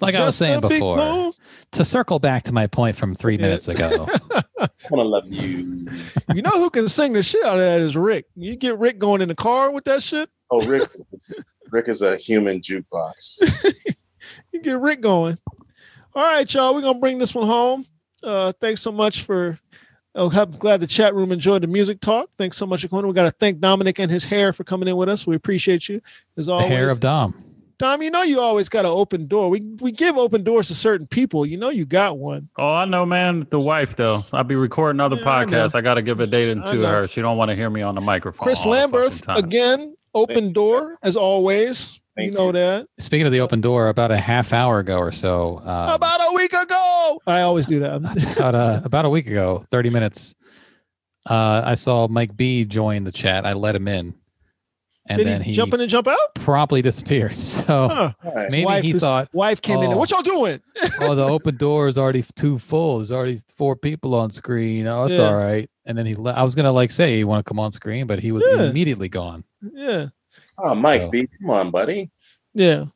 Like I was Just saying a big before, bone. to circle back to my point from three Yeah. minutes ago, I want to love you. you know who can sing the shit out of that is Rick. You get Rick going in the car with that shit. Oh, Rick. is- Rick is a human jukebox. You get Rick going. All right, y'all, we're gonna bring this one home. Uh, thanks so much for. Oh, I'm glad the chat room enjoyed the music talk. Thanks so much, Aquino. We got to thank Dominic and his hair for coming in with us. We appreciate you as the always. hair of Dom. Dom, you know you always got an open door. We we give open doors to certain people. You know you got one. Oh, I know, man. The wife, though. I'll be recording other Yeah, I know. podcasts. I, got to give a date and I two to know. her. She don't want to hear me on the microphone. Chris all the fucking Lambert time. again, open door as always. Thank you know you. that. Speaking of the open door, about a half hour ago or so, um, About a week ago, I always do that. about a, about a week ago, 30 minutes, uh, I saw Mike B join the chat. I let him in, and Did then he, he, jump in and jump out? promptly disappeared. So Huh. All right. maybe Wife he is- thought, Wife came in. Oh. and, What y'all doing? oh, the open door is already too full. There's already four people on screen. Oh, it's Yeah. all right. And then he, le- I was gonna like say, you want to come on screen, but he was Yeah. immediately gone. Yeah, Oh, Mike So- B, come on, buddy. yeah,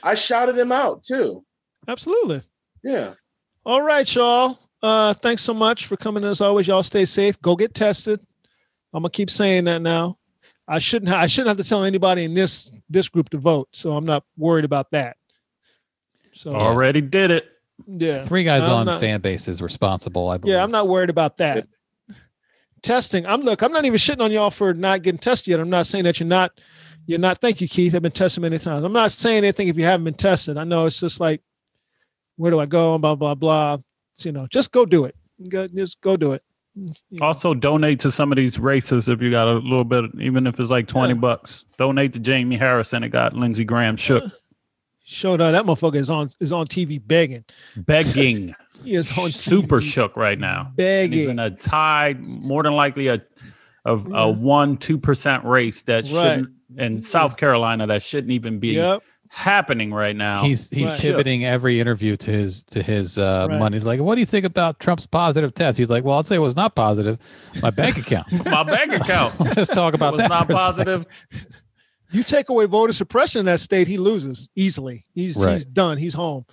I shouted him out too. absolutely. Yeah. All right, y'all. Uh, thanks so much for coming. As always, y'all stay safe. Go get tested. I'm gonna keep saying that now. I shouldn't. Ha- I shouldn't have to tell anybody in this this group to vote, so I'm not worried about that. So Already did it. yeah. Three guys I'm on not- fan base is responsible. I believe. Yeah, I'm not worried about that. Testing. I'm look. I'm not even shitting on y'all for not getting tested yet. I'm not saying that you're not. You're not. Thank you, Keith. I've been tested many times. I'm not saying anything if you haven't been tested. I know it's just like, where do I go? Blah blah blah. It's, you know, just go do it. Go, just go do it. You know. Also, donate to some of these races if you got a little bit, even if it's like 20 Yeah. bucks. Donate to Jamie Harris and it got Lindsey Graham shook. Showed up. That motherfucker is on is on TV begging. Begging. He is on super TV shook right now. And He's begging. in a tied, more than likely a of Yeah. a one two percent race Right. that shouldn't in South Carolina that shouldn't even be Yep. happening right now. He's he's Right. pivoting every interview to his to his uh, Right. money. Like, what do you think about Trump's positive test? He's like, well, I'll say it was not positive. My bank account. my bank account Let's talk about was that. not for a second. positive. You take away voter suppression in that state, he loses easily. He's he's Right. done. He's home.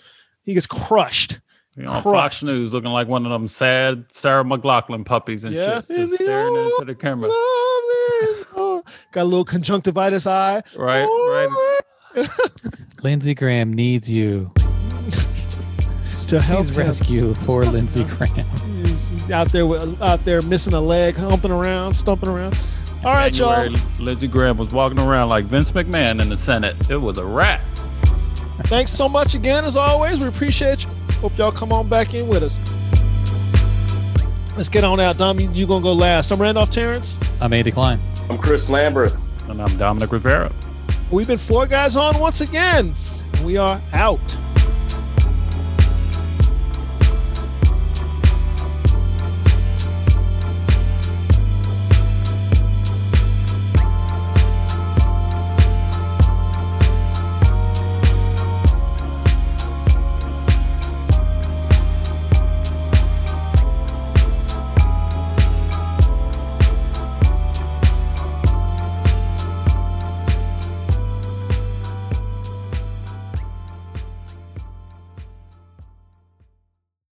He gets crushed. You know, on Crushed. Fox News looking like one of them sad Sarah McLaughlin puppies and Yeah. Oh, shit, just staring into the camera. Got a little conjunctivitis eye. Right, right. Lindsey Graham needs you. To help Please him. rescue poor Lindsey Graham. He's out there with, out there missing a leg, humping around, stumping around. All right, y'all. January, Lindsey Graham was walking around like Vince McMahon in the Senate. It was a rat. Thanks so much again, as always. We appreciate you. Hope y'all come on back in with us. Let's get on out, Dom. You, you gonna go last? I'm Randolph Terrence. I may decline. I'm Chris Lambert. And I'm Dominic Rivera. We've been four guys on once again. We are out.